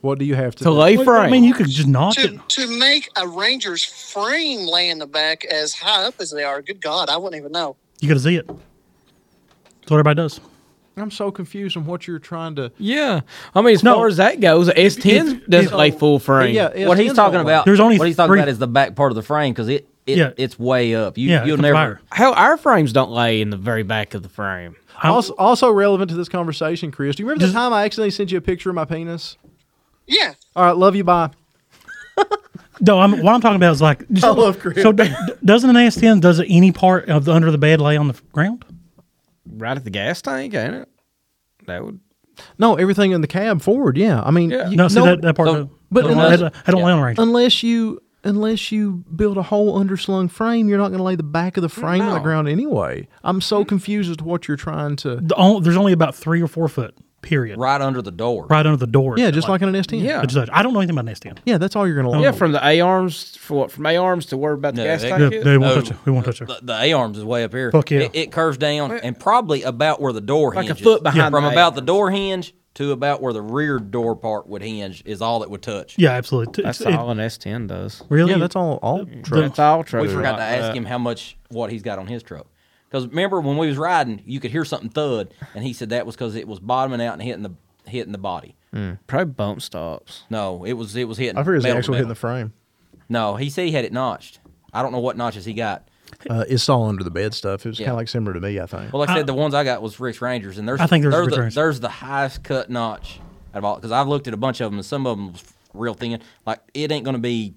Speaker 5: what do you have to,
Speaker 2: To
Speaker 5: do?
Speaker 2: lay
Speaker 3: Well,
Speaker 2: frame.
Speaker 3: I mean, you could just knock it.
Speaker 7: To, to make a ranger's frame lay in the back as high up as they are, good God, I wouldn't even know.
Speaker 3: You could see it. That's what everybody does.
Speaker 5: I'm so confused on what you're trying to.
Speaker 2: yeah. I mean, as
Speaker 3: No.
Speaker 2: far as that goes, S ten doesn't lay full frame.
Speaker 5: Yeah, yeah,
Speaker 4: what he's
Speaker 5: it's all
Speaker 4: talking
Speaker 5: like-
Speaker 4: about.
Speaker 3: There's only
Speaker 4: what he's talking
Speaker 3: three-
Speaker 4: about is the back part of the frame because it, it
Speaker 3: Yeah.
Speaker 4: it's way up. You
Speaker 3: Yeah, it
Speaker 4: you'll
Speaker 3: comes
Speaker 4: never.
Speaker 3: higher.
Speaker 2: Hell, our frames don't lay in the very back of the frame.
Speaker 5: Also, also relevant to this conversation, Chris. Do you remember the time I accidentally sent you a picture of my penis?
Speaker 7: Yeah.
Speaker 5: All right, love you. Bye.
Speaker 3: No, I'm, what I'm talking about is like.
Speaker 5: I love Chris.
Speaker 3: So d- d- doesn't an AS10 does it any part of the under the bed lay on the f- ground?
Speaker 2: Right at the gas tank, ain't it? That would
Speaker 5: No, everything in the cab forward. Yeah, I mean,
Speaker 2: Yeah.
Speaker 5: you-
Speaker 3: No, see that, that part.
Speaker 4: so-
Speaker 3: don't-
Speaker 5: but
Speaker 3: don't
Speaker 5: unless-
Speaker 3: lay- I don't lay on a range.
Speaker 5: unless you unless you build a whole underslung frame, you're not going to lay the back of the frame on the
Speaker 2: No. Mm-hmm.
Speaker 5: ground anyway. I'm so confused as to what you're trying to.
Speaker 3: The on- there's only about three or four foot. Period. Right,
Speaker 4: Right under the door.
Speaker 3: under the door.
Speaker 5: Yeah, just like in an S10.
Speaker 2: Yeah.
Speaker 3: It's like- I don't know anything about an AS10.
Speaker 5: yeah, that's all you're
Speaker 3: Oh,
Speaker 5: going to.
Speaker 2: Yeah, from the A arms for what, from A arms to where about the
Speaker 4: No,
Speaker 2: gas
Speaker 4: it-
Speaker 2: tank
Speaker 3: Yeah,
Speaker 2: is?
Speaker 3: they won't
Speaker 4: No.
Speaker 3: touch it. We won't touch it.
Speaker 4: The, the A arms is way up here.
Speaker 3: Fuck yeah.
Speaker 4: It, it curves down and probably about where the door
Speaker 2: Like a
Speaker 4: hinges.
Speaker 2: foot behind
Speaker 4: From
Speaker 2: the
Speaker 4: about the
Speaker 2: A-arms.
Speaker 4: door hinge to about where the rear door part would hinge is all it would touch.
Speaker 3: Yeah, absolutely.
Speaker 2: That's
Speaker 3: It's- it-
Speaker 2: all an S ten does.
Speaker 3: Really?
Speaker 5: Yeah, that's all. All trucks.
Speaker 2: That's all true.
Speaker 4: We forgot to
Speaker 2: Uh,
Speaker 4: ask him how much what he's got on his truck. Because remember when we was riding, you could hear something thud, and he said that was because it was bottoming out and hitting the hitting the body.
Speaker 2: Probably bump stops.
Speaker 4: No, it was it was hitting.
Speaker 5: I figured it's
Speaker 4: metal to
Speaker 5: actually hitting the
Speaker 4: metal.
Speaker 5: frame.
Speaker 4: No, he said he had it notched. I don't know what notches he got.
Speaker 5: Uh, it's all under the bed stuff. It was
Speaker 4: Yeah.
Speaker 5: kind of like similar to me, I think.
Speaker 4: Well, like I, said, the ones I got was Rick's Rangers, and there's
Speaker 3: I think there's a
Speaker 4: there's
Speaker 3: Rick's
Speaker 4: the,
Speaker 3: Rangers.
Speaker 4: there's the highest cut notch out of all because I've looked at a bunch of them, and some of them was real thin. Like it ain't gonna be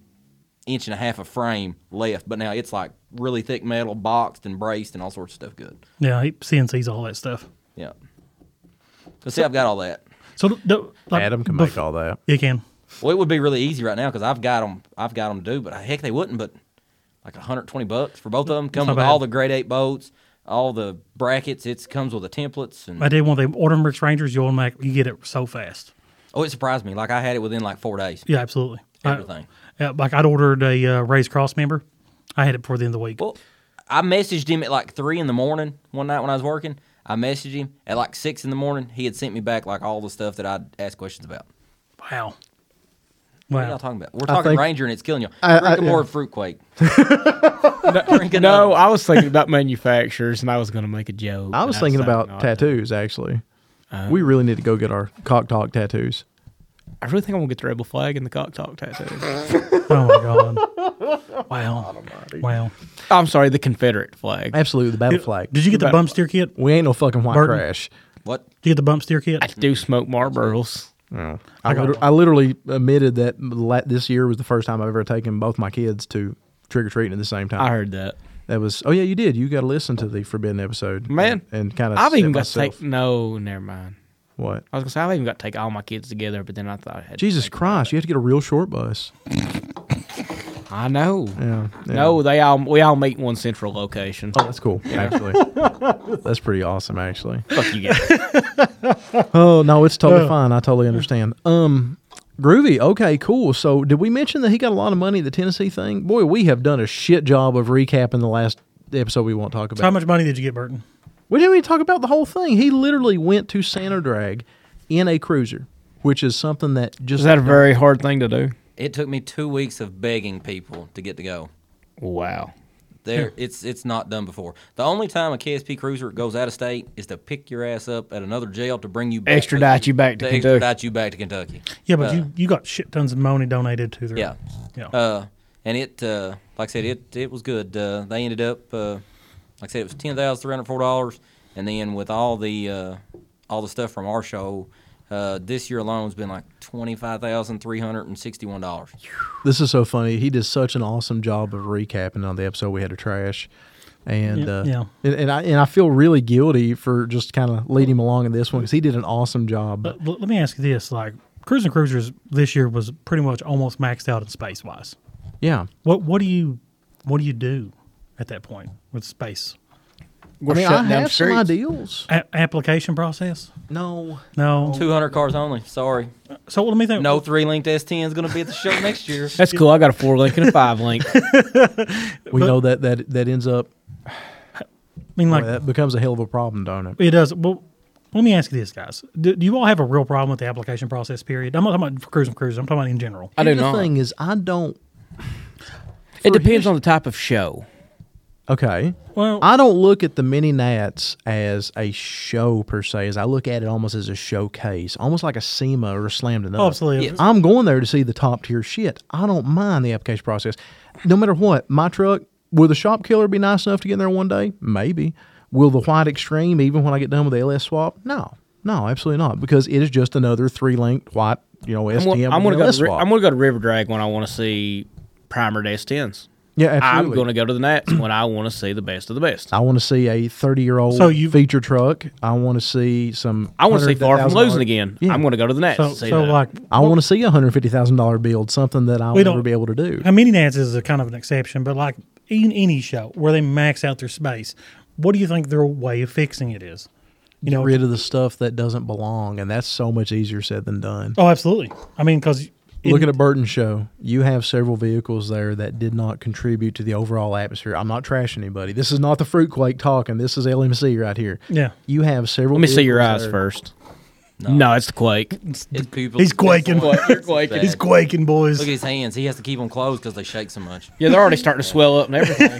Speaker 4: inch and a half of frame left, but now it's like really thick metal, boxed and braced, and all sorts of stuff. Good.
Speaker 3: yeah, he CNC's all that stuff.
Speaker 4: Yeah. Let's see, I've got all that.
Speaker 3: So the, the, like,
Speaker 5: Adam can
Speaker 3: bef-
Speaker 5: make all that.
Speaker 3: You can.
Speaker 4: Well, it would be really easy right now because I've got them. I've got them to do, but heck, they wouldn't. But like 120 bucks for both of them. Come
Speaker 3: not
Speaker 4: with
Speaker 3: bad.
Speaker 4: all the grade eight bolts, all the brackets. It comes with the templates and.
Speaker 3: I did one of the Order Rick's Rangers. You'll make you get it so fast.
Speaker 4: Oh, it surprised me. Like I had it within like four days.
Speaker 3: Yeah, absolutely. I-
Speaker 4: Everything.
Speaker 3: yeah, like I'd ordered a uh, raised cross member. I had it before the end of the week.
Speaker 4: Well, I messaged him at like three in the morning one night when I was working. I messaged him at like six in the morning. He had sent me back like all the stuff that I'd asked questions about.
Speaker 3: wow.
Speaker 4: What are y'all
Speaker 3: Wow.
Speaker 4: talking about? We're talking
Speaker 5: think-
Speaker 4: Ranger and it's killing you.
Speaker 5: I-
Speaker 4: Drink
Speaker 5: I-
Speaker 4: a more fruitquake. Drink another
Speaker 2: No,
Speaker 4: one.
Speaker 2: I was thinking about manufacturers, and I was going to make a joke.
Speaker 5: I was
Speaker 2: and
Speaker 5: thinking
Speaker 2: decided
Speaker 5: about
Speaker 2: not Uh, to.
Speaker 5: tattoos, actually. we really need to go get our cock talk tattoos.
Speaker 2: I really think I'm gonna get the rebel flag and the cock talk tattoo.
Speaker 3: Oh my god. Wow. Wow.
Speaker 2: I'm sorry, the Confederate flag. I
Speaker 5: Absolutely, the battle flag.
Speaker 3: Did you get the
Speaker 2: About-
Speaker 3: bump steer kit? Did
Speaker 5: We ain't no fucking white
Speaker 3: Burton.
Speaker 5: trash.
Speaker 4: What?
Speaker 3: you get the bump steer kit?
Speaker 2: do smoke Marlboros.
Speaker 5: I,
Speaker 3: got
Speaker 5: liter- I literally admitted that la- this year was the first time I've ever taken both my kids to trick or treating at the same time.
Speaker 2: I heard that.
Speaker 5: that was. Oh yeah, you did. You got to listen to the forbidden episode,
Speaker 2: Man,
Speaker 5: and, and kind of.
Speaker 2: I've even got to
Speaker 5: myself.
Speaker 2: take. No, never mind.
Speaker 5: what?
Speaker 2: I was gonna say I've even got to take all my kids together, but then I thought I had.
Speaker 5: Jesus Christ! You have to get a real short bus.
Speaker 2: I know.
Speaker 5: Yeah, yeah.
Speaker 2: No, they all we all meet in one central location.
Speaker 5: Oh, that's cool. Actually, that's pretty awesome. Actually.
Speaker 2: Fuck you guys.
Speaker 5: Oh no, it's totally fine. I totally understand. Um, groovy. Okay, cool. So did we mention that he got a lot of money? The Tennessee thing. Boy, we have done a shit job of recapping the last episode. We won't talk about.
Speaker 3: So how much money did you get, Burton?
Speaker 5: We didn't even talk about the whole thing. He literally went to Santa Drag in a cruiser, which is something that just
Speaker 2: Is that a very hard thing to do?
Speaker 4: It took me two weeks of begging people to get to go.
Speaker 2: Wow.
Speaker 4: There, it's it's not done before. The only time a KSP cruiser goes out of state is to pick your ass up at another jail to bring you back
Speaker 2: Extradite you back to Kentucky.
Speaker 4: extradite you back to Kentucky.
Speaker 3: Yeah, but
Speaker 4: Uh,
Speaker 3: you, you got shit tons of money donated to their
Speaker 4: Yeah.
Speaker 3: Yeah.
Speaker 4: Uh, and it, uh, like I said, it it was good. Uh, they ended up, uh, like I said, it was ten thousand three hundred four dollars, and then with all the uh, all the stuff from our show, uh, this year alone has been like twenty five thousand three hundred and sixty one dollars.
Speaker 5: this is so funny. He did such an awesome job of recapping on the episode we had to trash. And
Speaker 3: Yeah,
Speaker 5: uh,
Speaker 3: yeah.
Speaker 5: And, and I and I feel really guilty for just kind of leading him along in this one because he did an awesome job.
Speaker 3: But l- let me ask you this: like Cruise and Cruisers this year was pretty much almost maxed out in space wise.
Speaker 5: yeah,
Speaker 3: What what do you what do you do at that point with space
Speaker 2: We're
Speaker 5: I mean, I
Speaker 2: shutting down
Speaker 5: have some
Speaker 2: streets.
Speaker 5: ideals.
Speaker 3: a- application process?
Speaker 5: No,
Speaker 3: No.
Speaker 4: Two hundred cars only. Sorry,
Speaker 3: So let me think.
Speaker 4: no three linked S ten is going to be at the show next year.
Speaker 2: That's cool. I got a four link and a five link.
Speaker 5: we know that that that ends up
Speaker 3: I mean like
Speaker 5: that becomes a hell of a problem, don't it?
Speaker 3: it does. Well, Let me ask you this, guys. Do, do you all have a real problem with the application process period? I'm not talking about for cruising cruisers. I'm talking about in general.
Speaker 2: I do
Speaker 5: the
Speaker 2: not.
Speaker 5: thing is, I don't.
Speaker 2: It depends on the type of show.
Speaker 5: Okay.
Speaker 3: Well,
Speaker 5: I don't look at the mini nats as a show per se, as I look at it almost as a showcase, almost like a SEMA or a slammed another.
Speaker 3: Oh, Absolutely. Yes.
Speaker 5: I'm going there to see the top tier shit. I don't mind the application process. No matter what, my truck, will the shop killer be nice enough to get in there one day? Maybe. Will the white extreme, even when I get done with the LS swap? No. No, absolutely not. Because it is just another three linked white, you know,
Speaker 2: I'm, gonna-
Speaker 5: STM.
Speaker 2: I'm
Speaker 5: with
Speaker 2: gonna go.
Speaker 5: LS
Speaker 2: To, Ri-
Speaker 5: swap.
Speaker 2: I'm gonna go to River Drag when I want to see primer S tens.
Speaker 5: yeah,
Speaker 2: I'm
Speaker 5: absolutely.
Speaker 2: gonna go to the Nats when I want to see the best of the best.
Speaker 5: I want to see a 30 year old
Speaker 3: So you-
Speaker 5: feature truck. I want to see some.
Speaker 2: I want to see Far from
Speaker 5: $150,000
Speaker 2: Losing again.
Speaker 5: Yeah.
Speaker 2: I'm gonna go to the Nats.
Speaker 3: so,
Speaker 2: and see
Speaker 3: so
Speaker 2: that.
Speaker 3: like,
Speaker 5: I want to see a hundred fifty thousand dollar build, something that I'll
Speaker 3: We
Speaker 5: never
Speaker 3: don't-
Speaker 5: be able to do.
Speaker 3: a mini nats is a kind of an exception, but like in any show where they max out their space, what do you think their way of fixing it is? You know,
Speaker 5: Rid of the stuff that doesn't belong, and that's so much easier said than done.
Speaker 3: oh, absolutely. I mean, because
Speaker 5: Look at a Burton show. You have several vehicles there that did not contribute to the overall atmosphere. I'm not trashing anybody. This is not the fruit quake talking. This is LMC right here.
Speaker 3: Yeah.
Speaker 5: You have several.
Speaker 2: Let me see your
Speaker 5: vehicles
Speaker 2: eyes
Speaker 5: there.
Speaker 2: first. No. it's the quake.
Speaker 4: It's people.
Speaker 3: He's quaking.
Speaker 4: You're quaking.
Speaker 3: He's quaking, boys.
Speaker 4: Look at his hands. He has to keep them closed because they shake so much.
Speaker 2: Yeah, they're already starting to swell up and everything.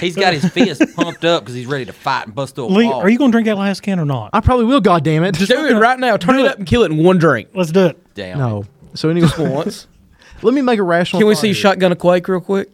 Speaker 4: He's got his fist pumped up because he's ready to fight and bust through a
Speaker 3: Lee,
Speaker 4: wall.
Speaker 3: are you going to drink that last can or not?
Speaker 5: I probably will. God damn it.
Speaker 2: Do it right now. Turn it up and kill it in one drink.
Speaker 3: Let's do it.
Speaker 4: Damn. it.
Speaker 5: no. So anyway,
Speaker 2: Once.
Speaker 5: let me make a rational.
Speaker 2: Can we
Speaker 5: thought
Speaker 2: see
Speaker 5: here.
Speaker 2: shotgun a quake real quick?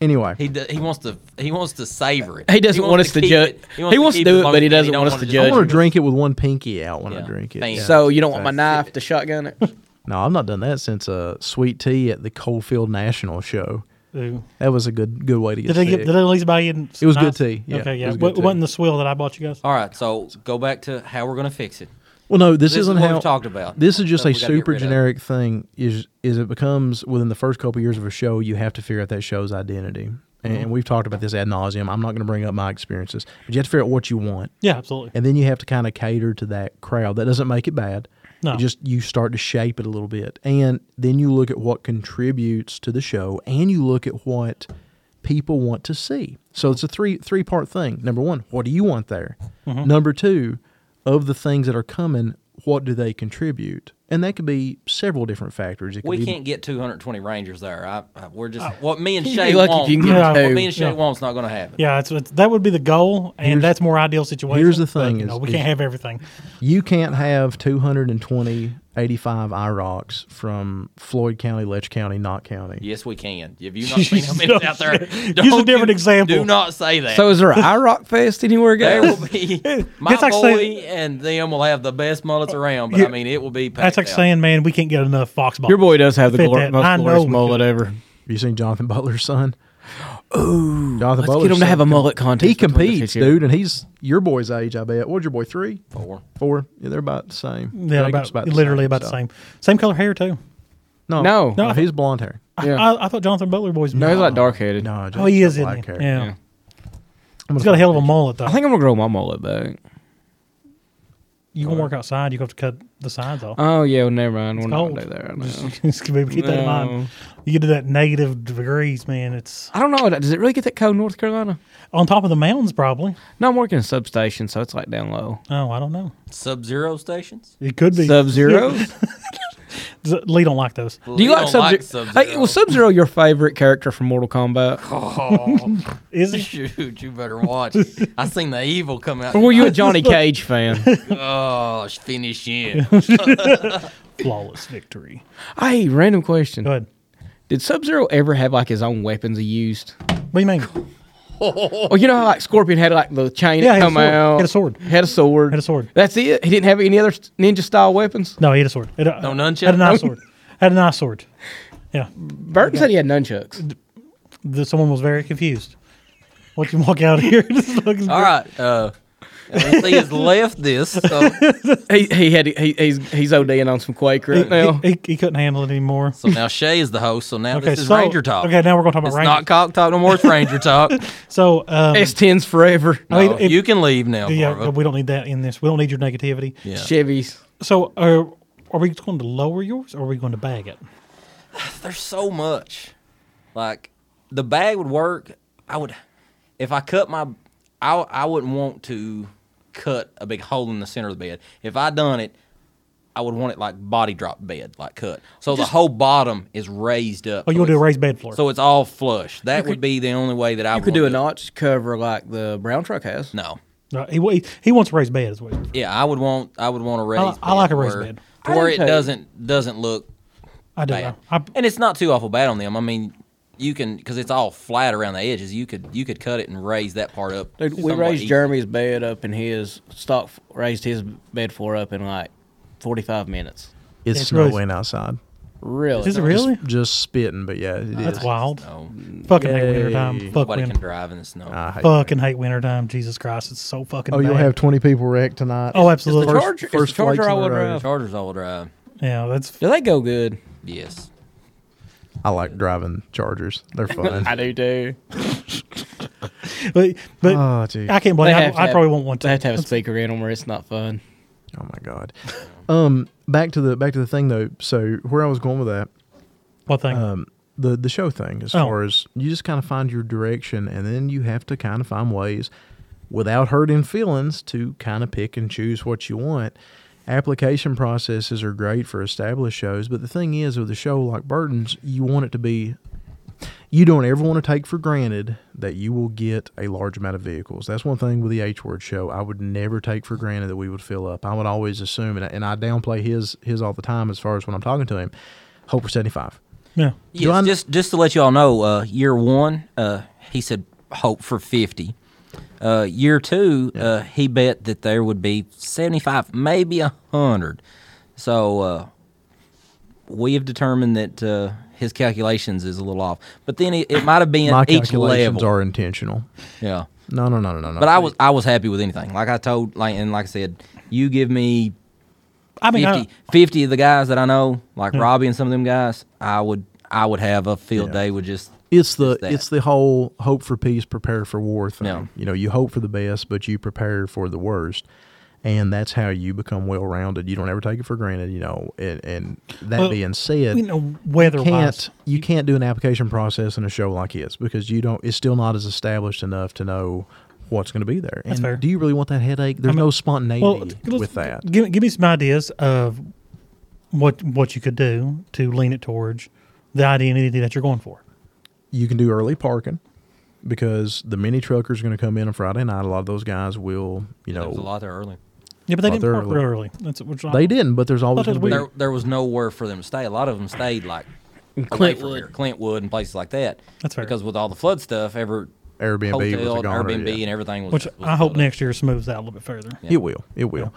Speaker 5: Anyway,
Speaker 4: He, d- he wants to he wants to savor it.
Speaker 2: He doesn't want
Speaker 4: wants
Speaker 2: us to
Speaker 4: keep
Speaker 2: judge-
Speaker 4: it.
Speaker 2: he wants to
Speaker 4: keep
Speaker 2: do it,
Speaker 4: closed
Speaker 2: but he
Speaker 4: and
Speaker 2: doesn't
Speaker 4: don't
Speaker 2: want us to
Speaker 5: I
Speaker 2: judge
Speaker 5: want
Speaker 2: him.
Speaker 5: to drink it with one pinky out when I
Speaker 4: Yeah.
Speaker 5: drink it.
Speaker 4: Bam.
Speaker 5: Yeah.
Speaker 2: So you don't want my knife to shotgun it?
Speaker 5: No, I've not done that since uh, sweet tea at the Coalfield National show.
Speaker 3: Ooh.
Speaker 5: That was a good good way to get.
Speaker 3: Did they get?
Speaker 5: sick.
Speaker 3: Did they at least buy you?
Speaker 5: It was good tea, yeah.
Speaker 3: Okay,
Speaker 5: It
Speaker 3: yeah.
Speaker 5: was
Speaker 3: It,
Speaker 5: good
Speaker 3: was
Speaker 5: tea.
Speaker 3: not the swill that I bought you
Speaker 2: Oh.
Speaker 3: guys.
Speaker 4: All right, so go back to how we're gonna fix it.
Speaker 5: well, no,
Speaker 4: This
Speaker 5: this,
Speaker 4: is
Speaker 5: isn't
Speaker 4: what
Speaker 5: how
Speaker 4: we talked about.
Speaker 5: This is just
Speaker 4: Stuff
Speaker 5: a
Speaker 4: we gotta get
Speaker 5: super
Speaker 4: rid of.
Speaker 5: generic thing. Is is it becomes within the first couple years of a show, you have to figure out that show's identity, and
Speaker 4: Mm-hmm.
Speaker 5: we've talked about this ad nauseum. I'm not going to bring up my experiences, but you have to figure out what you want,
Speaker 3: Yeah, absolutely.
Speaker 5: and then you have to kind of cater to that crowd. That doesn't make it bad.
Speaker 3: No.
Speaker 5: It just you start to shape it a little bit, and then you look at what contributes to the show, and you look at what people want to see. So it's a three three part thing. Number one, what do you want there?
Speaker 4: Mm-hmm.
Speaker 5: Number two, of the things that are coming, what do they contribute? And that could be several different factors. It could
Speaker 4: We
Speaker 5: be,
Speaker 4: can't get 220 Rangers there. I, I, we're just
Speaker 3: Uh,
Speaker 4: what me and
Speaker 2: be
Speaker 4: Shay
Speaker 2: lucky if
Speaker 4: want.
Speaker 2: you can get
Speaker 4: what
Speaker 2: two.
Speaker 4: me and Shay
Speaker 3: Yeah.
Speaker 4: want's not gonna happen.
Speaker 3: Yeah, it's, it's, that would be the goal, and
Speaker 5: Here's-
Speaker 3: that's more ideal situation.
Speaker 5: here's the
Speaker 3: but,
Speaker 5: thing
Speaker 3: you know,
Speaker 5: is-
Speaker 3: we
Speaker 5: is-
Speaker 3: can't have everything.
Speaker 5: You can't have 220 85 IROCs from Floyd County, Letch County, Knott County.
Speaker 4: Yes, we can. If you not seen how many out there,
Speaker 3: Use a
Speaker 4: don't
Speaker 3: different
Speaker 4: you-
Speaker 3: example.
Speaker 4: Do not say that.
Speaker 2: So is there an IROC Fest anywhere,
Speaker 4: there
Speaker 2: guys?
Speaker 4: will be my
Speaker 3: That's like
Speaker 4: boy
Speaker 3: saying-
Speaker 4: and them will have the best mullets around. But
Speaker 3: Yeah.
Speaker 4: I mean, it will be. packed
Speaker 3: That's like
Speaker 4: out.
Speaker 3: saying, man, we can't get enough Foxball.
Speaker 2: Your boy does have the
Speaker 3: Fit
Speaker 2: glor-
Speaker 3: that.
Speaker 2: most
Speaker 3: I know
Speaker 2: glorious
Speaker 3: we
Speaker 2: mullet ever.
Speaker 5: Have you seen Jonathan Butler's son? Ooh, Jonathan
Speaker 2: Let's get him to
Speaker 5: son
Speaker 2: have a
Speaker 5: com-
Speaker 2: mullet contest.
Speaker 5: He
Speaker 2: between the
Speaker 5: competes,
Speaker 2: two.
Speaker 5: dude, and he's your boy's age. I bet. What's your boy? Three,
Speaker 4: Four.
Speaker 5: four? Yeah, they're about the same.
Speaker 3: yeah, about,
Speaker 5: Jacob's
Speaker 3: literally about the
Speaker 5: so.
Speaker 3: same. Same color hair too.
Speaker 5: No,
Speaker 2: No.
Speaker 5: no, he's blonde hair.
Speaker 2: Yeah.
Speaker 3: I, I thought Jonathan Butler boys.
Speaker 2: No, he's like dark headed.
Speaker 5: No,
Speaker 3: Oh, he is,
Speaker 5: Jacob's
Speaker 3: isn't
Speaker 5: black
Speaker 3: he?
Speaker 5: hair.
Speaker 3: Yeah.
Speaker 2: Yeah.
Speaker 3: He's got a hell of a mullet though.
Speaker 2: I think I'm gonna grow my mullet back.
Speaker 3: you can work outside. You have to cut the sides off.
Speaker 2: Oh yeah, well, never mind. We're not
Speaker 3: cold.
Speaker 2: gonna do that. Right
Speaker 3: Just,
Speaker 2: now.
Speaker 3: just keep keep that in
Speaker 2: No.
Speaker 3: mind. You get to that negative degrees, man. It's
Speaker 2: I don't know. Does it really get that cold in North Carolina?
Speaker 3: on top of the mountains, probably.
Speaker 2: No, I'm working in a substation, so it's like down low.
Speaker 3: Oh, I don't know.
Speaker 4: Sub-zero stations.
Speaker 3: It could be
Speaker 2: Sub zeros.
Speaker 3: Z- Lee don't like those.
Speaker 2: Do you
Speaker 4: We
Speaker 2: like
Speaker 4: don't like
Speaker 2: Sub Zero? Hey, was Sub Zero your favorite character from Mortal Kombat?
Speaker 3: Is it?
Speaker 4: Shoot, you better watch. I seen the evil come out.
Speaker 2: Or were you a Johnny Cage fan?
Speaker 4: Oh, finish in.
Speaker 3: flawless victory.
Speaker 2: hey, random question.
Speaker 3: Go ahead.
Speaker 2: Did Sub Zero ever have like his own weapons he used?
Speaker 3: What do you mean?
Speaker 2: Or you know how like Scorpion had like the chain
Speaker 3: Yeah,
Speaker 2: that
Speaker 3: he had a
Speaker 2: come
Speaker 3: sword. He
Speaker 2: out?
Speaker 3: had a sword.
Speaker 2: Had a sword.
Speaker 3: Had a sword.
Speaker 2: That's it. He didn't have any other ninja style weapons.
Speaker 3: No, he had a sword. Had a, uh,
Speaker 4: No nunchuck?
Speaker 3: Had a knife sword. Had a knife sword. Yeah.
Speaker 2: Burton said he had nunchucks.
Speaker 3: The, someone was very confused. What you walk out here? this is looking
Speaker 4: All right. Uh, he has left this. So,
Speaker 2: He, he had he, he's he's ODing on some Quake
Speaker 3: He,
Speaker 2: right now.
Speaker 3: he- he- he couldn't handle it anymore.
Speaker 4: so now Shay is the host. So now
Speaker 3: Okay,
Speaker 4: this is
Speaker 3: so-
Speaker 4: Ranger Talk.
Speaker 3: Okay, now we're gonna talk about
Speaker 4: it's
Speaker 3: Ranger.
Speaker 4: not Cock Talk no more. It's Ranger Talk.
Speaker 3: so, um,
Speaker 2: S tens forever.
Speaker 3: I mean,
Speaker 4: Oh,
Speaker 3: if-
Speaker 4: you can leave now.
Speaker 3: yeah,
Speaker 4: Marva.
Speaker 3: we don't need that in this. We don't need your negativity.
Speaker 4: Yeah.
Speaker 2: Chevys.
Speaker 3: So, are are we going to lower yours, or are we going to bag it?
Speaker 4: There's so much. Like the bag would work. I would, if I cut my, I I wouldn't want to cut a big hole in the center of the bed. If I done it, I would want it like body drop bed, like cut. So the whole bottom is raised up.
Speaker 3: Oh, you
Speaker 4: so
Speaker 3: want to do a
Speaker 4: it's-
Speaker 3: raised bed floor?
Speaker 4: So it's all flush. That would be the only way that I
Speaker 2: You
Speaker 4: would
Speaker 2: could do a
Speaker 4: wanna
Speaker 2: notch cover like the brown truck has.
Speaker 4: it. No.
Speaker 3: No, he, he he wants a raised bed as well.
Speaker 4: Yeah, I would want I would want a raised.
Speaker 3: I like a raised
Speaker 4: where-
Speaker 3: bed.
Speaker 4: to where it
Speaker 2: Okay.
Speaker 4: doesn't doesn't look
Speaker 3: I do.
Speaker 4: bad,
Speaker 3: I,
Speaker 4: and it's not too awful bad on them. I mean, you can because it's all flat around the edges. You could you could cut it and raise that part up.
Speaker 2: Dude, we
Speaker 4: somewhat
Speaker 2: raised
Speaker 4: easy.
Speaker 2: Jeremy's bed up in his stock, raised his bed for up in like 45 minutes.
Speaker 5: It's,
Speaker 3: It's
Speaker 5: snowing
Speaker 3: really-
Speaker 5: outside.
Speaker 2: Really?
Speaker 3: is it really?
Speaker 5: Just spitting, but yeah, it is.
Speaker 3: That's wild.
Speaker 4: No,
Speaker 3: Fucking hate
Speaker 5: Yay.
Speaker 3: winter time. Fuck
Speaker 4: nobody
Speaker 3: winter.
Speaker 4: can drive in the snow.
Speaker 2: Uh,
Speaker 5: I hate
Speaker 3: Fucking hate winter time. Jesus Christ, it's so fucking.
Speaker 5: Oh, you'll
Speaker 3: bad.
Speaker 5: have 20 people wrecked tonight.
Speaker 3: Oh, absolutely.
Speaker 5: First-
Speaker 2: Charger- is the
Speaker 5: first
Speaker 2: Charger
Speaker 5: flakes in
Speaker 2: all-wheel
Speaker 5: the road.
Speaker 2: drive?
Speaker 4: Chargers all drive.
Speaker 3: yeah, that's
Speaker 2: Do they go good?
Speaker 4: Yes.
Speaker 5: I like driving Chargers. They're fun.
Speaker 2: I do too.
Speaker 3: but but
Speaker 5: oh, dude.
Speaker 3: I can't
Speaker 2: They
Speaker 3: blame. I,
Speaker 2: have to
Speaker 3: I
Speaker 2: have-
Speaker 3: probably won't want
Speaker 2: They have
Speaker 3: to.
Speaker 2: to have a speaker in them or it's not fun.
Speaker 5: Oh my god. Um, back to the back to the thing though. So where I was going with that,
Speaker 3: What thing?
Speaker 5: um, the the show thing as
Speaker 3: Oh.
Speaker 5: far as you just kind of find your direction, and then you have to kind of find ways, without hurting feelings, to kind of pick and choose what you want. Application processes are great for established shows, but the thing is, with a show like Burton's, you want it to be you don't ever want to take for granted that you will get a large amount of vehicles. That's one thing with the H word show. I would never take for granted that we would fill up. I would always assume, and I, and I downplay his his all the time as far as when I'm talking to him. Hope for 75.
Speaker 3: yeah.
Speaker 4: Yes,
Speaker 5: I-
Speaker 4: just just to let you all know, uh, year one, uh, he said hope for fifty. Uh, year two, uh, he bet that there would be seventy-five, maybe hundred. So uh, we have determined that uh, his calculations is a little off. But then it, it might have been
Speaker 5: My
Speaker 4: each
Speaker 5: calculations
Speaker 4: level.
Speaker 5: are intentional.
Speaker 4: yeah,
Speaker 5: No, no, no, no, no, no.
Speaker 4: but I was I was happy with anything. Like I told, like and like I said, you give me
Speaker 3: I mean,
Speaker 4: 50,
Speaker 3: I,
Speaker 4: 50 of the guys that I know, like Robbie and some of them guys, I would I would have a field
Speaker 5: Yeah.
Speaker 4: day with just
Speaker 5: It's the
Speaker 4: that.
Speaker 5: it's the whole hope for peace, prepare for war thing.
Speaker 4: Yeah.
Speaker 5: You know, you hope for the best, but you prepare for the worst, and that's how you become well rounded. You don't ever take it for granted. You know, and, and that
Speaker 3: Well,
Speaker 5: being said,
Speaker 3: we know weather
Speaker 5: can't
Speaker 3: wise.
Speaker 5: you can't do an application process in a show like his because you don't it's still not as established enough to know what's going to be there. and
Speaker 3: fair.
Speaker 5: do you really want that headache? There's no
Speaker 3: Well,
Speaker 5: spontaneity
Speaker 3: let's-
Speaker 5: with that.
Speaker 3: Give, give me some ideas of what what you could do to lean it towards the identity that you're going for.
Speaker 5: You can do early parking because the mini truckers are going to come in on Friday night. A lot of those guys will, you
Speaker 4: There was a
Speaker 5: know,
Speaker 4: lot there early.
Speaker 3: Yeah, but they
Speaker 5: Well,
Speaker 3: didn't
Speaker 5: they're
Speaker 3: park
Speaker 5: early.
Speaker 3: real early. That's which I-
Speaker 5: they didn't, but there's always
Speaker 3: Thought it
Speaker 5: going to
Speaker 3: was
Speaker 5: be
Speaker 4: There, there was nowhere for them to stay. A lot of them stayed like away from here,
Speaker 2: Clintwood.
Speaker 4: Clintwood and places like that.
Speaker 3: That's fair.
Speaker 4: Because with all the flood stuff, every
Speaker 5: Airbnb was a
Speaker 4: hotel, and
Speaker 5: goner,
Speaker 4: Airbnb,
Speaker 5: yeah.
Speaker 4: and everything was.
Speaker 3: Which
Speaker 4: was
Speaker 3: I hope
Speaker 4: filled up.
Speaker 3: next year smooths out a little bit further.
Speaker 5: It will. It will.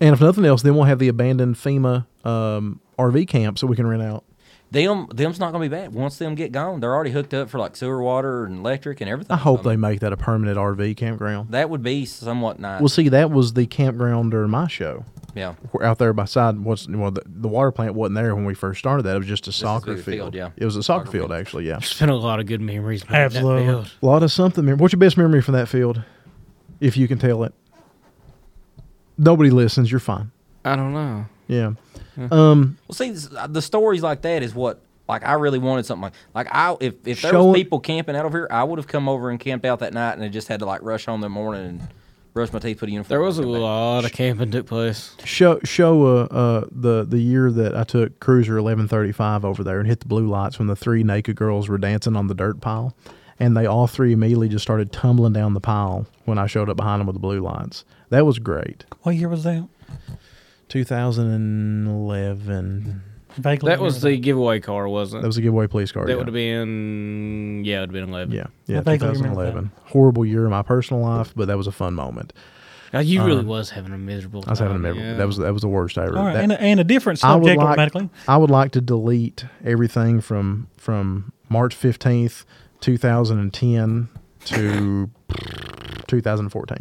Speaker 5: And if nothing else, then we'll have the abandoned FEMA um, RV camp so we can rent out.
Speaker 4: them them's not gonna be bad. Once them get gone, they're already hooked up for like sewer water and electric and everything.
Speaker 5: I hope
Speaker 4: mean,
Speaker 5: they make that a permanent RV campground.
Speaker 4: That would be somewhat nice.
Speaker 5: Well, see, that was the campground during my show.
Speaker 4: yeah.
Speaker 5: We're out there by side. What's well, the, the water plant wasn't there when we first started. That it was just a soccer
Speaker 4: bigger
Speaker 5: field.
Speaker 4: field, yeah.
Speaker 5: it was a soccer,
Speaker 4: Soccer
Speaker 5: field,
Speaker 4: field.
Speaker 5: actually. Yeah,
Speaker 2: It's been a lot of good memories. man, that
Speaker 3: Absolutely.
Speaker 2: field.
Speaker 5: a lot of something. mem- What's your best memory from that field, if you can tell it? Nobody listens. You're fine.
Speaker 2: I don't know.
Speaker 5: Yeah. Um.
Speaker 4: Well, see, this- uh, the stories like that is what like I really wanted something like like I if if there
Speaker 5: Show-
Speaker 4: was people camping out over here, I would have come over and camped out that night, and I just had to like rush home the morning and brush my teeth, put a uniform.
Speaker 2: There
Speaker 4: on,
Speaker 2: was a
Speaker 4: come back.
Speaker 2: lot of camping took place.
Speaker 5: Show show uh, uh the the year that I took Cruiser 1135 over there and hit the blue lights when the three naked girls were dancing on the dirt pile, and they all three immediately just started tumbling down the pile when I showed up behind them with the blue lights. That was great.
Speaker 3: What year was that?
Speaker 5: 2011.
Speaker 3: Vaguely
Speaker 2: That was the
Speaker 3: remember
Speaker 2: giveaway car, wasn't it?
Speaker 5: That was a giveaway police car.
Speaker 2: that
Speaker 5: yeah.
Speaker 2: would have been, yeah, it would have been 11.
Speaker 5: Yeah, yeah,
Speaker 3: I vaguely remember
Speaker 5: 2011. Horrible year in my personal life, but that was a fun moment.
Speaker 2: God, you really Uh, was having a miserable time.
Speaker 5: I was having a memory.
Speaker 2: yeah.
Speaker 5: That was that was the worst I ever.
Speaker 3: that. Oh, All right,
Speaker 5: that-
Speaker 3: and, uh, a, and a different
Speaker 5: I would
Speaker 3: subject
Speaker 5: like.
Speaker 3: automatically.
Speaker 5: I would like to delete everything from from March 15th, 2010 to 2014.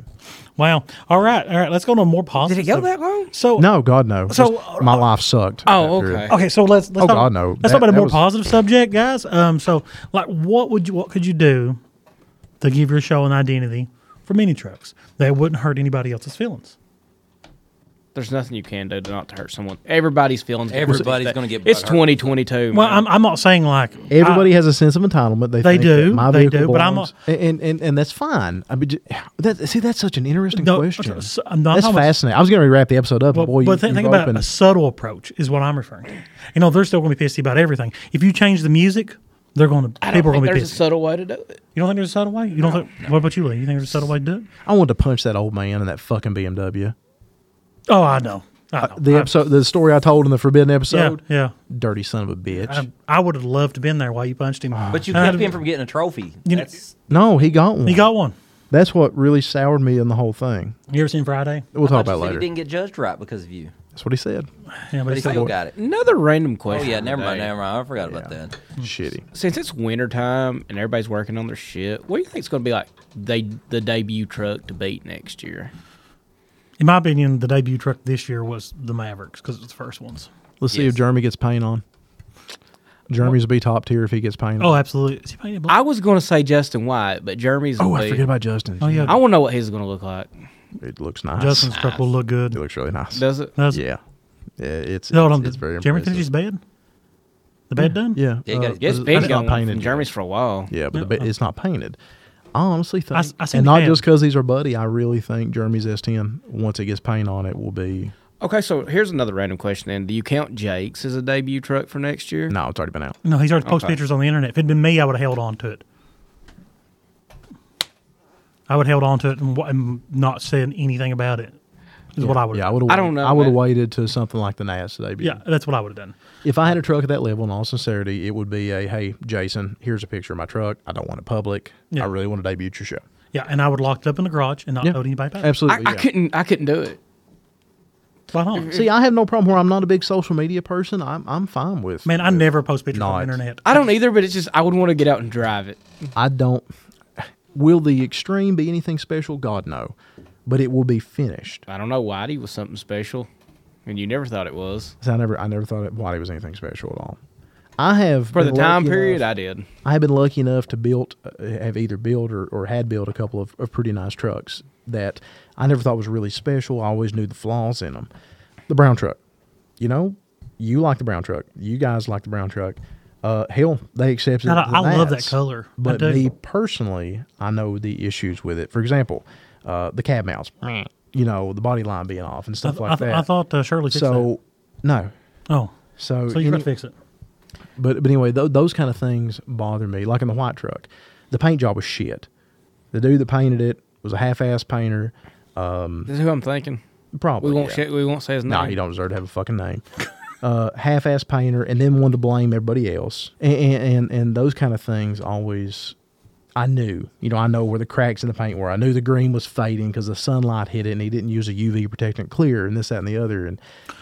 Speaker 3: Wow. All right. All right. Let's go to a more
Speaker 2: Did
Speaker 3: positive.
Speaker 2: it go
Speaker 3: subject.
Speaker 2: that long?
Speaker 3: So
Speaker 5: No, God no.
Speaker 3: So, uh,
Speaker 5: Just my life sucked.
Speaker 2: Oh,
Speaker 5: after it.
Speaker 2: okay.
Speaker 3: Okay, so let's let's
Speaker 5: Oh,
Speaker 3: talk,
Speaker 5: God, no.
Speaker 3: let's
Speaker 5: That-
Speaker 3: talk about a
Speaker 5: that
Speaker 3: more
Speaker 5: was-
Speaker 3: positive subject, guys. Um, so like, what would you what could you do to give your show an identity for mini trucks that wouldn't hurt anybody else's feelings?
Speaker 2: There's nothing you can do to not to hurt someone. Everybody's feelings. get-
Speaker 4: Everybody's gonna get
Speaker 2: It's
Speaker 4: butthurt.
Speaker 2: 2022.
Speaker 3: Well,
Speaker 2: man.
Speaker 3: I'm, I'm not saying like
Speaker 5: Everybody has a sense of entitlement. They,
Speaker 3: Uh, They
Speaker 5: think that
Speaker 3: do,
Speaker 5: My
Speaker 3: they
Speaker 5: vehicle
Speaker 3: do, but I'm a-
Speaker 5: belongs- and, and and and that's fine. I mean, ju- that see, that's such an interesting
Speaker 3: No,
Speaker 5: question.
Speaker 3: s- I'm not
Speaker 5: that's
Speaker 3: talking about-
Speaker 5: fascinating. I was going to wrap the episode up,
Speaker 3: But,
Speaker 5: but boy,
Speaker 3: but
Speaker 5: you,
Speaker 3: think,
Speaker 5: you've
Speaker 3: think about
Speaker 5: opened-
Speaker 3: a subtle approach is what I'm referring to. You know, they're still going to be pissy about everything. If you change the music, they're going to
Speaker 2: I don't
Speaker 3: people are
Speaker 2: think
Speaker 3: going to be
Speaker 2: there's a
Speaker 3: pissy.
Speaker 2: subtle way to do it.
Speaker 3: you don't think there's a subtle way? You don't think? What about you, Lee? You think there's a subtle way to do it?
Speaker 5: I wanted to punch that old man in that fucking BMW.
Speaker 3: Oh, I know. I know.
Speaker 5: Uh, The
Speaker 3: I-
Speaker 5: episode, the story I told in the forbidden
Speaker 3: Yeah,
Speaker 5: episode.
Speaker 3: yeah. Um,
Speaker 5: Dirty son of a bitch.
Speaker 3: I, I would have loved to been there while you punched him.
Speaker 4: But you
Speaker 3: And I'd
Speaker 4: kept
Speaker 3: have-
Speaker 4: him from getting a trophy.
Speaker 3: You know-
Speaker 4: That's,
Speaker 5: no, he got one.
Speaker 3: He got one.
Speaker 5: That's what really soured me in the whole thing.
Speaker 3: You ever seen Friday?
Speaker 5: We'll
Speaker 4: I
Speaker 5: talk
Speaker 4: thought you
Speaker 5: about it
Speaker 4: said
Speaker 5: later.
Speaker 4: He didn't get judged right because of you,
Speaker 5: That's what he said.
Speaker 3: Yeah,
Speaker 4: but he
Speaker 3: it's like-
Speaker 4: still got it.
Speaker 2: Another random
Speaker 4: Oh
Speaker 2: question.
Speaker 4: yeah, never mind,
Speaker 2: today.
Speaker 4: never mind. I forgot about
Speaker 5: Yeah.
Speaker 4: that.
Speaker 3: Hmm.
Speaker 5: Shitty.
Speaker 2: Since it's wintertime and everybody's working on their shit, what do you think's going to be like they, the debut truck to beat next year?
Speaker 3: in my opinion, the debut truck this year was the Mavericks because it's the first ones.
Speaker 5: Let's see if
Speaker 4: Yes.
Speaker 5: Jeremy gets paint on. Jeremy's will be top tier if he gets paint on.
Speaker 3: Oh, absolutely. Is he painted black?
Speaker 2: I was going to say Justin White, but Jeremy's.
Speaker 5: Oh,
Speaker 2: gonna
Speaker 5: I
Speaker 2: be-
Speaker 5: forget about Justin.
Speaker 3: Oh, yeah.
Speaker 2: I want to know what his is going to look like.
Speaker 5: It looks nice.
Speaker 3: Justin's truck will look good.
Speaker 5: It looks really nice.
Speaker 2: Does it?
Speaker 3: That's,
Speaker 5: yeah. Yeah, it's,
Speaker 3: Hold
Speaker 5: it's,
Speaker 3: on,
Speaker 5: it's very
Speaker 3: Jeremy
Speaker 5: impressive.
Speaker 3: finished his bed. The bed done?
Speaker 5: Yeah. Uh,
Speaker 4: Yeah, you gotta-
Speaker 2: Yes,
Speaker 5: but
Speaker 2: been
Speaker 5: it's not
Speaker 2: going from
Speaker 5: painted. yet.
Speaker 2: Jeremy's for a while.
Speaker 5: Yeah, but the
Speaker 3: Yeah.
Speaker 5: ba- it's not painted. I honestly think,
Speaker 3: I s- I seen
Speaker 5: and
Speaker 3: the
Speaker 5: not
Speaker 3: ad.
Speaker 5: just because these are buddy, I really think Jeremy's S10 once it gets paint on it will be.
Speaker 2: Okay, so here's another random question. Then, do you count Jake's as a debut truck for next year?
Speaker 5: No, it's already been out.
Speaker 3: No, he's already posted
Speaker 2: Okay.
Speaker 3: pictures on the internet. If it'd been me, I would have held on to it. I would have held on to it and, wa- and not said anything about it. Is what I would.
Speaker 5: Yeah, I would.
Speaker 2: I don't know,
Speaker 5: I would have
Speaker 2: man.
Speaker 5: waited to something like the NAS debut.
Speaker 3: Yeah, that's what I would have done.
Speaker 5: If I had a truck at that level, in all sincerity, it would be a hey, Jason, here's a picture of my truck. I don't want it public.
Speaker 3: Yeah.
Speaker 5: I really want to debut your show.
Speaker 3: Yeah, and I would have locked it up in the garage and not told anybody about it.
Speaker 2: I,
Speaker 5: absolutely.
Speaker 2: I
Speaker 5: yeah.
Speaker 2: couldn't. I couldn't do it.
Speaker 3: Right on.
Speaker 5: See, I have no problem where I'm not a big social media person. I'm I'm fine with.
Speaker 3: Man, I
Speaker 5: with-
Speaker 3: never post pictures
Speaker 5: Not.
Speaker 3: on the internet.
Speaker 2: I don't either, but it's just I would want to get out and drive it.
Speaker 5: I don't. Will the extreme be anything special? God no, but it will be finished.
Speaker 2: I don't know. Whitey was something special, and you never thought it was.
Speaker 5: 'Cause I never I never thought it, Whitey was anything special at all. I have
Speaker 2: For the
Speaker 5: been
Speaker 2: time
Speaker 5: lucky
Speaker 2: period,
Speaker 5: enough-
Speaker 2: I did.
Speaker 5: I have been lucky enough to build, uh, have either built or, or had built a couple of, of pretty nice trucks that I never thought was really special. I always knew the flaws in them. The brown truck, you know, you like the brown truck. You guys like the brown truck. Uh, hell, they accepted.
Speaker 3: No, no,
Speaker 5: it to
Speaker 3: I love that
Speaker 5: nats.
Speaker 3: color. I
Speaker 5: But
Speaker 3: do.
Speaker 5: me personally, I know the issues with it. For example, uh, the cab mounts, you know, the body line being off and
Speaker 3: I,
Speaker 5: stuff
Speaker 3: th- I,
Speaker 5: like
Speaker 3: th-
Speaker 5: that.
Speaker 3: I thought uh, Shirley fixed
Speaker 5: so. No,
Speaker 3: that. Oh,
Speaker 5: so,
Speaker 3: so you
Speaker 5: any-
Speaker 3: to fix it?
Speaker 5: but but anyway, th- those kind of things bother me. Like in the white truck, the paint job was shit. The dude that painted it was a half-ass painter. Hmm.
Speaker 2: This is who I'm thinking.
Speaker 5: Probably
Speaker 2: We won't.
Speaker 5: yeah.
Speaker 2: Say, we won't say his name.
Speaker 5: No, you don't deserve to have a fucking name. uh, half-ass painter, and then wanted to blame everybody else, and and, and and those kind of things always. I knew, you know, I know where the cracks in the paint were. I knew the green was fading because the sunlight hit it, and he didn't use a UV protectant clear, and this, that, and the other, and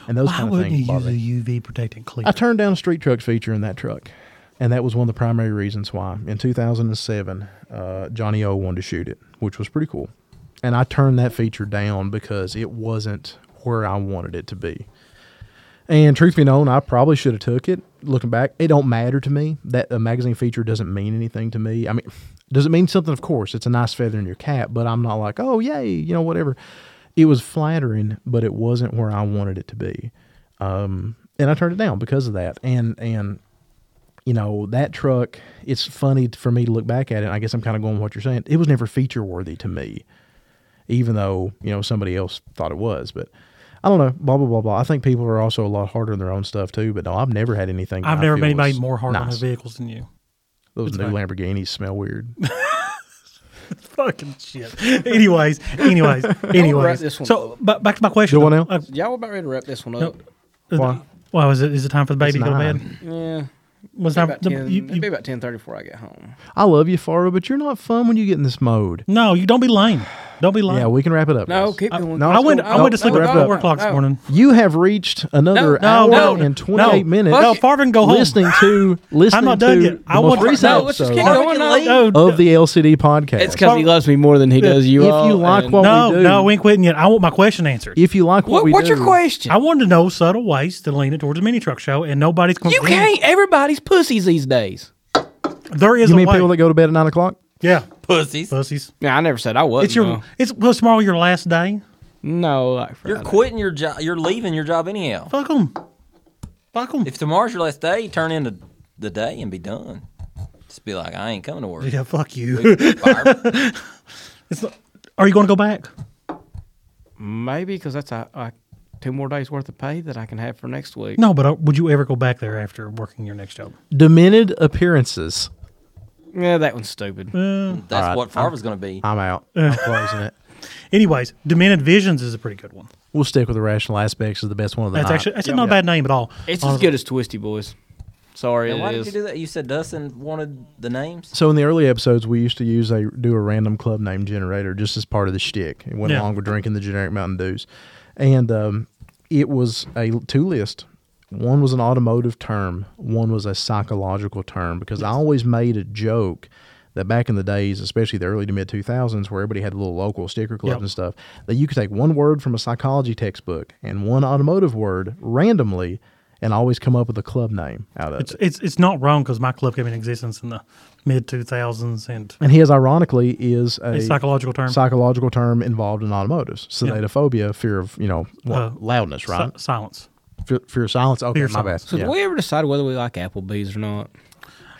Speaker 5: and those
Speaker 3: Why
Speaker 5: kind of
Speaker 3: wouldn't
Speaker 5: things.
Speaker 3: you
Speaker 5: bother me.
Speaker 3: use a UV protectant clear?
Speaker 5: I turned down a street truck feature in that truck, and that was one of the primary reasons why. In 2007, uh, Johnny O wanted to shoot it, which was pretty cool. And I turned that feature down because it wasn't where I wanted it to be. And truth be known, I probably should have took it. Looking back, it don't matter to me. That a magazine feature doesn't mean anything to me. I mean, does it mean something? Of course, it's a nice feather in your cap, but I'm not like, oh yay, you know, whatever. It was flattering, but it wasn't where I wanted it to be. Um, and I turned it down because of that. And and you know that truck. It's funny for me to look back at it. and I guess I'm kind of going with what you're saying. It was never feature worthy to me even though you know somebody else thought it was. But I don't know, blah blah blah blah. I think people are also a lot harder on their own stuff too. But no, I've never had anything. that
Speaker 3: I've
Speaker 5: I
Speaker 3: never
Speaker 5: feel
Speaker 3: made anybody
Speaker 5: was
Speaker 3: more hard on
Speaker 5: nice.
Speaker 3: their vehicles than you.
Speaker 5: Those new Lamborghinis smell weird.
Speaker 3: fucking shit. Anyways, anyways, anyways.
Speaker 2: this one
Speaker 3: so, but back to my question. Uh,
Speaker 5: Do one
Speaker 3: though.
Speaker 5: now?
Speaker 2: Y'all about ready to wrap this one up?
Speaker 3: Nope.
Speaker 5: Why?
Speaker 3: Well, is it is it time for the baby to go to
Speaker 5: nine.
Speaker 3: bed?
Speaker 2: Yeah.
Speaker 3: Was
Speaker 2: Be
Speaker 3: time,
Speaker 2: about
Speaker 3: Um, the-
Speaker 2: 10,
Speaker 3: you- you-
Speaker 2: it'd be about ten thirty before I get home.
Speaker 5: I love you, Farva, but you're not fun when you get in this mode.
Speaker 3: no, you don't be lame. Don't be lame.
Speaker 5: Yeah, we can wrap it up.
Speaker 2: No,
Speaker 5: guys.
Speaker 2: keep going.
Speaker 5: no,
Speaker 3: I
Speaker 5: let's
Speaker 3: went.
Speaker 5: go-
Speaker 3: I went to
Speaker 5: no,
Speaker 3: sleep at
Speaker 5: wrap it
Speaker 3: about
Speaker 5: up.
Speaker 3: four o'clock
Speaker 2: No.
Speaker 3: this morning.
Speaker 5: You have reached another
Speaker 2: No,
Speaker 5: hour
Speaker 2: no,
Speaker 5: and
Speaker 3: no, no.
Speaker 5: 28 minutes.
Speaker 3: No, Farvin, go home.
Speaker 5: Listening to listening
Speaker 3: I'm not done
Speaker 5: to
Speaker 3: yet. I
Speaker 5: the
Speaker 3: want-
Speaker 5: most recent
Speaker 3: No,
Speaker 2: let's just
Speaker 5: episode
Speaker 2: keep going.
Speaker 3: No,
Speaker 5: of the LCD podcast.
Speaker 2: It's because he loves me more than he does you.
Speaker 5: If
Speaker 2: all,
Speaker 5: you like
Speaker 2: and-
Speaker 5: what-
Speaker 3: no,
Speaker 5: we do.
Speaker 3: no, we ain't quitting yet. I want my question answered.
Speaker 5: if you like what,
Speaker 2: what,
Speaker 5: we
Speaker 2: what's
Speaker 5: do,
Speaker 2: your question?
Speaker 3: I wanted to know subtle ways to lean it towards the mini truck show, and nobody's
Speaker 2: you
Speaker 3: complaining.
Speaker 2: can't. Everybody's pussies these days.
Speaker 3: There is
Speaker 5: You
Speaker 3: a
Speaker 5: mean
Speaker 3: way.
Speaker 5: people that go to bed at nine o'clock?
Speaker 3: yeah,
Speaker 4: Pussies.
Speaker 3: pussies.
Speaker 2: Yeah, I never said I wasn't.
Speaker 3: It's your.
Speaker 2: though.
Speaker 3: It's well, tomorrow your last day.
Speaker 2: No, like Friday.
Speaker 4: You're quitting your job. You're leaving your job anyhow.
Speaker 3: Fuck them. Fuck them.
Speaker 4: If tomorrow's your last day, turn in the, the day and be done. Just be like, I ain't coming to work.
Speaker 3: Yeah, fuck you.
Speaker 4: Fire me.
Speaker 3: It's not, are you going to go back?
Speaker 2: Maybe because that's a, a two more days worth of pay that I can have for next week.
Speaker 3: No, but uh, would you ever go back there after working your next job?
Speaker 5: Demented appearances.
Speaker 2: Yeah, that one's stupid.
Speaker 4: That's what Farva's going to be.
Speaker 5: I'm out. I'm closing it.
Speaker 3: Anyways, Demented Visions is a pretty good one.
Speaker 5: We'll stick with the rational aspects. Is the best one of the
Speaker 3: That's
Speaker 5: night.
Speaker 3: actually that's not a bad name at all.
Speaker 2: It's as good as Twisty Boys. Sorry,
Speaker 4: Now,
Speaker 2: it
Speaker 4: why did
Speaker 2: is.
Speaker 4: you do that? You said Dustin wanted the names.
Speaker 5: So in the early episodes, we used to use a do a random club name generator just as part of the shtick. It went
Speaker 3: Yeah.
Speaker 5: along with drinking the generic Mountain Dews, and um, it was a two list. One was an automotive term. One was a psychological term because I always made a joke that back in the days, especially the early to mid two thousands, where everybody had little local sticker clubs
Speaker 3: Yep.
Speaker 5: and stuff, that you could take one word from a psychology textbook and one automotive word randomly, and always come up with a club name out of it.
Speaker 3: It's it's it's not wrong because my club came in existence in the mid two thousands and
Speaker 5: And his ironically is a,
Speaker 3: a psychological term
Speaker 5: psychological term involved in automotives.
Speaker 3: Yeah.
Speaker 5: Sedaphobia, fear of you know what,
Speaker 3: Uh,
Speaker 5: loudness,
Speaker 3: si-
Speaker 5: right?
Speaker 3: silence.
Speaker 5: fear, fear of silence. Okay,
Speaker 3: Fear of
Speaker 5: my
Speaker 3: silence.
Speaker 2: So
Speaker 5: bad.
Speaker 2: did
Speaker 5: Yeah.
Speaker 2: we ever decide whether we like Applebee's or not?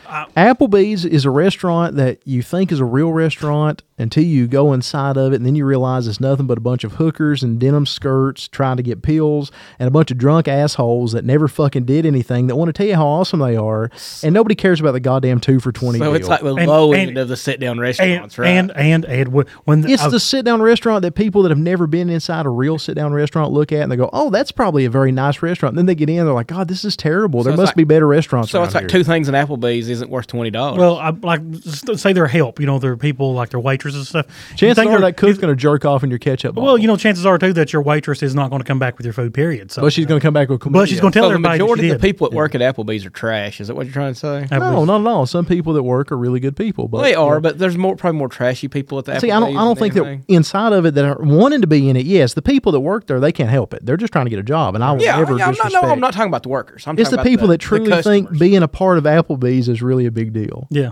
Speaker 5: Applebee's is a restaurant that you think is a real restaurant until you go inside of it, and then you realize it's nothing but a bunch of hookers in denim skirts trying to get pills, and a bunch of drunk assholes that never fucking did anything that want to tell you how awesome they are, and nobody cares about the goddamn two for twenty.
Speaker 2: So it's
Speaker 5: deal.
Speaker 2: like the
Speaker 3: And-
Speaker 2: low
Speaker 3: and-
Speaker 2: end of the sit down
Speaker 3: And,
Speaker 2: restaurants, right?
Speaker 3: and and and wh- when
Speaker 5: It's
Speaker 3: I-
Speaker 5: the sit down restaurant that people that have never been inside a real sit down restaurant look at and they go, "Oh, that's probably a very nice restaurant." And then they get in, they're like, "God, this is terrible. there
Speaker 2: it's
Speaker 5: must
Speaker 2: like-
Speaker 5: be better restaurants."
Speaker 2: so it's
Speaker 5: around
Speaker 2: like
Speaker 5: here."
Speaker 2: two things in Applebee's isn't worth twenty dollars.
Speaker 3: well, I, like s- say they're help. You know, they're people like their waitresses and stuff. You
Speaker 5: Chance
Speaker 3: think
Speaker 5: are
Speaker 3: they're-
Speaker 5: that cook's going to jerk off in your ketchup.
Speaker 3: Well, you know, chances are too that your waitress is not going to come back with your food. Period. So,
Speaker 5: but she's going to come back with.
Speaker 3: But she's going to
Speaker 2: so
Speaker 3: tell
Speaker 2: the
Speaker 3: everybody. that she
Speaker 2: majority of the
Speaker 3: did.
Speaker 2: people that work at Applebee's are trash. Is that what you're trying to say?
Speaker 3: Have
Speaker 5: No,
Speaker 3: we-
Speaker 5: not at all. Some people that work are really good people, but
Speaker 2: They are, but there's more probably more trashy people at the
Speaker 5: See,
Speaker 2: Applebee's.
Speaker 5: I don't. I don't
Speaker 2: than
Speaker 5: think
Speaker 2: anything.
Speaker 5: that inside of it that are wanting to be in it. Yes, the people that work there, they can't help it. They're just trying to get a job, and I will
Speaker 2: Yeah,
Speaker 5: never
Speaker 2: yeah, no,
Speaker 5: disrespect.
Speaker 2: no, I'm not talking about the workers. I'm
Speaker 5: It's
Speaker 2: talking
Speaker 5: the
Speaker 2: about
Speaker 5: people
Speaker 2: the-
Speaker 5: that
Speaker 2: the
Speaker 5: truly think
Speaker 2: customers.
Speaker 5: being a part of Applebee's is really a big deal.
Speaker 3: Yeah,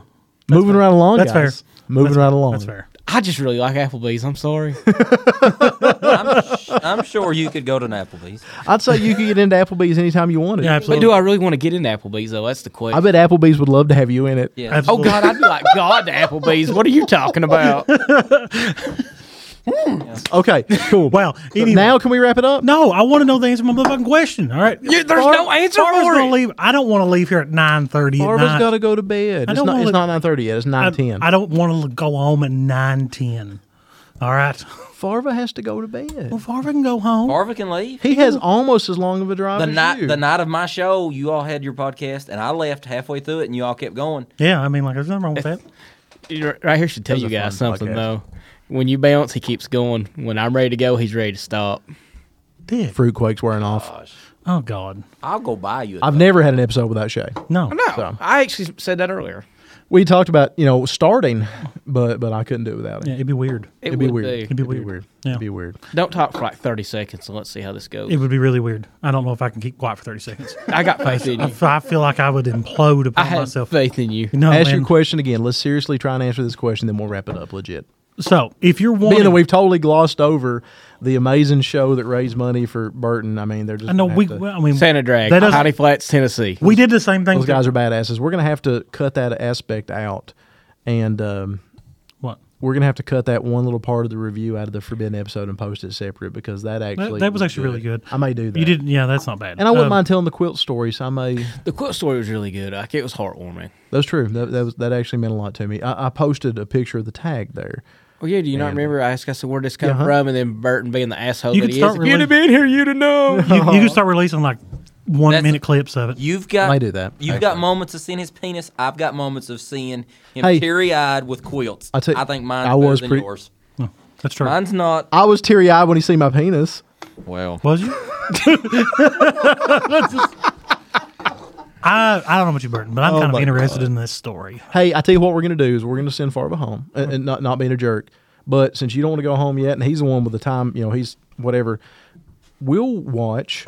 Speaker 5: Moving right along,
Speaker 3: that's fair.
Speaker 5: guys. Moving right along.
Speaker 3: that's fair.
Speaker 2: I just really like Applebee's. I'm sorry.
Speaker 4: I'm, sh- I'm sure you could go to an Applebee's.
Speaker 5: I'd say you could get into Applebee's anytime you wanted.
Speaker 3: Yeah,
Speaker 2: but
Speaker 3: absolutely.
Speaker 2: do I really want to get into Applebee's though? That's the question.
Speaker 5: I bet Applebee's would love to have you in it.
Speaker 4: Yeah.
Speaker 2: Oh
Speaker 3: Absolutely.
Speaker 2: God, I'd be like, God, the Applebee's. What are you talking about?
Speaker 5: Okay, cool.
Speaker 3: Wow. Anyway.
Speaker 5: Now can we wrap it up?
Speaker 3: No, I want to know the answer to my motherfucking question. All right.
Speaker 2: You- there's no answer
Speaker 3: Barbara's
Speaker 2: for
Speaker 3: gonna
Speaker 2: it.
Speaker 3: Leave. I don't want to leave here at nine thirty.
Speaker 5: Barbara's got to go to bed.
Speaker 3: I
Speaker 5: It's
Speaker 3: don't
Speaker 5: not,
Speaker 3: wanna-
Speaker 5: it's not nine thirty yet. It's
Speaker 3: I,
Speaker 5: nine ten.
Speaker 3: I don't want to go home at nine ten. All right.
Speaker 5: Farva has to go to bed.
Speaker 3: Barbara can go home.
Speaker 4: Farva can leave.
Speaker 5: He has almost as long of a drive
Speaker 4: The
Speaker 5: as
Speaker 4: night,
Speaker 5: you.
Speaker 4: the night of my show, you all had your podcast, and I left halfway through it, and you all kept going.
Speaker 3: Yeah, I mean, like, there's nothing wrong with that.
Speaker 2: You're- Right here should tell
Speaker 5: That was
Speaker 2: you
Speaker 5: a
Speaker 2: guys
Speaker 5: fun
Speaker 2: something
Speaker 5: podcast.
Speaker 2: though. When you bounce, he keeps going. When I'm ready to go, he's ready to stop.
Speaker 3: Dick.
Speaker 5: Fruit quake's wearing off.
Speaker 3: Oh God.
Speaker 4: I'll go buy you. a
Speaker 5: I've never had an episode without Shay.
Speaker 3: No.
Speaker 2: No, I actually said that earlier.
Speaker 5: We talked about you know starting, but but I couldn't do it without
Speaker 3: Yeah,
Speaker 5: him.
Speaker 3: it'd be weird.
Speaker 2: It
Speaker 5: It'd be
Speaker 2: would
Speaker 5: weird.
Speaker 2: be.
Speaker 5: It'd be
Speaker 3: weird.
Speaker 5: weird.
Speaker 3: Yeah.
Speaker 5: It'd be weird.
Speaker 2: Don't talk for like 30 seconds. and Let's see how this goes.
Speaker 3: It would be really weird. I don't know if I can keep quiet for thirty seconds.
Speaker 2: I got faith in you.
Speaker 3: If I feel like I would implode
Speaker 2: I
Speaker 3: upon
Speaker 2: had
Speaker 3: myself.
Speaker 2: faith in you.
Speaker 3: No,
Speaker 5: Ask
Speaker 3: man.
Speaker 5: your question again. Let's seriously try and answer this question, then we'll wrap it up. Legit.
Speaker 3: So, if you're
Speaker 5: Being that
Speaker 3: wanting,
Speaker 5: we've totally glossed over the amazing show that raised money for Burton. I mean, they're just.
Speaker 3: I know
Speaker 5: gonna
Speaker 3: we.
Speaker 5: have to-
Speaker 3: well, I mean,
Speaker 2: Santa Drag,
Speaker 3: That doesn't-
Speaker 2: Tiny Flats, Tennessee.
Speaker 3: we did the same thing.
Speaker 5: those guys are badasses. We're gonna have to cut that aspect out, and um,
Speaker 3: What?
Speaker 5: we're gonna have to cut that one little part of the review out of the forbidden episode and post it separate because that
Speaker 3: That,
Speaker 5: actually
Speaker 3: that was
Speaker 5: was
Speaker 3: actually really good.
Speaker 5: I may do that.
Speaker 3: You didn't. Yeah, that's not bad.
Speaker 5: and I wouldn't
Speaker 3: Um,
Speaker 5: mind telling the quilt story. So I may.
Speaker 2: The quilt story was really good. Like, it was heartwarming.
Speaker 5: That's true. That that, was, that actually meant a lot to me. I, I posted a picture of the tag there.
Speaker 2: Oh yeah, do you not
Speaker 5: And-
Speaker 2: remember? I asked, I said, where this come
Speaker 5: Uh-huh.
Speaker 2: from? And then Burton being the asshole
Speaker 3: You
Speaker 2: that
Speaker 3: could
Speaker 2: he is.
Speaker 3: start
Speaker 2: If you'd have been here, you'd have known.
Speaker 3: You,
Speaker 5: Uh-huh.
Speaker 3: you can start releasing like one
Speaker 4: That's-
Speaker 3: minute clips of it.
Speaker 4: You've got.
Speaker 5: I do that,
Speaker 4: You've got moments of seeing his penis. I've got moments of seeing him
Speaker 5: Hey.
Speaker 4: teary-eyed with quilts.
Speaker 5: I tell you,
Speaker 4: think mine's
Speaker 5: I
Speaker 4: better
Speaker 5: was
Speaker 4: than
Speaker 5: pre-
Speaker 4: yours.
Speaker 3: That's true.
Speaker 4: Mine's not.
Speaker 5: I was teary eyed when he seen my penis.
Speaker 4: Well,
Speaker 3: Was you? I I don't know about you, Burton, but I'm kind of
Speaker 5: Oh my
Speaker 3: interested in this story.
Speaker 5: Hey, I tell you what we're gonna do is we're gonna send Farva home and, and not not being a jerk. But since you don't want to go home yet, and he's the one with the time, you know, he's whatever. We'll watch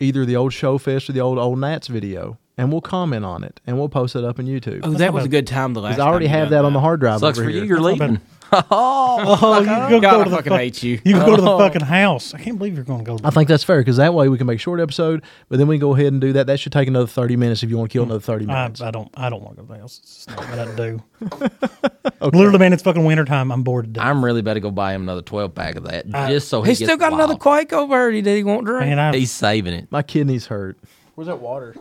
Speaker 5: either the old show fest or the old old Nats video, and we'll comment on it, and we'll post it up on YouTube.
Speaker 2: Oh, that was a good time. The last
Speaker 5: I already
Speaker 2: time you
Speaker 5: have
Speaker 2: done
Speaker 5: that on the hard drive.
Speaker 4: sucks
Speaker 5: over
Speaker 4: for you.
Speaker 5: here.
Speaker 4: You're leaving.
Speaker 3: Oh, you go,
Speaker 2: God,
Speaker 3: go
Speaker 2: I
Speaker 3: to the
Speaker 2: fucking
Speaker 3: fuck-
Speaker 2: hate you.
Speaker 3: You go to the fucking house. I can't believe you're going to go.
Speaker 5: I think that's fair because that way we can make a short episode, but then we can go ahead and do that. That should take another 30 minutes if you want to kill another 30
Speaker 3: I,
Speaker 5: minutes.
Speaker 3: Mm. I don't. I don't want to go to the house. It's not what I do. Literally, man, it's fucking winter time. I'm bored to death.
Speaker 4: I'm really about to go buy him another 12 pack of that
Speaker 3: I-
Speaker 4: just so
Speaker 2: Uh,
Speaker 4: he
Speaker 2: He's
Speaker 4: gets
Speaker 2: still got another
Speaker 4: wild.
Speaker 2: Quaco Verde that he won't drink.
Speaker 3: Man, I,
Speaker 4: He's saving it.
Speaker 5: My kidneys hurt. Where's that water?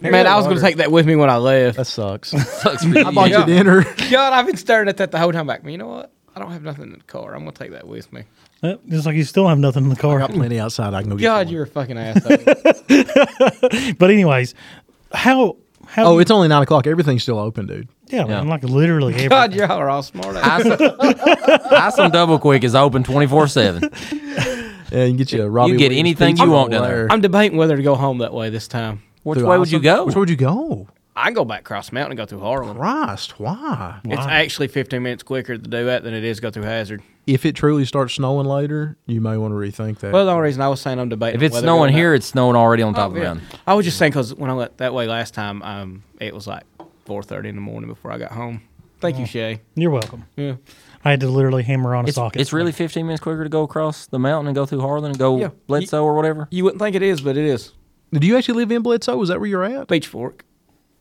Speaker 2: Man, I was going to take that with me when I left.
Speaker 5: That sucks.
Speaker 4: Sucks for you.
Speaker 5: I bought you dinner.
Speaker 2: God, I've been staring at that the whole time. Like, you know what? I don't have nothing in the car. I'm going to take that with me.
Speaker 3: uh, just like you still have nothing in the car.
Speaker 5: Got plenty outside. I can go get.
Speaker 2: God,
Speaker 5: one.
Speaker 2: you're a fucking asshole.
Speaker 3: But anyways, how? How?
Speaker 5: Oh, it's only nine o'clock. Everything's still open, dude.
Speaker 3: yeah, Man, like literally. Everything.
Speaker 2: God, y'all are all smart. ass.
Speaker 4: Isom Double Quick is open 24 7.
Speaker 5: Yeah, you can get you a Robbie.
Speaker 4: get
Speaker 5: Williams
Speaker 4: anything
Speaker 5: pizza
Speaker 4: you
Speaker 5: or
Speaker 4: want down
Speaker 5: whatever.
Speaker 4: there.
Speaker 2: I'm debating whether to go home that way this time.
Speaker 4: Which
Speaker 5: Through
Speaker 4: way would you
Speaker 5: Isom?
Speaker 4: go?
Speaker 5: Which way would you go?
Speaker 2: I can go back cross mountain and go through Harlan.
Speaker 5: Christ, why?
Speaker 2: It's actually 15 minutes quicker to do that than it is go through Hazard.
Speaker 5: If it truly starts snowing later, you may want to rethink that.
Speaker 2: Well, the only reason I was saying I'm debating
Speaker 4: If it's
Speaker 2: whether to go
Speaker 4: snowing
Speaker 2: back-
Speaker 4: here, it's snowing already on top of the
Speaker 2: Yeah.
Speaker 4: mountain.
Speaker 2: I was just saying because when I went that way last time, um, it was like 4:30 in the morning before I got home. Thank you, Shay.
Speaker 3: You're welcome.
Speaker 2: Yeah.
Speaker 3: I had to literally hammer on a
Speaker 4: It's,
Speaker 3: socket.
Speaker 4: it's really 15 minutes quicker to go across the mountain and go through Harlan and go
Speaker 2: Yeah.
Speaker 4: Bledsoe or whatever.
Speaker 2: You wouldn't think it is, but it is.
Speaker 5: do you actually live in Bledsoe? Is that where you're at?
Speaker 2: Beach Fork.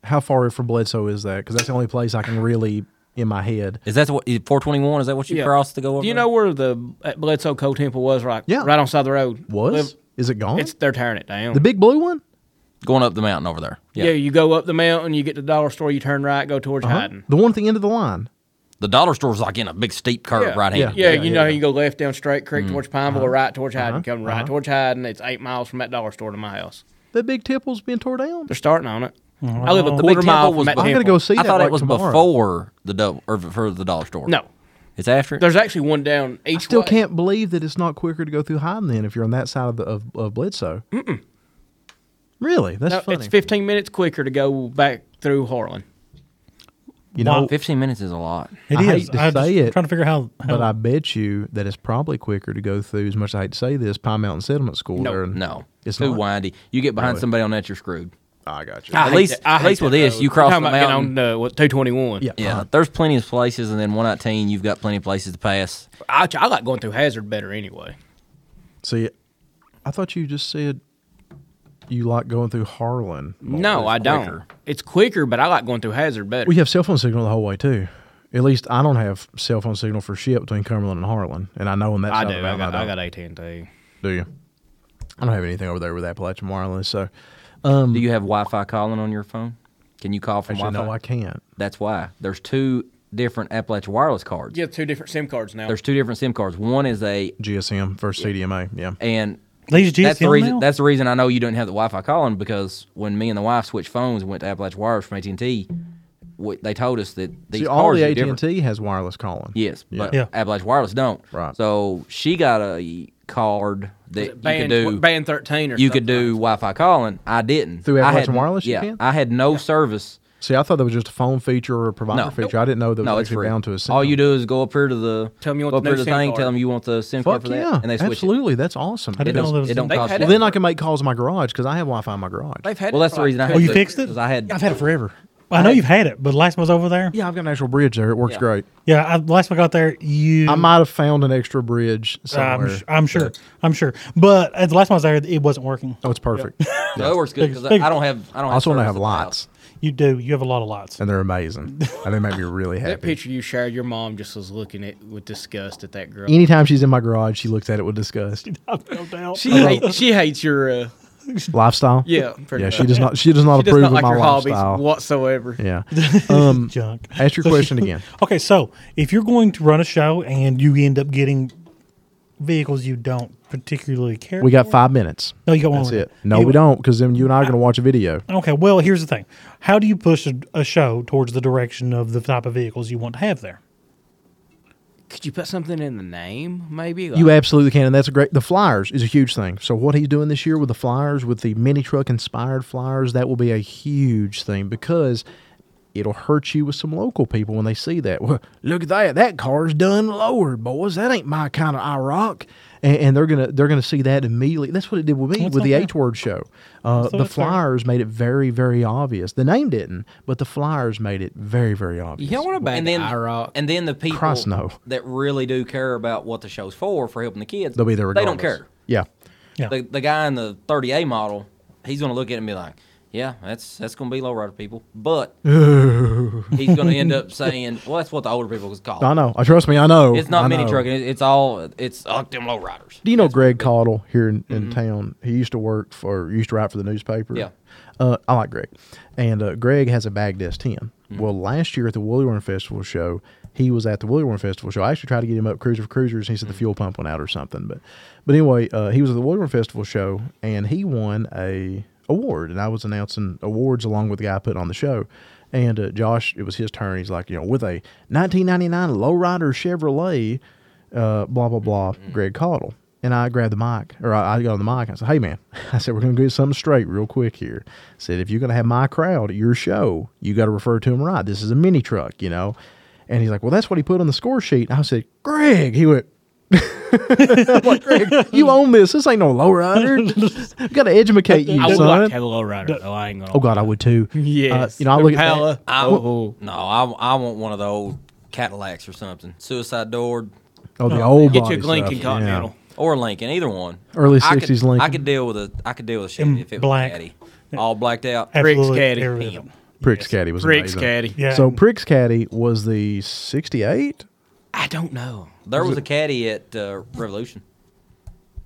Speaker 5: How far from Bledsoe is that? Because that's the only place I can really in my head.
Speaker 4: Is that what 421? Is that what you
Speaker 2: Yeah.
Speaker 4: crossed to go over?
Speaker 2: Do you
Speaker 4: there?
Speaker 2: know where the at Bledsoe Coal Temple was? Right.
Speaker 5: Yeah.
Speaker 2: Right on the side of the road.
Speaker 5: Was
Speaker 2: Live-
Speaker 5: is it gone?
Speaker 2: It's they're tearing it down.
Speaker 5: the big blue one.
Speaker 4: going up the mountain over there?
Speaker 2: yeah. You go up the mountain, you get to the dollar store, you turn right, go towards
Speaker 5: Huh?
Speaker 2: Hyden.
Speaker 5: The one at the end of the line.
Speaker 4: The dollar store's like in a big steep curve
Speaker 2: Yeah.
Speaker 4: right
Speaker 5: Yeah.
Speaker 4: hand.
Speaker 2: Yeah,
Speaker 5: Yeah,
Speaker 2: you
Speaker 5: yeah, Uh-huh.
Speaker 2: know how
Speaker 5: yeah.
Speaker 2: you go left down Straight
Speaker 4: Mm.
Speaker 2: Creek towards Pineville, or right towards Hyden, come right towards Hyden. It's eight miles from that dollar store to my house.
Speaker 5: That big temple's been tore down.
Speaker 2: They're starting on it. I live a
Speaker 3: The
Speaker 2: quarter
Speaker 3: big
Speaker 2: mile
Speaker 4: temple
Speaker 2: from
Speaker 4: was
Speaker 2: that
Speaker 4: behind-
Speaker 5: I
Speaker 2: temple.
Speaker 5: gotta go see.
Speaker 4: I
Speaker 5: that,
Speaker 4: thought
Speaker 5: like,
Speaker 4: it was
Speaker 5: tomorrow.
Speaker 4: before the double or for the dollar store.
Speaker 2: No,
Speaker 4: it's after. it?
Speaker 2: there's actually one down each.
Speaker 5: Still
Speaker 2: way.
Speaker 5: can't believe that it's not quicker to go through Hyden then if you're on that side of the of, of Bledsoe. Mm-mm. Really? That's
Speaker 2: No,
Speaker 5: funny.
Speaker 2: it's 15 minutes quicker to go back through Harlan.
Speaker 5: you know,
Speaker 4: 15 minutes is a lot.
Speaker 3: It
Speaker 5: I hate
Speaker 3: is.
Speaker 5: to
Speaker 3: I just-
Speaker 5: say it,
Speaker 3: I'm trying to figure how. how
Speaker 5: but I bet you that it's probably quicker to go through. As much as I hate to say this, Pine Mountain Settlement School.
Speaker 2: No,
Speaker 5: there in-
Speaker 4: No,
Speaker 5: It's
Speaker 4: it's too
Speaker 5: not?
Speaker 4: windy. You get behind somebody on that, you're screwed.
Speaker 5: I got you.
Speaker 2: I hate
Speaker 4: least-
Speaker 2: that- I
Speaker 4: at
Speaker 2: hate
Speaker 4: least with
Speaker 2: that
Speaker 4: this,
Speaker 2: road.
Speaker 4: you cross
Speaker 2: Talking
Speaker 4: the
Speaker 2: about getting
Speaker 4: mountain.
Speaker 2: on uh, what, 221.
Speaker 5: yeah.
Speaker 4: Yeah, there's plenty of places, and then 119, you've got plenty of places to pass.
Speaker 2: I, I like going through Hazard better anyway.
Speaker 5: See, I thought you just said you like going through Harlan.
Speaker 2: no, I don't.
Speaker 4: quicker.
Speaker 2: It's quicker, but I like going through Hazard better.
Speaker 5: We have cell phone signal the whole way too. At least I don't have cell phone signal for shit between Cumberland and Harlan, and I know on that
Speaker 2: I
Speaker 5: side
Speaker 2: do.
Speaker 5: of the
Speaker 2: I
Speaker 5: mountain
Speaker 2: got,
Speaker 5: I
Speaker 2: I
Speaker 5: don't.
Speaker 2: got AT&T.
Speaker 5: Do you? I don't have anything over there with Appalachian Wireless, so um,
Speaker 4: Do you have Wi-Fi calling on your phone? Can you call from
Speaker 5: actually,
Speaker 4: Wi-Fi?
Speaker 5: no, I can't.
Speaker 4: That's why there's two different Appalachian wireless cards.
Speaker 2: You have two different SIM cards now.
Speaker 4: There's two different SIM cards. One is a
Speaker 5: GSM versus CDMA, yeah.
Speaker 4: and
Speaker 3: These GSM
Speaker 4: that's the reason.
Speaker 3: now?
Speaker 4: That's the reason I know you didn't have the Wi-Fi calling because when me and the wife switched phones and went to Appalachian Wireless from AT and T, they told us that these
Speaker 5: See,
Speaker 4: cards
Speaker 5: all the
Speaker 4: are
Speaker 5: AT
Speaker 4: different.
Speaker 5: and T has wireless calling.
Speaker 4: Yes, but
Speaker 3: Yeah.
Speaker 4: Appalachian Wireless don't.
Speaker 5: Right.
Speaker 4: So she got a card that you could
Speaker 2: band,
Speaker 4: do.
Speaker 2: band 13 or
Speaker 4: you could
Speaker 2: something.
Speaker 4: do Wi-Fi calling. I didn't.
Speaker 5: Through
Speaker 4: I
Speaker 5: Appalachian
Speaker 4: had-
Speaker 5: Wireless you
Speaker 4: Yeah,
Speaker 5: can?
Speaker 4: I had no service.
Speaker 5: See, I thought that was just a phone feature or a provider
Speaker 4: No.
Speaker 5: feature. I didn't know that
Speaker 4: No,
Speaker 5: was
Speaker 4: it's
Speaker 5: actually
Speaker 4: free.
Speaker 5: down to a SIM.
Speaker 4: All you do is go up here to the
Speaker 2: Tell 'em you want
Speaker 4: go up
Speaker 2: the
Speaker 4: here
Speaker 2: new
Speaker 4: to the
Speaker 2: SIM
Speaker 4: thing.
Speaker 2: card.
Speaker 4: Tell them you want the SIM card
Speaker 5: Fuck
Speaker 4: for
Speaker 5: yeah,
Speaker 4: that, and they switch it.
Speaker 5: absolutely. That's awesome.
Speaker 3: I
Speaker 4: It
Speaker 3: didn't know
Speaker 4: don't,
Speaker 3: there was
Speaker 4: it
Speaker 3: a-
Speaker 4: don't
Speaker 2: They've
Speaker 4: cost
Speaker 2: had
Speaker 4: you.
Speaker 2: it.
Speaker 5: Well, then I can make calls in my garage because I have Wi Fi in my garage.
Speaker 2: They've had
Speaker 4: Well,
Speaker 2: it
Speaker 4: that's
Speaker 2: for
Speaker 4: the
Speaker 2: like
Speaker 4: reason I
Speaker 2: two
Speaker 5: Oh,
Speaker 4: had.
Speaker 3: Oh, you
Speaker 4: the-
Speaker 3: fixed it?
Speaker 4: 'cause I had.
Speaker 5: I've had it forever.
Speaker 3: I know you've had it, but last time I was over there,
Speaker 5: Yeah, I've got an actual bridge there. It works
Speaker 4: Yeah.
Speaker 5: great.
Speaker 3: yeah, I, last time I got there, you.
Speaker 5: I might have found an extra bridge somewhere.
Speaker 3: I'm, sh- I'm sure. I'm sure. But at the last time I was there, it wasn't working.
Speaker 5: oh, it's perfect.
Speaker 4: No, it works good because I
Speaker 3: Fixed.
Speaker 4: I don't have. I don't.
Speaker 5: I also want to
Speaker 4: service
Speaker 5: have
Speaker 4: at the house.
Speaker 5: lights,
Speaker 3: You do. You have a lot of lights.
Speaker 5: and they're amazing. and they make me really
Speaker 2: That
Speaker 5: happy.
Speaker 2: picture you shared, your mom just was looking at with disgust at that girl.
Speaker 5: Anytime she's in my garage, she looks at it with disgust.
Speaker 3: No doubt.
Speaker 2: She hates, she hates your uh,
Speaker 5: lifestyle.
Speaker 2: yeah.
Speaker 5: Yeah, she does not. She does not
Speaker 2: She does
Speaker 5: approve
Speaker 2: not like
Speaker 5: of my
Speaker 2: your
Speaker 5: lifestyle.
Speaker 2: hobbies whatsoever.
Speaker 5: Yeah. Um,
Speaker 3: junk.
Speaker 5: ask your question again.
Speaker 3: Okay, so if you're going to run a show and you end up getting vehicles you don't particularly care,
Speaker 5: We got
Speaker 3: for-
Speaker 5: five minutes.
Speaker 3: No, you got one.
Speaker 5: That's
Speaker 3: more.
Speaker 5: it. No,
Speaker 3: You-
Speaker 5: we don't, because then you and I are going to watch a video.
Speaker 3: Okay, well, here's the thing: how do you push a, a show towards the direction of the type of vehicles you want to have there?
Speaker 2: Could you put something in the name, maybe? Like,
Speaker 5: You absolutely can, and that's a great. The flyers is a huge thing. So what he's doing this year with the flyers, with the mini truck inspired flyers, that will be a huge thing because It'll hurt you with some local people when they see that. Well, look at that. That car's done lowered, boys. That ain't my kind of IROC. And, and they're gonna they're gonna see that immediately. That's what it did with me
Speaker 3: That's
Speaker 5: with the
Speaker 3: okay.
Speaker 5: H word show. Uh, the
Speaker 3: that's fair.
Speaker 5: flyers made it very very obvious. The name didn't, but the flyers made it very very obvious.
Speaker 2: You don't want to bag
Speaker 4: and
Speaker 2: the
Speaker 4: then
Speaker 2: IROC.
Speaker 4: and then the people
Speaker 5: Christ, no.
Speaker 4: that really do care about what the show's for for helping the kids.
Speaker 5: They'll be there.
Speaker 4: They don't care.
Speaker 5: regardless. Yeah.
Speaker 3: Yeah.
Speaker 4: The, the guy in the 30A model, he's gonna look at it and be like, "Yeah, that's that's gonna be lowrider people," but he's gonna end up saying, "Well, that's what the older people was called."
Speaker 5: I know. I trust me. I know.
Speaker 4: It's not
Speaker 5: I
Speaker 4: mini
Speaker 5: know.
Speaker 4: trucking. It's, it's all it's all them lowriders.
Speaker 5: Do you know Greg Caudle here in, in town? He used to work for, used to write for the newspaper.
Speaker 4: Mm-hmm. Yeah.
Speaker 5: Uh, I like Greg. And uh, Greg has a bag desk 10.
Speaker 4: Mm-hmm.
Speaker 5: Well, last year at the Woolly Worm Festival show, he was at the Woolly Worm Festival show. I actually tried to get him up Cruiser for Cruisers, and he said
Speaker 4: Mm-hmm.
Speaker 5: the fuel pump went out or something. But but anyway, uh, he was at the Woolly Worm Festival show, and he won a award. And I was announcing awards along with the guy putting on the show. And uh, Josh, it was his turn. He's like, you know, with a 1999 Lowrider Chevrolet, uh, blah blah blah,
Speaker 2: Mm-hmm.
Speaker 5: Greg Caudle. And I grabbed the mic, or I, I got on the mic. And I said, "Hey man, I said we're gonna get something straight real quick here. said if you're gonna have my crowd at your show, you got to refer to them right. This is a mini truck, you know." And he's like, "Well, that's what he put on the score sheet." And I said, "Greg," he went. I'm like, Greg, you own this. This ain't no lowrider. you got to educate you,
Speaker 2: I would
Speaker 5: son.
Speaker 2: like to have a lowrider, though. I ain't gonna.
Speaker 5: oh God, I would too. Uh,
Speaker 2: Yes.
Speaker 5: you know, I look at
Speaker 2: Impala.
Speaker 5: that.
Speaker 2: Oh,
Speaker 4: No, I, I want one of the old Cadillacs or something, suicide door
Speaker 5: Oh, the old
Speaker 2: get
Speaker 5: body
Speaker 2: your Lincoln
Speaker 5: stuff.
Speaker 2: Continental.
Speaker 4: or Lincoln, either one.
Speaker 5: Early
Speaker 4: I could-
Speaker 5: 60s Lincoln.
Speaker 4: I could deal with a I could deal with a
Speaker 3: In
Speaker 4: Chevy if it
Speaker 3: black.
Speaker 4: was Caddy, all blacked out.
Speaker 3: Absolutely
Speaker 2: caddy.
Speaker 3: every bit of it.
Speaker 5: Yeah. Prick's caddy was
Speaker 2: Rick's
Speaker 5: amazing.
Speaker 2: caddy.
Speaker 3: Yeah.
Speaker 5: So Prick's caddy was the '68.
Speaker 4: I don't know. There was a caddy at uh, Revolution.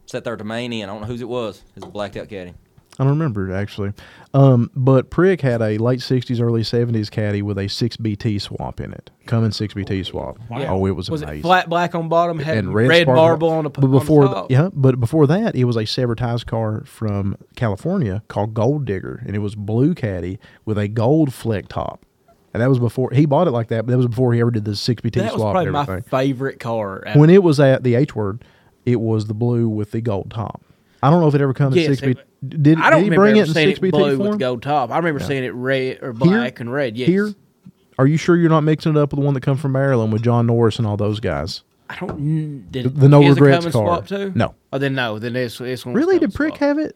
Speaker 4: Sat there at the main end. I don't know whose it was. It was a blacked out caddy.
Speaker 5: I don't remember actually. Um, but Prick had a late '60s, early '70s caddy with a six BT swap in it. Cummon six BT swap. Oh, it was,
Speaker 2: Was
Speaker 5: amazing.
Speaker 2: it flat black on bottom, had
Speaker 5: and
Speaker 2: red,
Speaker 5: red, sparkle-
Speaker 2: marble on the
Speaker 5: But before,
Speaker 2: on the
Speaker 5: th-
Speaker 2: top?
Speaker 5: yeah, but before that, it was a Severtized car from California called Gold Digger, and it was blue caddy with a gold fleck top. And that was before he bought it like that. But that was before he ever did the six BT
Speaker 2: that was
Speaker 5: swap and
Speaker 2: probably
Speaker 5: everything.
Speaker 2: my favorite car. out of
Speaker 5: when it was at the H word, it was the blue with the gold top. I don't know if it ever comes
Speaker 2: Yes,
Speaker 5: in six
Speaker 2: it-
Speaker 5: BT. Did,
Speaker 2: I don't
Speaker 5: did he
Speaker 2: remember
Speaker 5: bring it
Speaker 2: ever
Speaker 5: in
Speaker 2: seeing
Speaker 5: six
Speaker 2: it
Speaker 5: BT
Speaker 2: blue
Speaker 5: form?
Speaker 2: with gold top. I remember seeing it red or
Speaker 5: Here?
Speaker 2: black and red. Yes.
Speaker 5: Here? Are you sure you're not mixing it up with the one that come from Maryland with John Norris and all those guys?
Speaker 2: I don't. mm, Did
Speaker 5: The no
Speaker 2: is it
Speaker 5: regrets
Speaker 2: Cummins
Speaker 5: car.
Speaker 2: Swap too?
Speaker 5: No.
Speaker 2: Oh, then no. Then this this one. was
Speaker 5: Really? Did
Speaker 2: Cummins
Speaker 5: Prick
Speaker 2: swap.
Speaker 5: have it?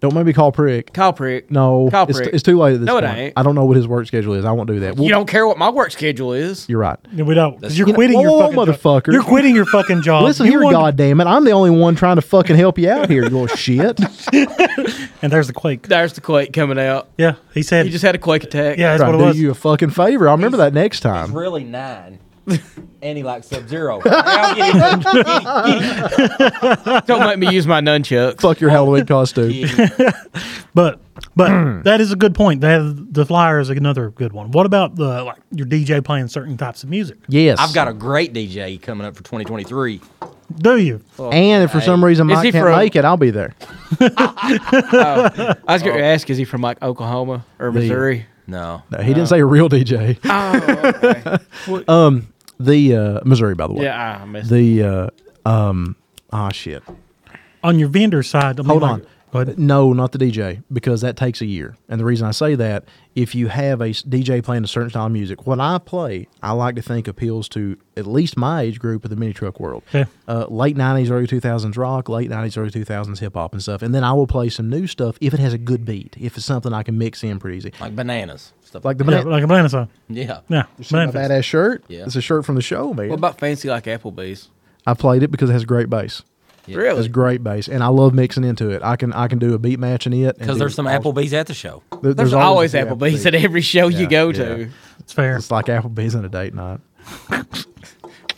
Speaker 5: Don't make me call Prick.
Speaker 2: Kyle Prick?
Speaker 5: No,
Speaker 2: Kyle
Speaker 5: it's,
Speaker 2: Prick.
Speaker 5: it's too late at this
Speaker 2: No, it
Speaker 5: point.
Speaker 2: ain't.
Speaker 5: I don't know what his work schedule is. I won't do that. Well,
Speaker 2: you don't care what my work schedule is.
Speaker 5: You're right.
Speaker 3: No, we don't. 'cause
Speaker 5: You
Speaker 3: you're
Speaker 5: know-
Speaker 3: quitting your
Speaker 5: Whoa,
Speaker 3: fucking job.
Speaker 5: motherfucker.
Speaker 3: You're quitting your fucking
Speaker 2: Uh,
Speaker 3: job.
Speaker 5: Listen
Speaker 3: You
Speaker 5: here,
Speaker 3: wanted-
Speaker 5: God damn it! I'm the only one trying to fucking help you out here. You little shit.
Speaker 3: And there's the quake.
Speaker 2: There's the quake coming out.
Speaker 3: Yeah, he said.
Speaker 2: He just had a quake attack.
Speaker 3: yeah, that's
Speaker 5: Trying
Speaker 3: what
Speaker 5: to
Speaker 3: it
Speaker 5: do
Speaker 3: was.
Speaker 5: you a fucking favor. I'll remember that next
Speaker 4: It's
Speaker 5: time.
Speaker 4: really nine. and he likes Sub Zero. Now get him.
Speaker 2: Don't make me use my nunchucks.
Speaker 5: Fuck your Halloween costume.
Speaker 3: But but that is a good point. That the flyer is another good one. What about the like your DJ playing certain types of music?
Speaker 5: Yes,
Speaker 4: I've got a great DJ coming up for 2023.
Speaker 3: Do you?
Speaker 5: And if for some reason
Speaker 2: Is
Speaker 5: Mike
Speaker 2: he
Speaker 5: can't
Speaker 2: from-
Speaker 5: make it, I'll be there.
Speaker 2: I was
Speaker 5: Oh.
Speaker 2: going to ask, is he from like Oklahoma or Missouri?
Speaker 4: No.
Speaker 5: No, he didn't say a real DJ.
Speaker 2: Oh, okay.
Speaker 5: um, The uh, Missouri, by the way.
Speaker 2: yeah, I missed.
Speaker 5: The uh, um ah shit.
Speaker 3: On your vendor side, I mean,
Speaker 5: Hold
Speaker 3: like-
Speaker 5: on.
Speaker 3: Go ahead.
Speaker 5: No, not the DJ because that takes a year. And the reason I say that, if you have a s- DJ playing a certain style of music, what I play, I like to think appeals to at least my age group of the mini truck world.
Speaker 3: Yeah.
Speaker 5: Uh, late '90s, early 2000s rock, late '90s, early 2000s hip hop and stuff. And then I will play some new stuff if it has a good beat, if it's something I can mix in pretty easy.
Speaker 4: Like bananas. Stuff like
Speaker 5: Like the
Speaker 3: Yeah,
Speaker 5: banana,
Speaker 3: like a banana song.
Speaker 4: Yeah.
Speaker 3: Yeah, banana
Speaker 5: my
Speaker 3: fest.
Speaker 5: badass shirt.
Speaker 4: Yeah.
Speaker 5: It's a shirt from the show, man.
Speaker 2: What about fancy like Applebee's?
Speaker 5: I played it because it has great bass. It has
Speaker 2: Really?
Speaker 5: great bass, and I love mixing into it. I can I can do a beat match in it. and
Speaker 4: Because
Speaker 5: do
Speaker 4: there's some
Speaker 5: all-
Speaker 4: Applebee's at the show.
Speaker 5: there-
Speaker 2: There's, always
Speaker 5: a few
Speaker 2: Applebee's at every show you go to.
Speaker 3: It's fair.
Speaker 5: It's like Applebee's on a date night.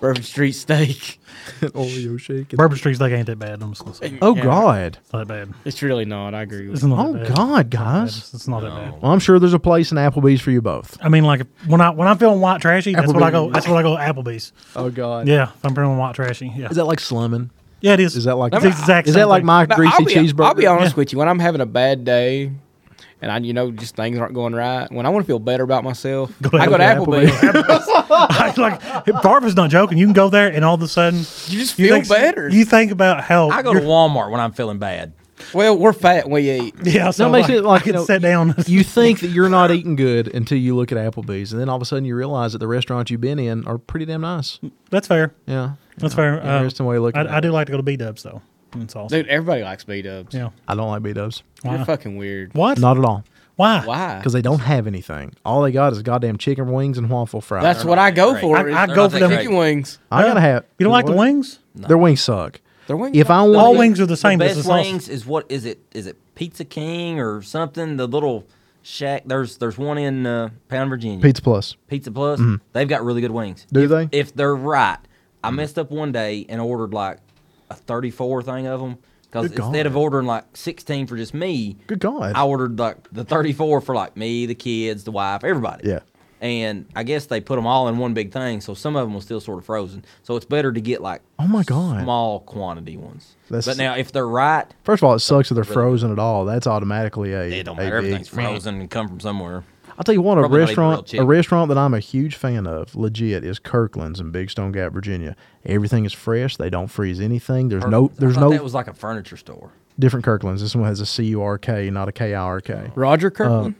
Speaker 2: Bourbon Street Steak.
Speaker 5: Oreo shake.
Speaker 3: Bourbon Street's like ain't that bad. I'm just gonna say it's
Speaker 5: Oh
Speaker 2: Yeah.
Speaker 5: God.
Speaker 3: not that bad.
Speaker 2: It's really not. I agree
Speaker 3: It's
Speaker 2: with you.
Speaker 3: not
Speaker 5: Oh
Speaker 3: that bad.
Speaker 5: God, guys.
Speaker 3: It's, it's not that bad.
Speaker 5: Well, I'm sure there's a place in Applebee's for you both.
Speaker 3: I mean, like when I when I'm feeling white trashy, that's what I go.
Speaker 5: Applebee's.
Speaker 3: That's what I go. Applebee's.
Speaker 5: Oh God.
Speaker 3: Yeah, if I'm feeling white trashy. Yeah,
Speaker 5: Is that like slumming?
Speaker 3: yeah, it is.
Speaker 5: Is that like
Speaker 3: It's the exact
Speaker 5: Is
Speaker 3: same
Speaker 5: that like
Speaker 3: thing.
Speaker 5: my
Speaker 2: Now,
Speaker 5: greasy
Speaker 2: I'll be,
Speaker 5: cheeseburger?
Speaker 2: I'll be honest with you. When I'm having a bad day and I, you know, just things aren't going right, when I want to feel better about myself,
Speaker 3: Go
Speaker 2: I go to
Speaker 3: Apple-
Speaker 2: Applebee's.
Speaker 3: I, like Barbara's not joking. You can go there, and all of a sudden,
Speaker 2: You just feel
Speaker 3: think,
Speaker 2: better.
Speaker 3: You think about how
Speaker 4: I go to
Speaker 3: you're-
Speaker 4: Walmart when I'm feeling bad.
Speaker 2: Well, we're fat. and We eat.
Speaker 3: Yeah, so
Speaker 5: that makes
Speaker 3: like,
Speaker 5: it like
Speaker 3: I can
Speaker 5: you know,
Speaker 3: sit down.
Speaker 5: you think that you're not eating good until you look at Applebee's, and then all of a sudden you realize that the restaurants you've been in are pretty damn nice.
Speaker 3: That's fair.
Speaker 5: Yeah,
Speaker 3: That's fair. Uh,
Speaker 5: Interesting way of looking at
Speaker 3: I, I
Speaker 5: it.
Speaker 3: do like to go to B Dubs though. That's awesome.
Speaker 2: Dude, everybody likes B dubs.
Speaker 3: Yeah.
Speaker 5: I don't like B Dubs.
Speaker 2: You're fucking weird.
Speaker 3: What?
Speaker 5: Not at all,
Speaker 3: Why?
Speaker 2: Why?
Speaker 5: because they don't have anything. All they got is goddamn chicken wings and waffle fries.
Speaker 2: That's what I go for.
Speaker 3: I-
Speaker 2: is
Speaker 3: I
Speaker 2: their
Speaker 3: go for them-
Speaker 2: chicken wings.
Speaker 5: I gotta have.
Speaker 3: You don't like the
Speaker 5: What?
Speaker 3: wings?
Speaker 5: Their wings suck.
Speaker 2: Their wings.
Speaker 5: If I
Speaker 3: All
Speaker 5: want,
Speaker 3: wings are the same.
Speaker 4: The
Speaker 3: but it's
Speaker 4: best
Speaker 3: a sausage.
Speaker 4: wings is what is it? Is it Pizza King or something? The little shack. There's there's one in uh, Pound Virginia.
Speaker 5: Pizza Plus.
Speaker 4: Pizza Plus. They've got really good wings.
Speaker 5: Mm-hmm. Do
Speaker 4: if,
Speaker 5: they? Mm-hmm.
Speaker 4: If they're right, I messed up one day and ordered like a 34 thing of them because
Speaker 5: Good God.
Speaker 4: instead of ordering like 16 for just me,
Speaker 5: Good God.
Speaker 4: I ordered like the 34 for like me, the kids, the wife, everybody.
Speaker 5: Yeah.
Speaker 4: And I guess they put them all in one big thing, so some of them was still sort of frozen. So it's better to get like
Speaker 5: Oh my God.
Speaker 4: small quantity ones.
Speaker 5: That's-
Speaker 4: but now if they're right,
Speaker 5: First of all, it sucks that they're frozen at all. That's automatically a.
Speaker 4: it don't
Speaker 5: a
Speaker 4: matter.
Speaker 5: big-
Speaker 4: Everything's frozen and come from somewhere.
Speaker 5: I'll tell you what, a
Speaker 4: Probably not even real
Speaker 5: restaurant, a
Speaker 4: chicken.
Speaker 5: restaurant that I'm a huge fan of, legit, is Kirkland's in Big Stone Gap, Virginia. Everything is fresh. They don't freeze anything. There's
Speaker 4: I
Speaker 5: no, there's
Speaker 4: thought
Speaker 5: no
Speaker 4: That was like a furniture store.
Speaker 5: different Kirkland's. This one has a C U R K, not a K I R K.
Speaker 2: Roger Kirkland.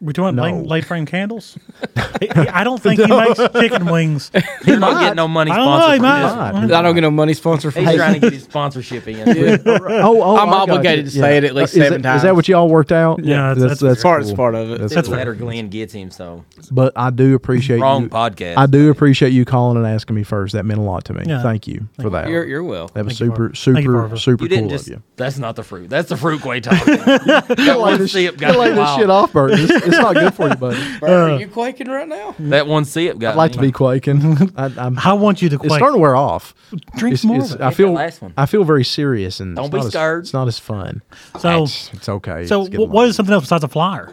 Speaker 3: We talking about
Speaker 5: No.
Speaker 3: late, late frame candles? I I don't think he makes chicken wings.
Speaker 4: You're not getting no money
Speaker 3: I don't know. He
Speaker 4: sponsored from this.
Speaker 3: might.
Speaker 5: Right.
Speaker 2: I don't get no money sponsor from
Speaker 4: He's trying to get his sponsorship in.
Speaker 5: Oh, oh,
Speaker 2: I'm
Speaker 5: I got
Speaker 2: obligated
Speaker 5: you.
Speaker 2: to say it at least
Speaker 5: Is that-
Speaker 2: seven
Speaker 5: Is that
Speaker 2: times.
Speaker 5: what y'all worked out?
Speaker 3: Yeah, that's- that's
Speaker 2: part- it's part of it.
Speaker 5: That's
Speaker 4: That's
Speaker 5: cool.
Speaker 4: letter Glenn gets him. So
Speaker 5: But I do appreciate
Speaker 4: Wrong
Speaker 5: you-
Speaker 4: podcast.
Speaker 5: I do appreciate you calling and asking me first. That meant a lot to me.
Speaker 3: Yeah.
Speaker 5: Thank you for that.
Speaker 2: You're, you're well.
Speaker 5: that was
Speaker 3: Thank you,
Speaker 5: super,
Speaker 3: Barbara. Thank you,
Speaker 5: super,
Speaker 3: Barbara.
Speaker 5: super
Speaker 4: you didn't
Speaker 5: cool
Speaker 4: just.
Speaker 5: of you.
Speaker 4: That's not the fruit. That's the fruit way talking. that
Speaker 5: Lay
Speaker 4: one
Speaker 5: this,
Speaker 4: sip
Speaker 5: you
Speaker 4: got
Speaker 5: lay
Speaker 4: me
Speaker 5: this shit
Speaker 4: wild.
Speaker 5: off, Bert. It's, it's not good for you, buddy.
Speaker 2: Bro, are you quaking right now?
Speaker 4: That one sip got
Speaker 5: I'd like
Speaker 4: me.
Speaker 5: to be quaking. I, I'm,
Speaker 3: I want you to
Speaker 5: it's
Speaker 3: quake.
Speaker 5: starting to wear off.
Speaker 3: Drink
Speaker 5: It's-
Speaker 3: more
Speaker 5: it's-
Speaker 3: of it.
Speaker 5: I feel.
Speaker 4: last one.
Speaker 5: I feel very serious and it's
Speaker 4: Don't be
Speaker 5: not as-
Speaker 4: scared.
Speaker 5: it's not as fun.
Speaker 3: So,
Speaker 5: uh, It's, it's okay.
Speaker 3: so
Speaker 5: It's
Speaker 3: wh-
Speaker 5: getting
Speaker 3: what
Speaker 5: along.
Speaker 3: is something else besides a flyer?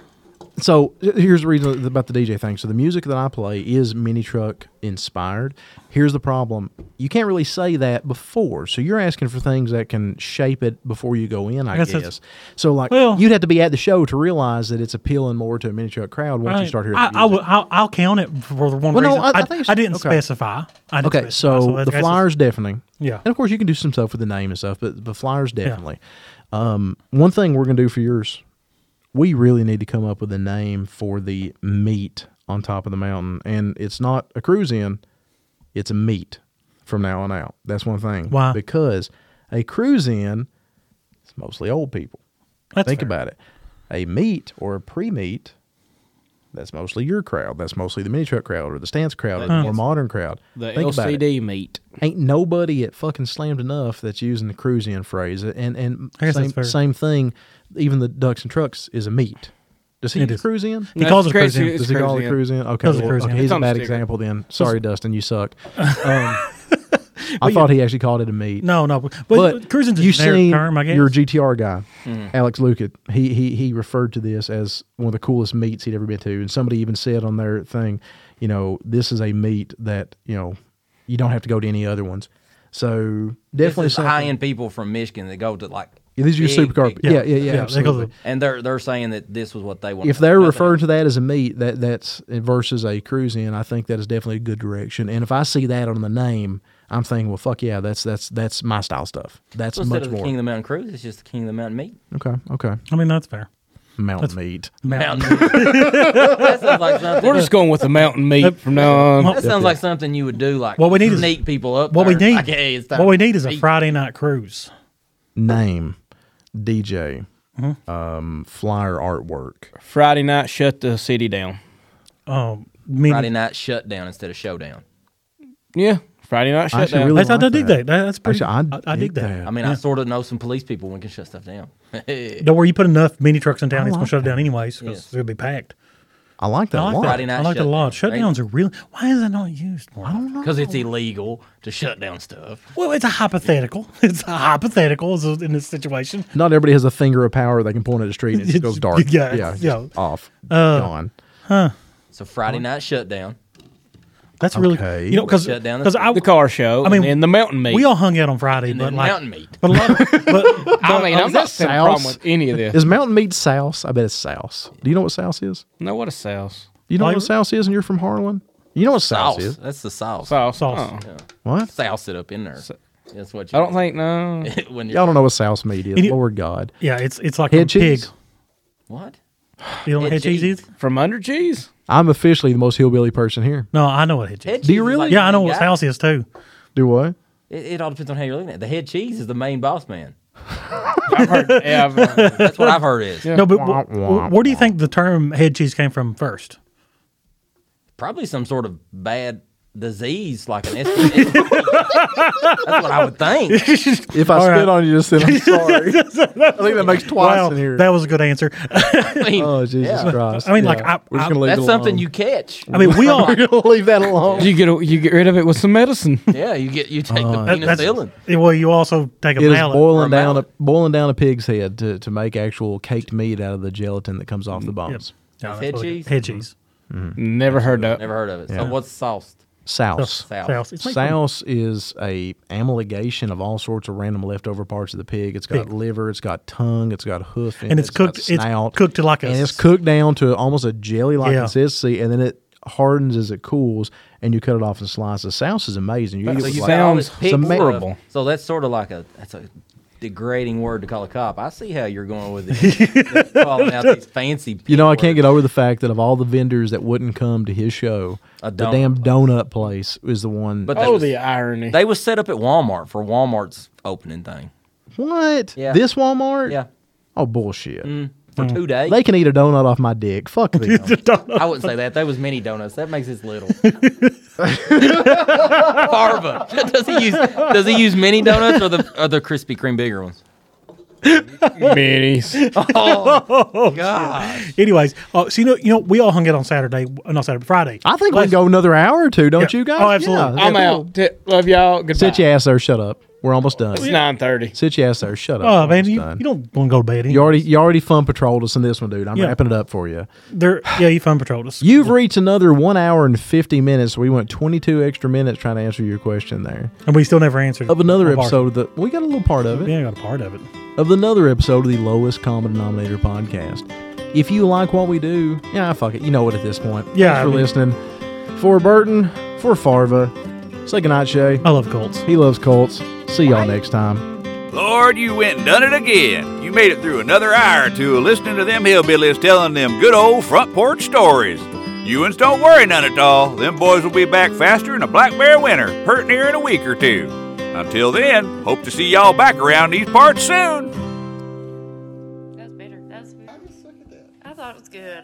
Speaker 5: So here's the reason about the DJ thing. So the music that I play is mini truck inspired. Here's the problem: you can't really say that before. So you're asking for things that can shape it before you go in. I,
Speaker 3: guess
Speaker 5: guess.
Speaker 3: that's-
Speaker 5: So like,
Speaker 3: Well-
Speaker 5: you'd have to be at the show to realize that it's appealing more to a mini truck crowd once you start hearing.
Speaker 3: I,
Speaker 5: the
Speaker 3: I,
Speaker 5: music.
Speaker 3: will, I'll, I'll count it for the one
Speaker 5: Well, no,
Speaker 3: reason.
Speaker 5: I- I
Speaker 3: I,
Speaker 5: think you
Speaker 3: I
Speaker 5: should-
Speaker 3: didn't
Speaker 5: okay.
Speaker 3: specify. I didn't
Speaker 5: Okay,
Speaker 3: specify,
Speaker 5: so,
Speaker 3: I
Speaker 5: the
Speaker 3: guess it's-
Speaker 5: flyer's definitely.
Speaker 3: Yeah.
Speaker 5: And of course, you can do some stuff with the name and stuff, but the flyer's definitely. Um, one thing we're going to do for yours, we really need to come up with a name for the meet on top of the mountain. And it's not a cruise in, it's a meet from now on out. That's one thing.
Speaker 3: Why?
Speaker 5: Because a cruise in is mostly old people.
Speaker 3: That's
Speaker 5: Think
Speaker 3: fair.
Speaker 5: about it. A meet or a pre meet, that's mostly your crowd. That's mostly the mini truck crowd or the stance crowd or the more modern crowd.
Speaker 2: The
Speaker 5: Think about it.
Speaker 2: LCD meat.
Speaker 5: Ain't nobody at fucking slammed enough that's using the cruise in phrase. And and
Speaker 3: I guess that's
Speaker 5: same,
Speaker 3: fair.
Speaker 5: same thing, even the ducks and trucks is a meat. Does he
Speaker 3: It
Speaker 5: use
Speaker 3: is.
Speaker 5: cruise in?
Speaker 3: He calls it a
Speaker 2: That's
Speaker 3: cruise in.
Speaker 2: crazy.
Speaker 5: Does he call it a cruise in? Okay,
Speaker 3: Calls it
Speaker 5: well,
Speaker 3: cruise in.
Speaker 5: okay he's
Speaker 2: It's
Speaker 5: a
Speaker 2: on the
Speaker 5: bad
Speaker 2: sticker.
Speaker 5: example then. Sorry, Dustin, you suck. Um, I thought he actually called it a meat.
Speaker 3: No, no. But,
Speaker 5: But
Speaker 3: cruising's a
Speaker 5: you've
Speaker 3: generic
Speaker 5: seen
Speaker 3: term, I guess.
Speaker 5: your GTR guy,
Speaker 4: Mm-hmm.
Speaker 5: Alex Lucat. He, he he referred to this as one of the coolest meets he'd ever been to, and somebody even said on their thing, you know, this is a meet that you know you don't have to go to any other ones. So definitely
Speaker 4: This is
Speaker 5: something.
Speaker 4: high end people from Michigan that go to like.
Speaker 5: Yeah, these are your
Speaker 4: big,
Speaker 5: supercar.
Speaker 4: big-
Speaker 5: Yeah, yeah, yeah.
Speaker 3: Yeah, they
Speaker 5: absolutely.
Speaker 3: go to-
Speaker 4: And they're they're saying that this was what they want.
Speaker 5: if they're referring to that as a meet, that that's versus a cruise in, I think that is definitely a good direction. And if I see that on the name, I'm thinking, well, fuck yeah, that's that's that's my style stuff. That's
Speaker 4: so instead
Speaker 5: much
Speaker 4: of the
Speaker 5: more.
Speaker 4: King of the Mountain Cruise, it's just the King of the Mountain Meat.
Speaker 5: Okay, okay.
Speaker 3: I mean, that's fair.
Speaker 5: Mountain meat.
Speaker 4: Mountain. Meat. that sounds like something.
Speaker 2: We're just going with the mountain meat from um, now on.
Speaker 4: that sounds like something you would do, like
Speaker 3: What we need is-
Speaker 4: sneak people up.
Speaker 3: What we
Speaker 4: there,
Speaker 3: need,
Speaker 4: like, hey, it's time
Speaker 3: what we
Speaker 4: to
Speaker 3: need is a
Speaker 4: eat.
Speaker 3: Friday night cruise.
Speaker 5: name, DJ,
Speaker 3: Mm-hmm.
Speaker 5: um, flyer artwork.
Speaker 2: Friday night, shut the city down.
Speaker 3: Um, mini-
Speaker 4: Friday night shutdown instead of showdown.
Speaker 2: Yeah, Friday night shut
Speaker 5: actually
Speaker 2: down.
Speaker 5: really-
Speaker 3: That's, I,
Speaker 5: like
Speaker 3: dig
Speaker 5: that.
Speaker 3: that. That- That's pretty.
Speaker 5: Actually,
Speaker 3: I, I dig that.
Speaker 4: I mean, I sort of know some police people when we can shut stuff down. Friday
Speaker 3: Don't worry, you put enough mini trucks in town, it's going to
Speaker 5: like
Speaker 3: shut it down anyways because
Speaker 4: Yes.
Speaker 3: it'll be packed.
Speaker 5: I like that
Speaker 3: I
Speaker 5: a lot.
Speaker 3: like that.
Speaker 4: night
Speaker 3: I like that a lot.
Speaker 4: shutdown.
Speaker 3: Shutdowns are real. Why is that not used more?
Speaker 4: because it's illegal to shut down stuff.
Speaker 3: Well, it's a hypothetical. It's a hypothetical is a- in this situation.
Speaker 5: Not everybody has a finger of power they can point at a street and it just goes dark.
Speaker 3: Yeah, Uh,
Speaker 5: yeah,
Speaker 3: yeah.
Speaker 5: just off, gone.
Speaker 4: So Friday night shutdown.
Speaker 3: That's really
Speaker 5: Okay.
Speaker 3: you know because
Speaker 4: Shut down the-
Speaker 3: I
Speaker 2: the car show. I
Speaker 3: mean,
Speaker 2: mean, and the mountain meat.
Speaker 3: we all hung out on Friday,
Speaker 4: And
Speaker 3: but
Speaker 4: then
Speaker 3: like
Speaker 4: mountain meat.
Speaker 3: but a lot of, but uh,
Speaker 2: I mean, I'm
Speaker 5: is that
Speaker 2: not saying a problem
Speaker 5: souse?
Speaker 2: with any of this.
Speaker 5: Is mountain meat souse? I bet it's souse. Do you know what souse is?
Speaker 2: no, what a sauce.
Speaker 5: Do you know
Speaker 3: Flavor?
Speaker 5: what souse is? And you're from Harlan. You know what souse,
Speaker 4: Sauce.
Speaker 5: is?
Speaker 4: That's the sauce.
Speaker 2: Sauce.
Speaker 3: Sauce.
Speaker 2: Oh.
Speaker 5: What?
Speaker 4: Sauce it up in there. That's what you
Speaker 2: I don't think no.
Speaker 4: think when you're
Speaker 5: Y'all don't know what souse meat is.
Speaker 3: It-
Speaker 5: Lord God.
Speaker 3: Yeah, it's it's like a
Speaker 5: Head
Speaker 3: pig.
Speaker 5: cheese.
Speaker 4: what?
Speaker 3: You don't
Speaker 4: Head
Speaker 3: like head cheese
Speaker 4: cheese.
Speaker 3: either?
Speaker 2: From under cheese.
Speaker 5: I'm officially the most hillbilly person here.
Speaker 3: No, I know what head cheese.
Speaker 4: Head
Speaker 5: Do you
Speaker 4: cheese is
Speaker 5: really?
Speaker 4: like-
Speaker 3: yeah, I know what
Speaker 4: Yeah.
Speaker 3: house is too.
Speaker 5: Do what?
Speaker 4: It, it all depends on how you're looking at. it. The head cheese is the main boss man.
Speaker 2: I've heard. Yeah, I've, uh, heard-
Speaker 4: That's what I've heard is
Speaker 2: yeah.
Speaker 3: No, but wh- wh- where do you think the term head cheese came from first?
Speaker 4: probably some sort of bad disease like an STD. That's what I would think.
Speaker 5: If I
Speaker 3: All
Speaker 5: spit
Speaker 3: right.
Speaker 5: on you just then, I'm sorry. I think that makes twice
Speaker 3: Wow,
Speaker 5: in here.
Speaker 3: that was a good answer.
Speaker 4: I mean,
Speaker 5: oh Jesus
Speaker 4: yeah.
Speaker 5: Christ!
Speaker 3: I mean,
Speaker 5: Yeah.
Speaker 3: like, I-
Speaker 5: we're just gonna leave
Speaker 4: that's
Speaker 5: it
Speaker 4: something
Speaker 5: alone.
Speaker 4: you catch.
Speaker 3: I mean, we all
Speaker 5: We're gonna leave that alone.
Speaker 2: you get you get rid of it with some medicine.
Speaker 4: Yeah, you get you take the
Speaker 3: uh, that- that's-
Speaker 4: penicillin.
Speaker 3: well, you also take a
Speaker 5: It is
Speaker 3: mallet.
Speaker 5: boiling
Speaker 4: a
Speaker 5: down a
Speaker 4: mallet.
Speaker 5: boiling down a pig's head to, to make actual caked meat out of the gelatin that comes
Speaker 3: Mm,
Speaker 5: off the bones.
Speaker 3: No,
Speaker 4: Head
Speaker 3: that's what it is.
Speaker 4: cheese?
Speaker 3: Head cheese.
Speaker 2: Never heard of.
Speaker 4: Never heard of it. So what's sauced?
Speaker 5: Souse.
Speaker 4: Souse.
Speaker 3: Souse. It's made from-
Speaker 5: Souse is a amalgamation of all sorts of random leftover parts of the pig. It's got
Speaker 3: Pig.
Speaker 5: liver, it's got tongue, it's got hoof, in
Speaker 3: And
Speaker 5: it,
Speaker 3: it's
Speaker 5: got
Speaker 3: cooked- it's
Speaker 5: snout,
Speaker 3: cooked to like a
Speaker 5: and it's
Speaker 3: s-
Speaker 5: cooked down to almost a jelly like
Speaker 3: Yeah.
Speaker 5: consistency, and then it hardens as it cools, and you cut it off in slices. Souse is amazing. You eat it
Speaker 2: so
Speaker 5: with
Speaker 2: you
Speaker 5: like-
Speaker 2: found-
Speaker 4: all this
Speaker 2: Sounds
Speaker 4: pig stuff.
Speaker 2: horrible.
Speaker 4: So that's sort of like a that's a degrading word to call a cop. I see how you're going with it. calling out these fancy.
Speaker 5: you know, I can't get over the fact that of all the vendors that wouldn't come to his show,
Speaker 4: A
Speaker 5: the
Speaker 4: donut
Speaker 5: damn donut place is the one. Uh,
Speaker 4: But
Speaker 2: Oh,
Speaker 4: was-
Speaker 2: the irony.
Speaker 4: They was set up at Walmart for Walmart's opening thing.
Speaker 5: what?
Speaker 4: Yeah.
Speaker 5: This Walmart?
Speaker 4: Yeah, Mm.
Speaker 5: Oh bullshit. Mm.
Speaker 4: for two days.
Speaker 5: They can eat a donut off my dick. Fuck them.
Speaker 4: I wouldn't say that. That was mini donuts. That makes it little. Farva. Does he use Does he use mini donuts or the or the Krispy Kreme bigger ones?
Speaker 2: Minis.
Speaker 5: Oh,
Speaker 4: God.
Speaker 3: Anyways, oh, so you know, you know, we all hung out on Saturday, uh, not Saturday, Friday.
Speaker 5: I think we can go another hour or two, don't
Speaker 3: Yeah.
Speaker 5: you guys?
Speaker 3: Oh, absolutely.
Speaker 5: Yeah.
Speaker 2: I'm out. T- love y'all. Goodbye.
Speaker 5: Sit your ass there. Shut up. We're almost done.
Speaker 2: It's nine thirty.
Speaker 5: Sit your ass there. Shut up.
Speaker 3: Oh
Speaker 5: We're
Speaker 3: man,
Speaker 5: almost
Speaker 3: you,
Speaker 5: done.
Speaker 3: you don't want to go to bed.
Speaker 5: You already you already fun patrolled us in this one, dude. I'm
Speaker 3: Yeah.
Speaker 5: wrapping it up for you.
Speaker 3: They're, yeah, you fun patrolled us.
Speaker 5: You've reached another one hour and fifty minutes. We went twenty two extra minutes trying to answer your question there
Speaker 3: and we still never answered
Speaker 5: of another
Speaker 3: a part.
Speaker 5: episode of the. We got a little part of it.
Speaker 3: Yeah, I got a part of it.
Speaker 5: of another episode of the Lowest Common Denominator podcast. If you like what we do, yeah, fuck it. You know it at this point.
Speaker 3: Yeah,
Speaker 5: Thanks
Speaker 3: I
Speaker 5: for
Speaker 3: mean-
Speaker 5: listening. For Burton, for Farva, say goodnight, Shay.
Speaker 3: I love Colts.
Speaker 5: He loves Colts. See y'all next time.
Speaker 1: Lord, you went and done it again. You made it through another hour or two of listening to them hillbillies telling them good old front porch stories. You uns don't worry none at all. Them boys will be back faster than a black bear winter, hurting here in a week or two. Until then, hope to see y'all back around these parts soon.
Speaker 8: That's better. That's. I just look at that. I thought it was good.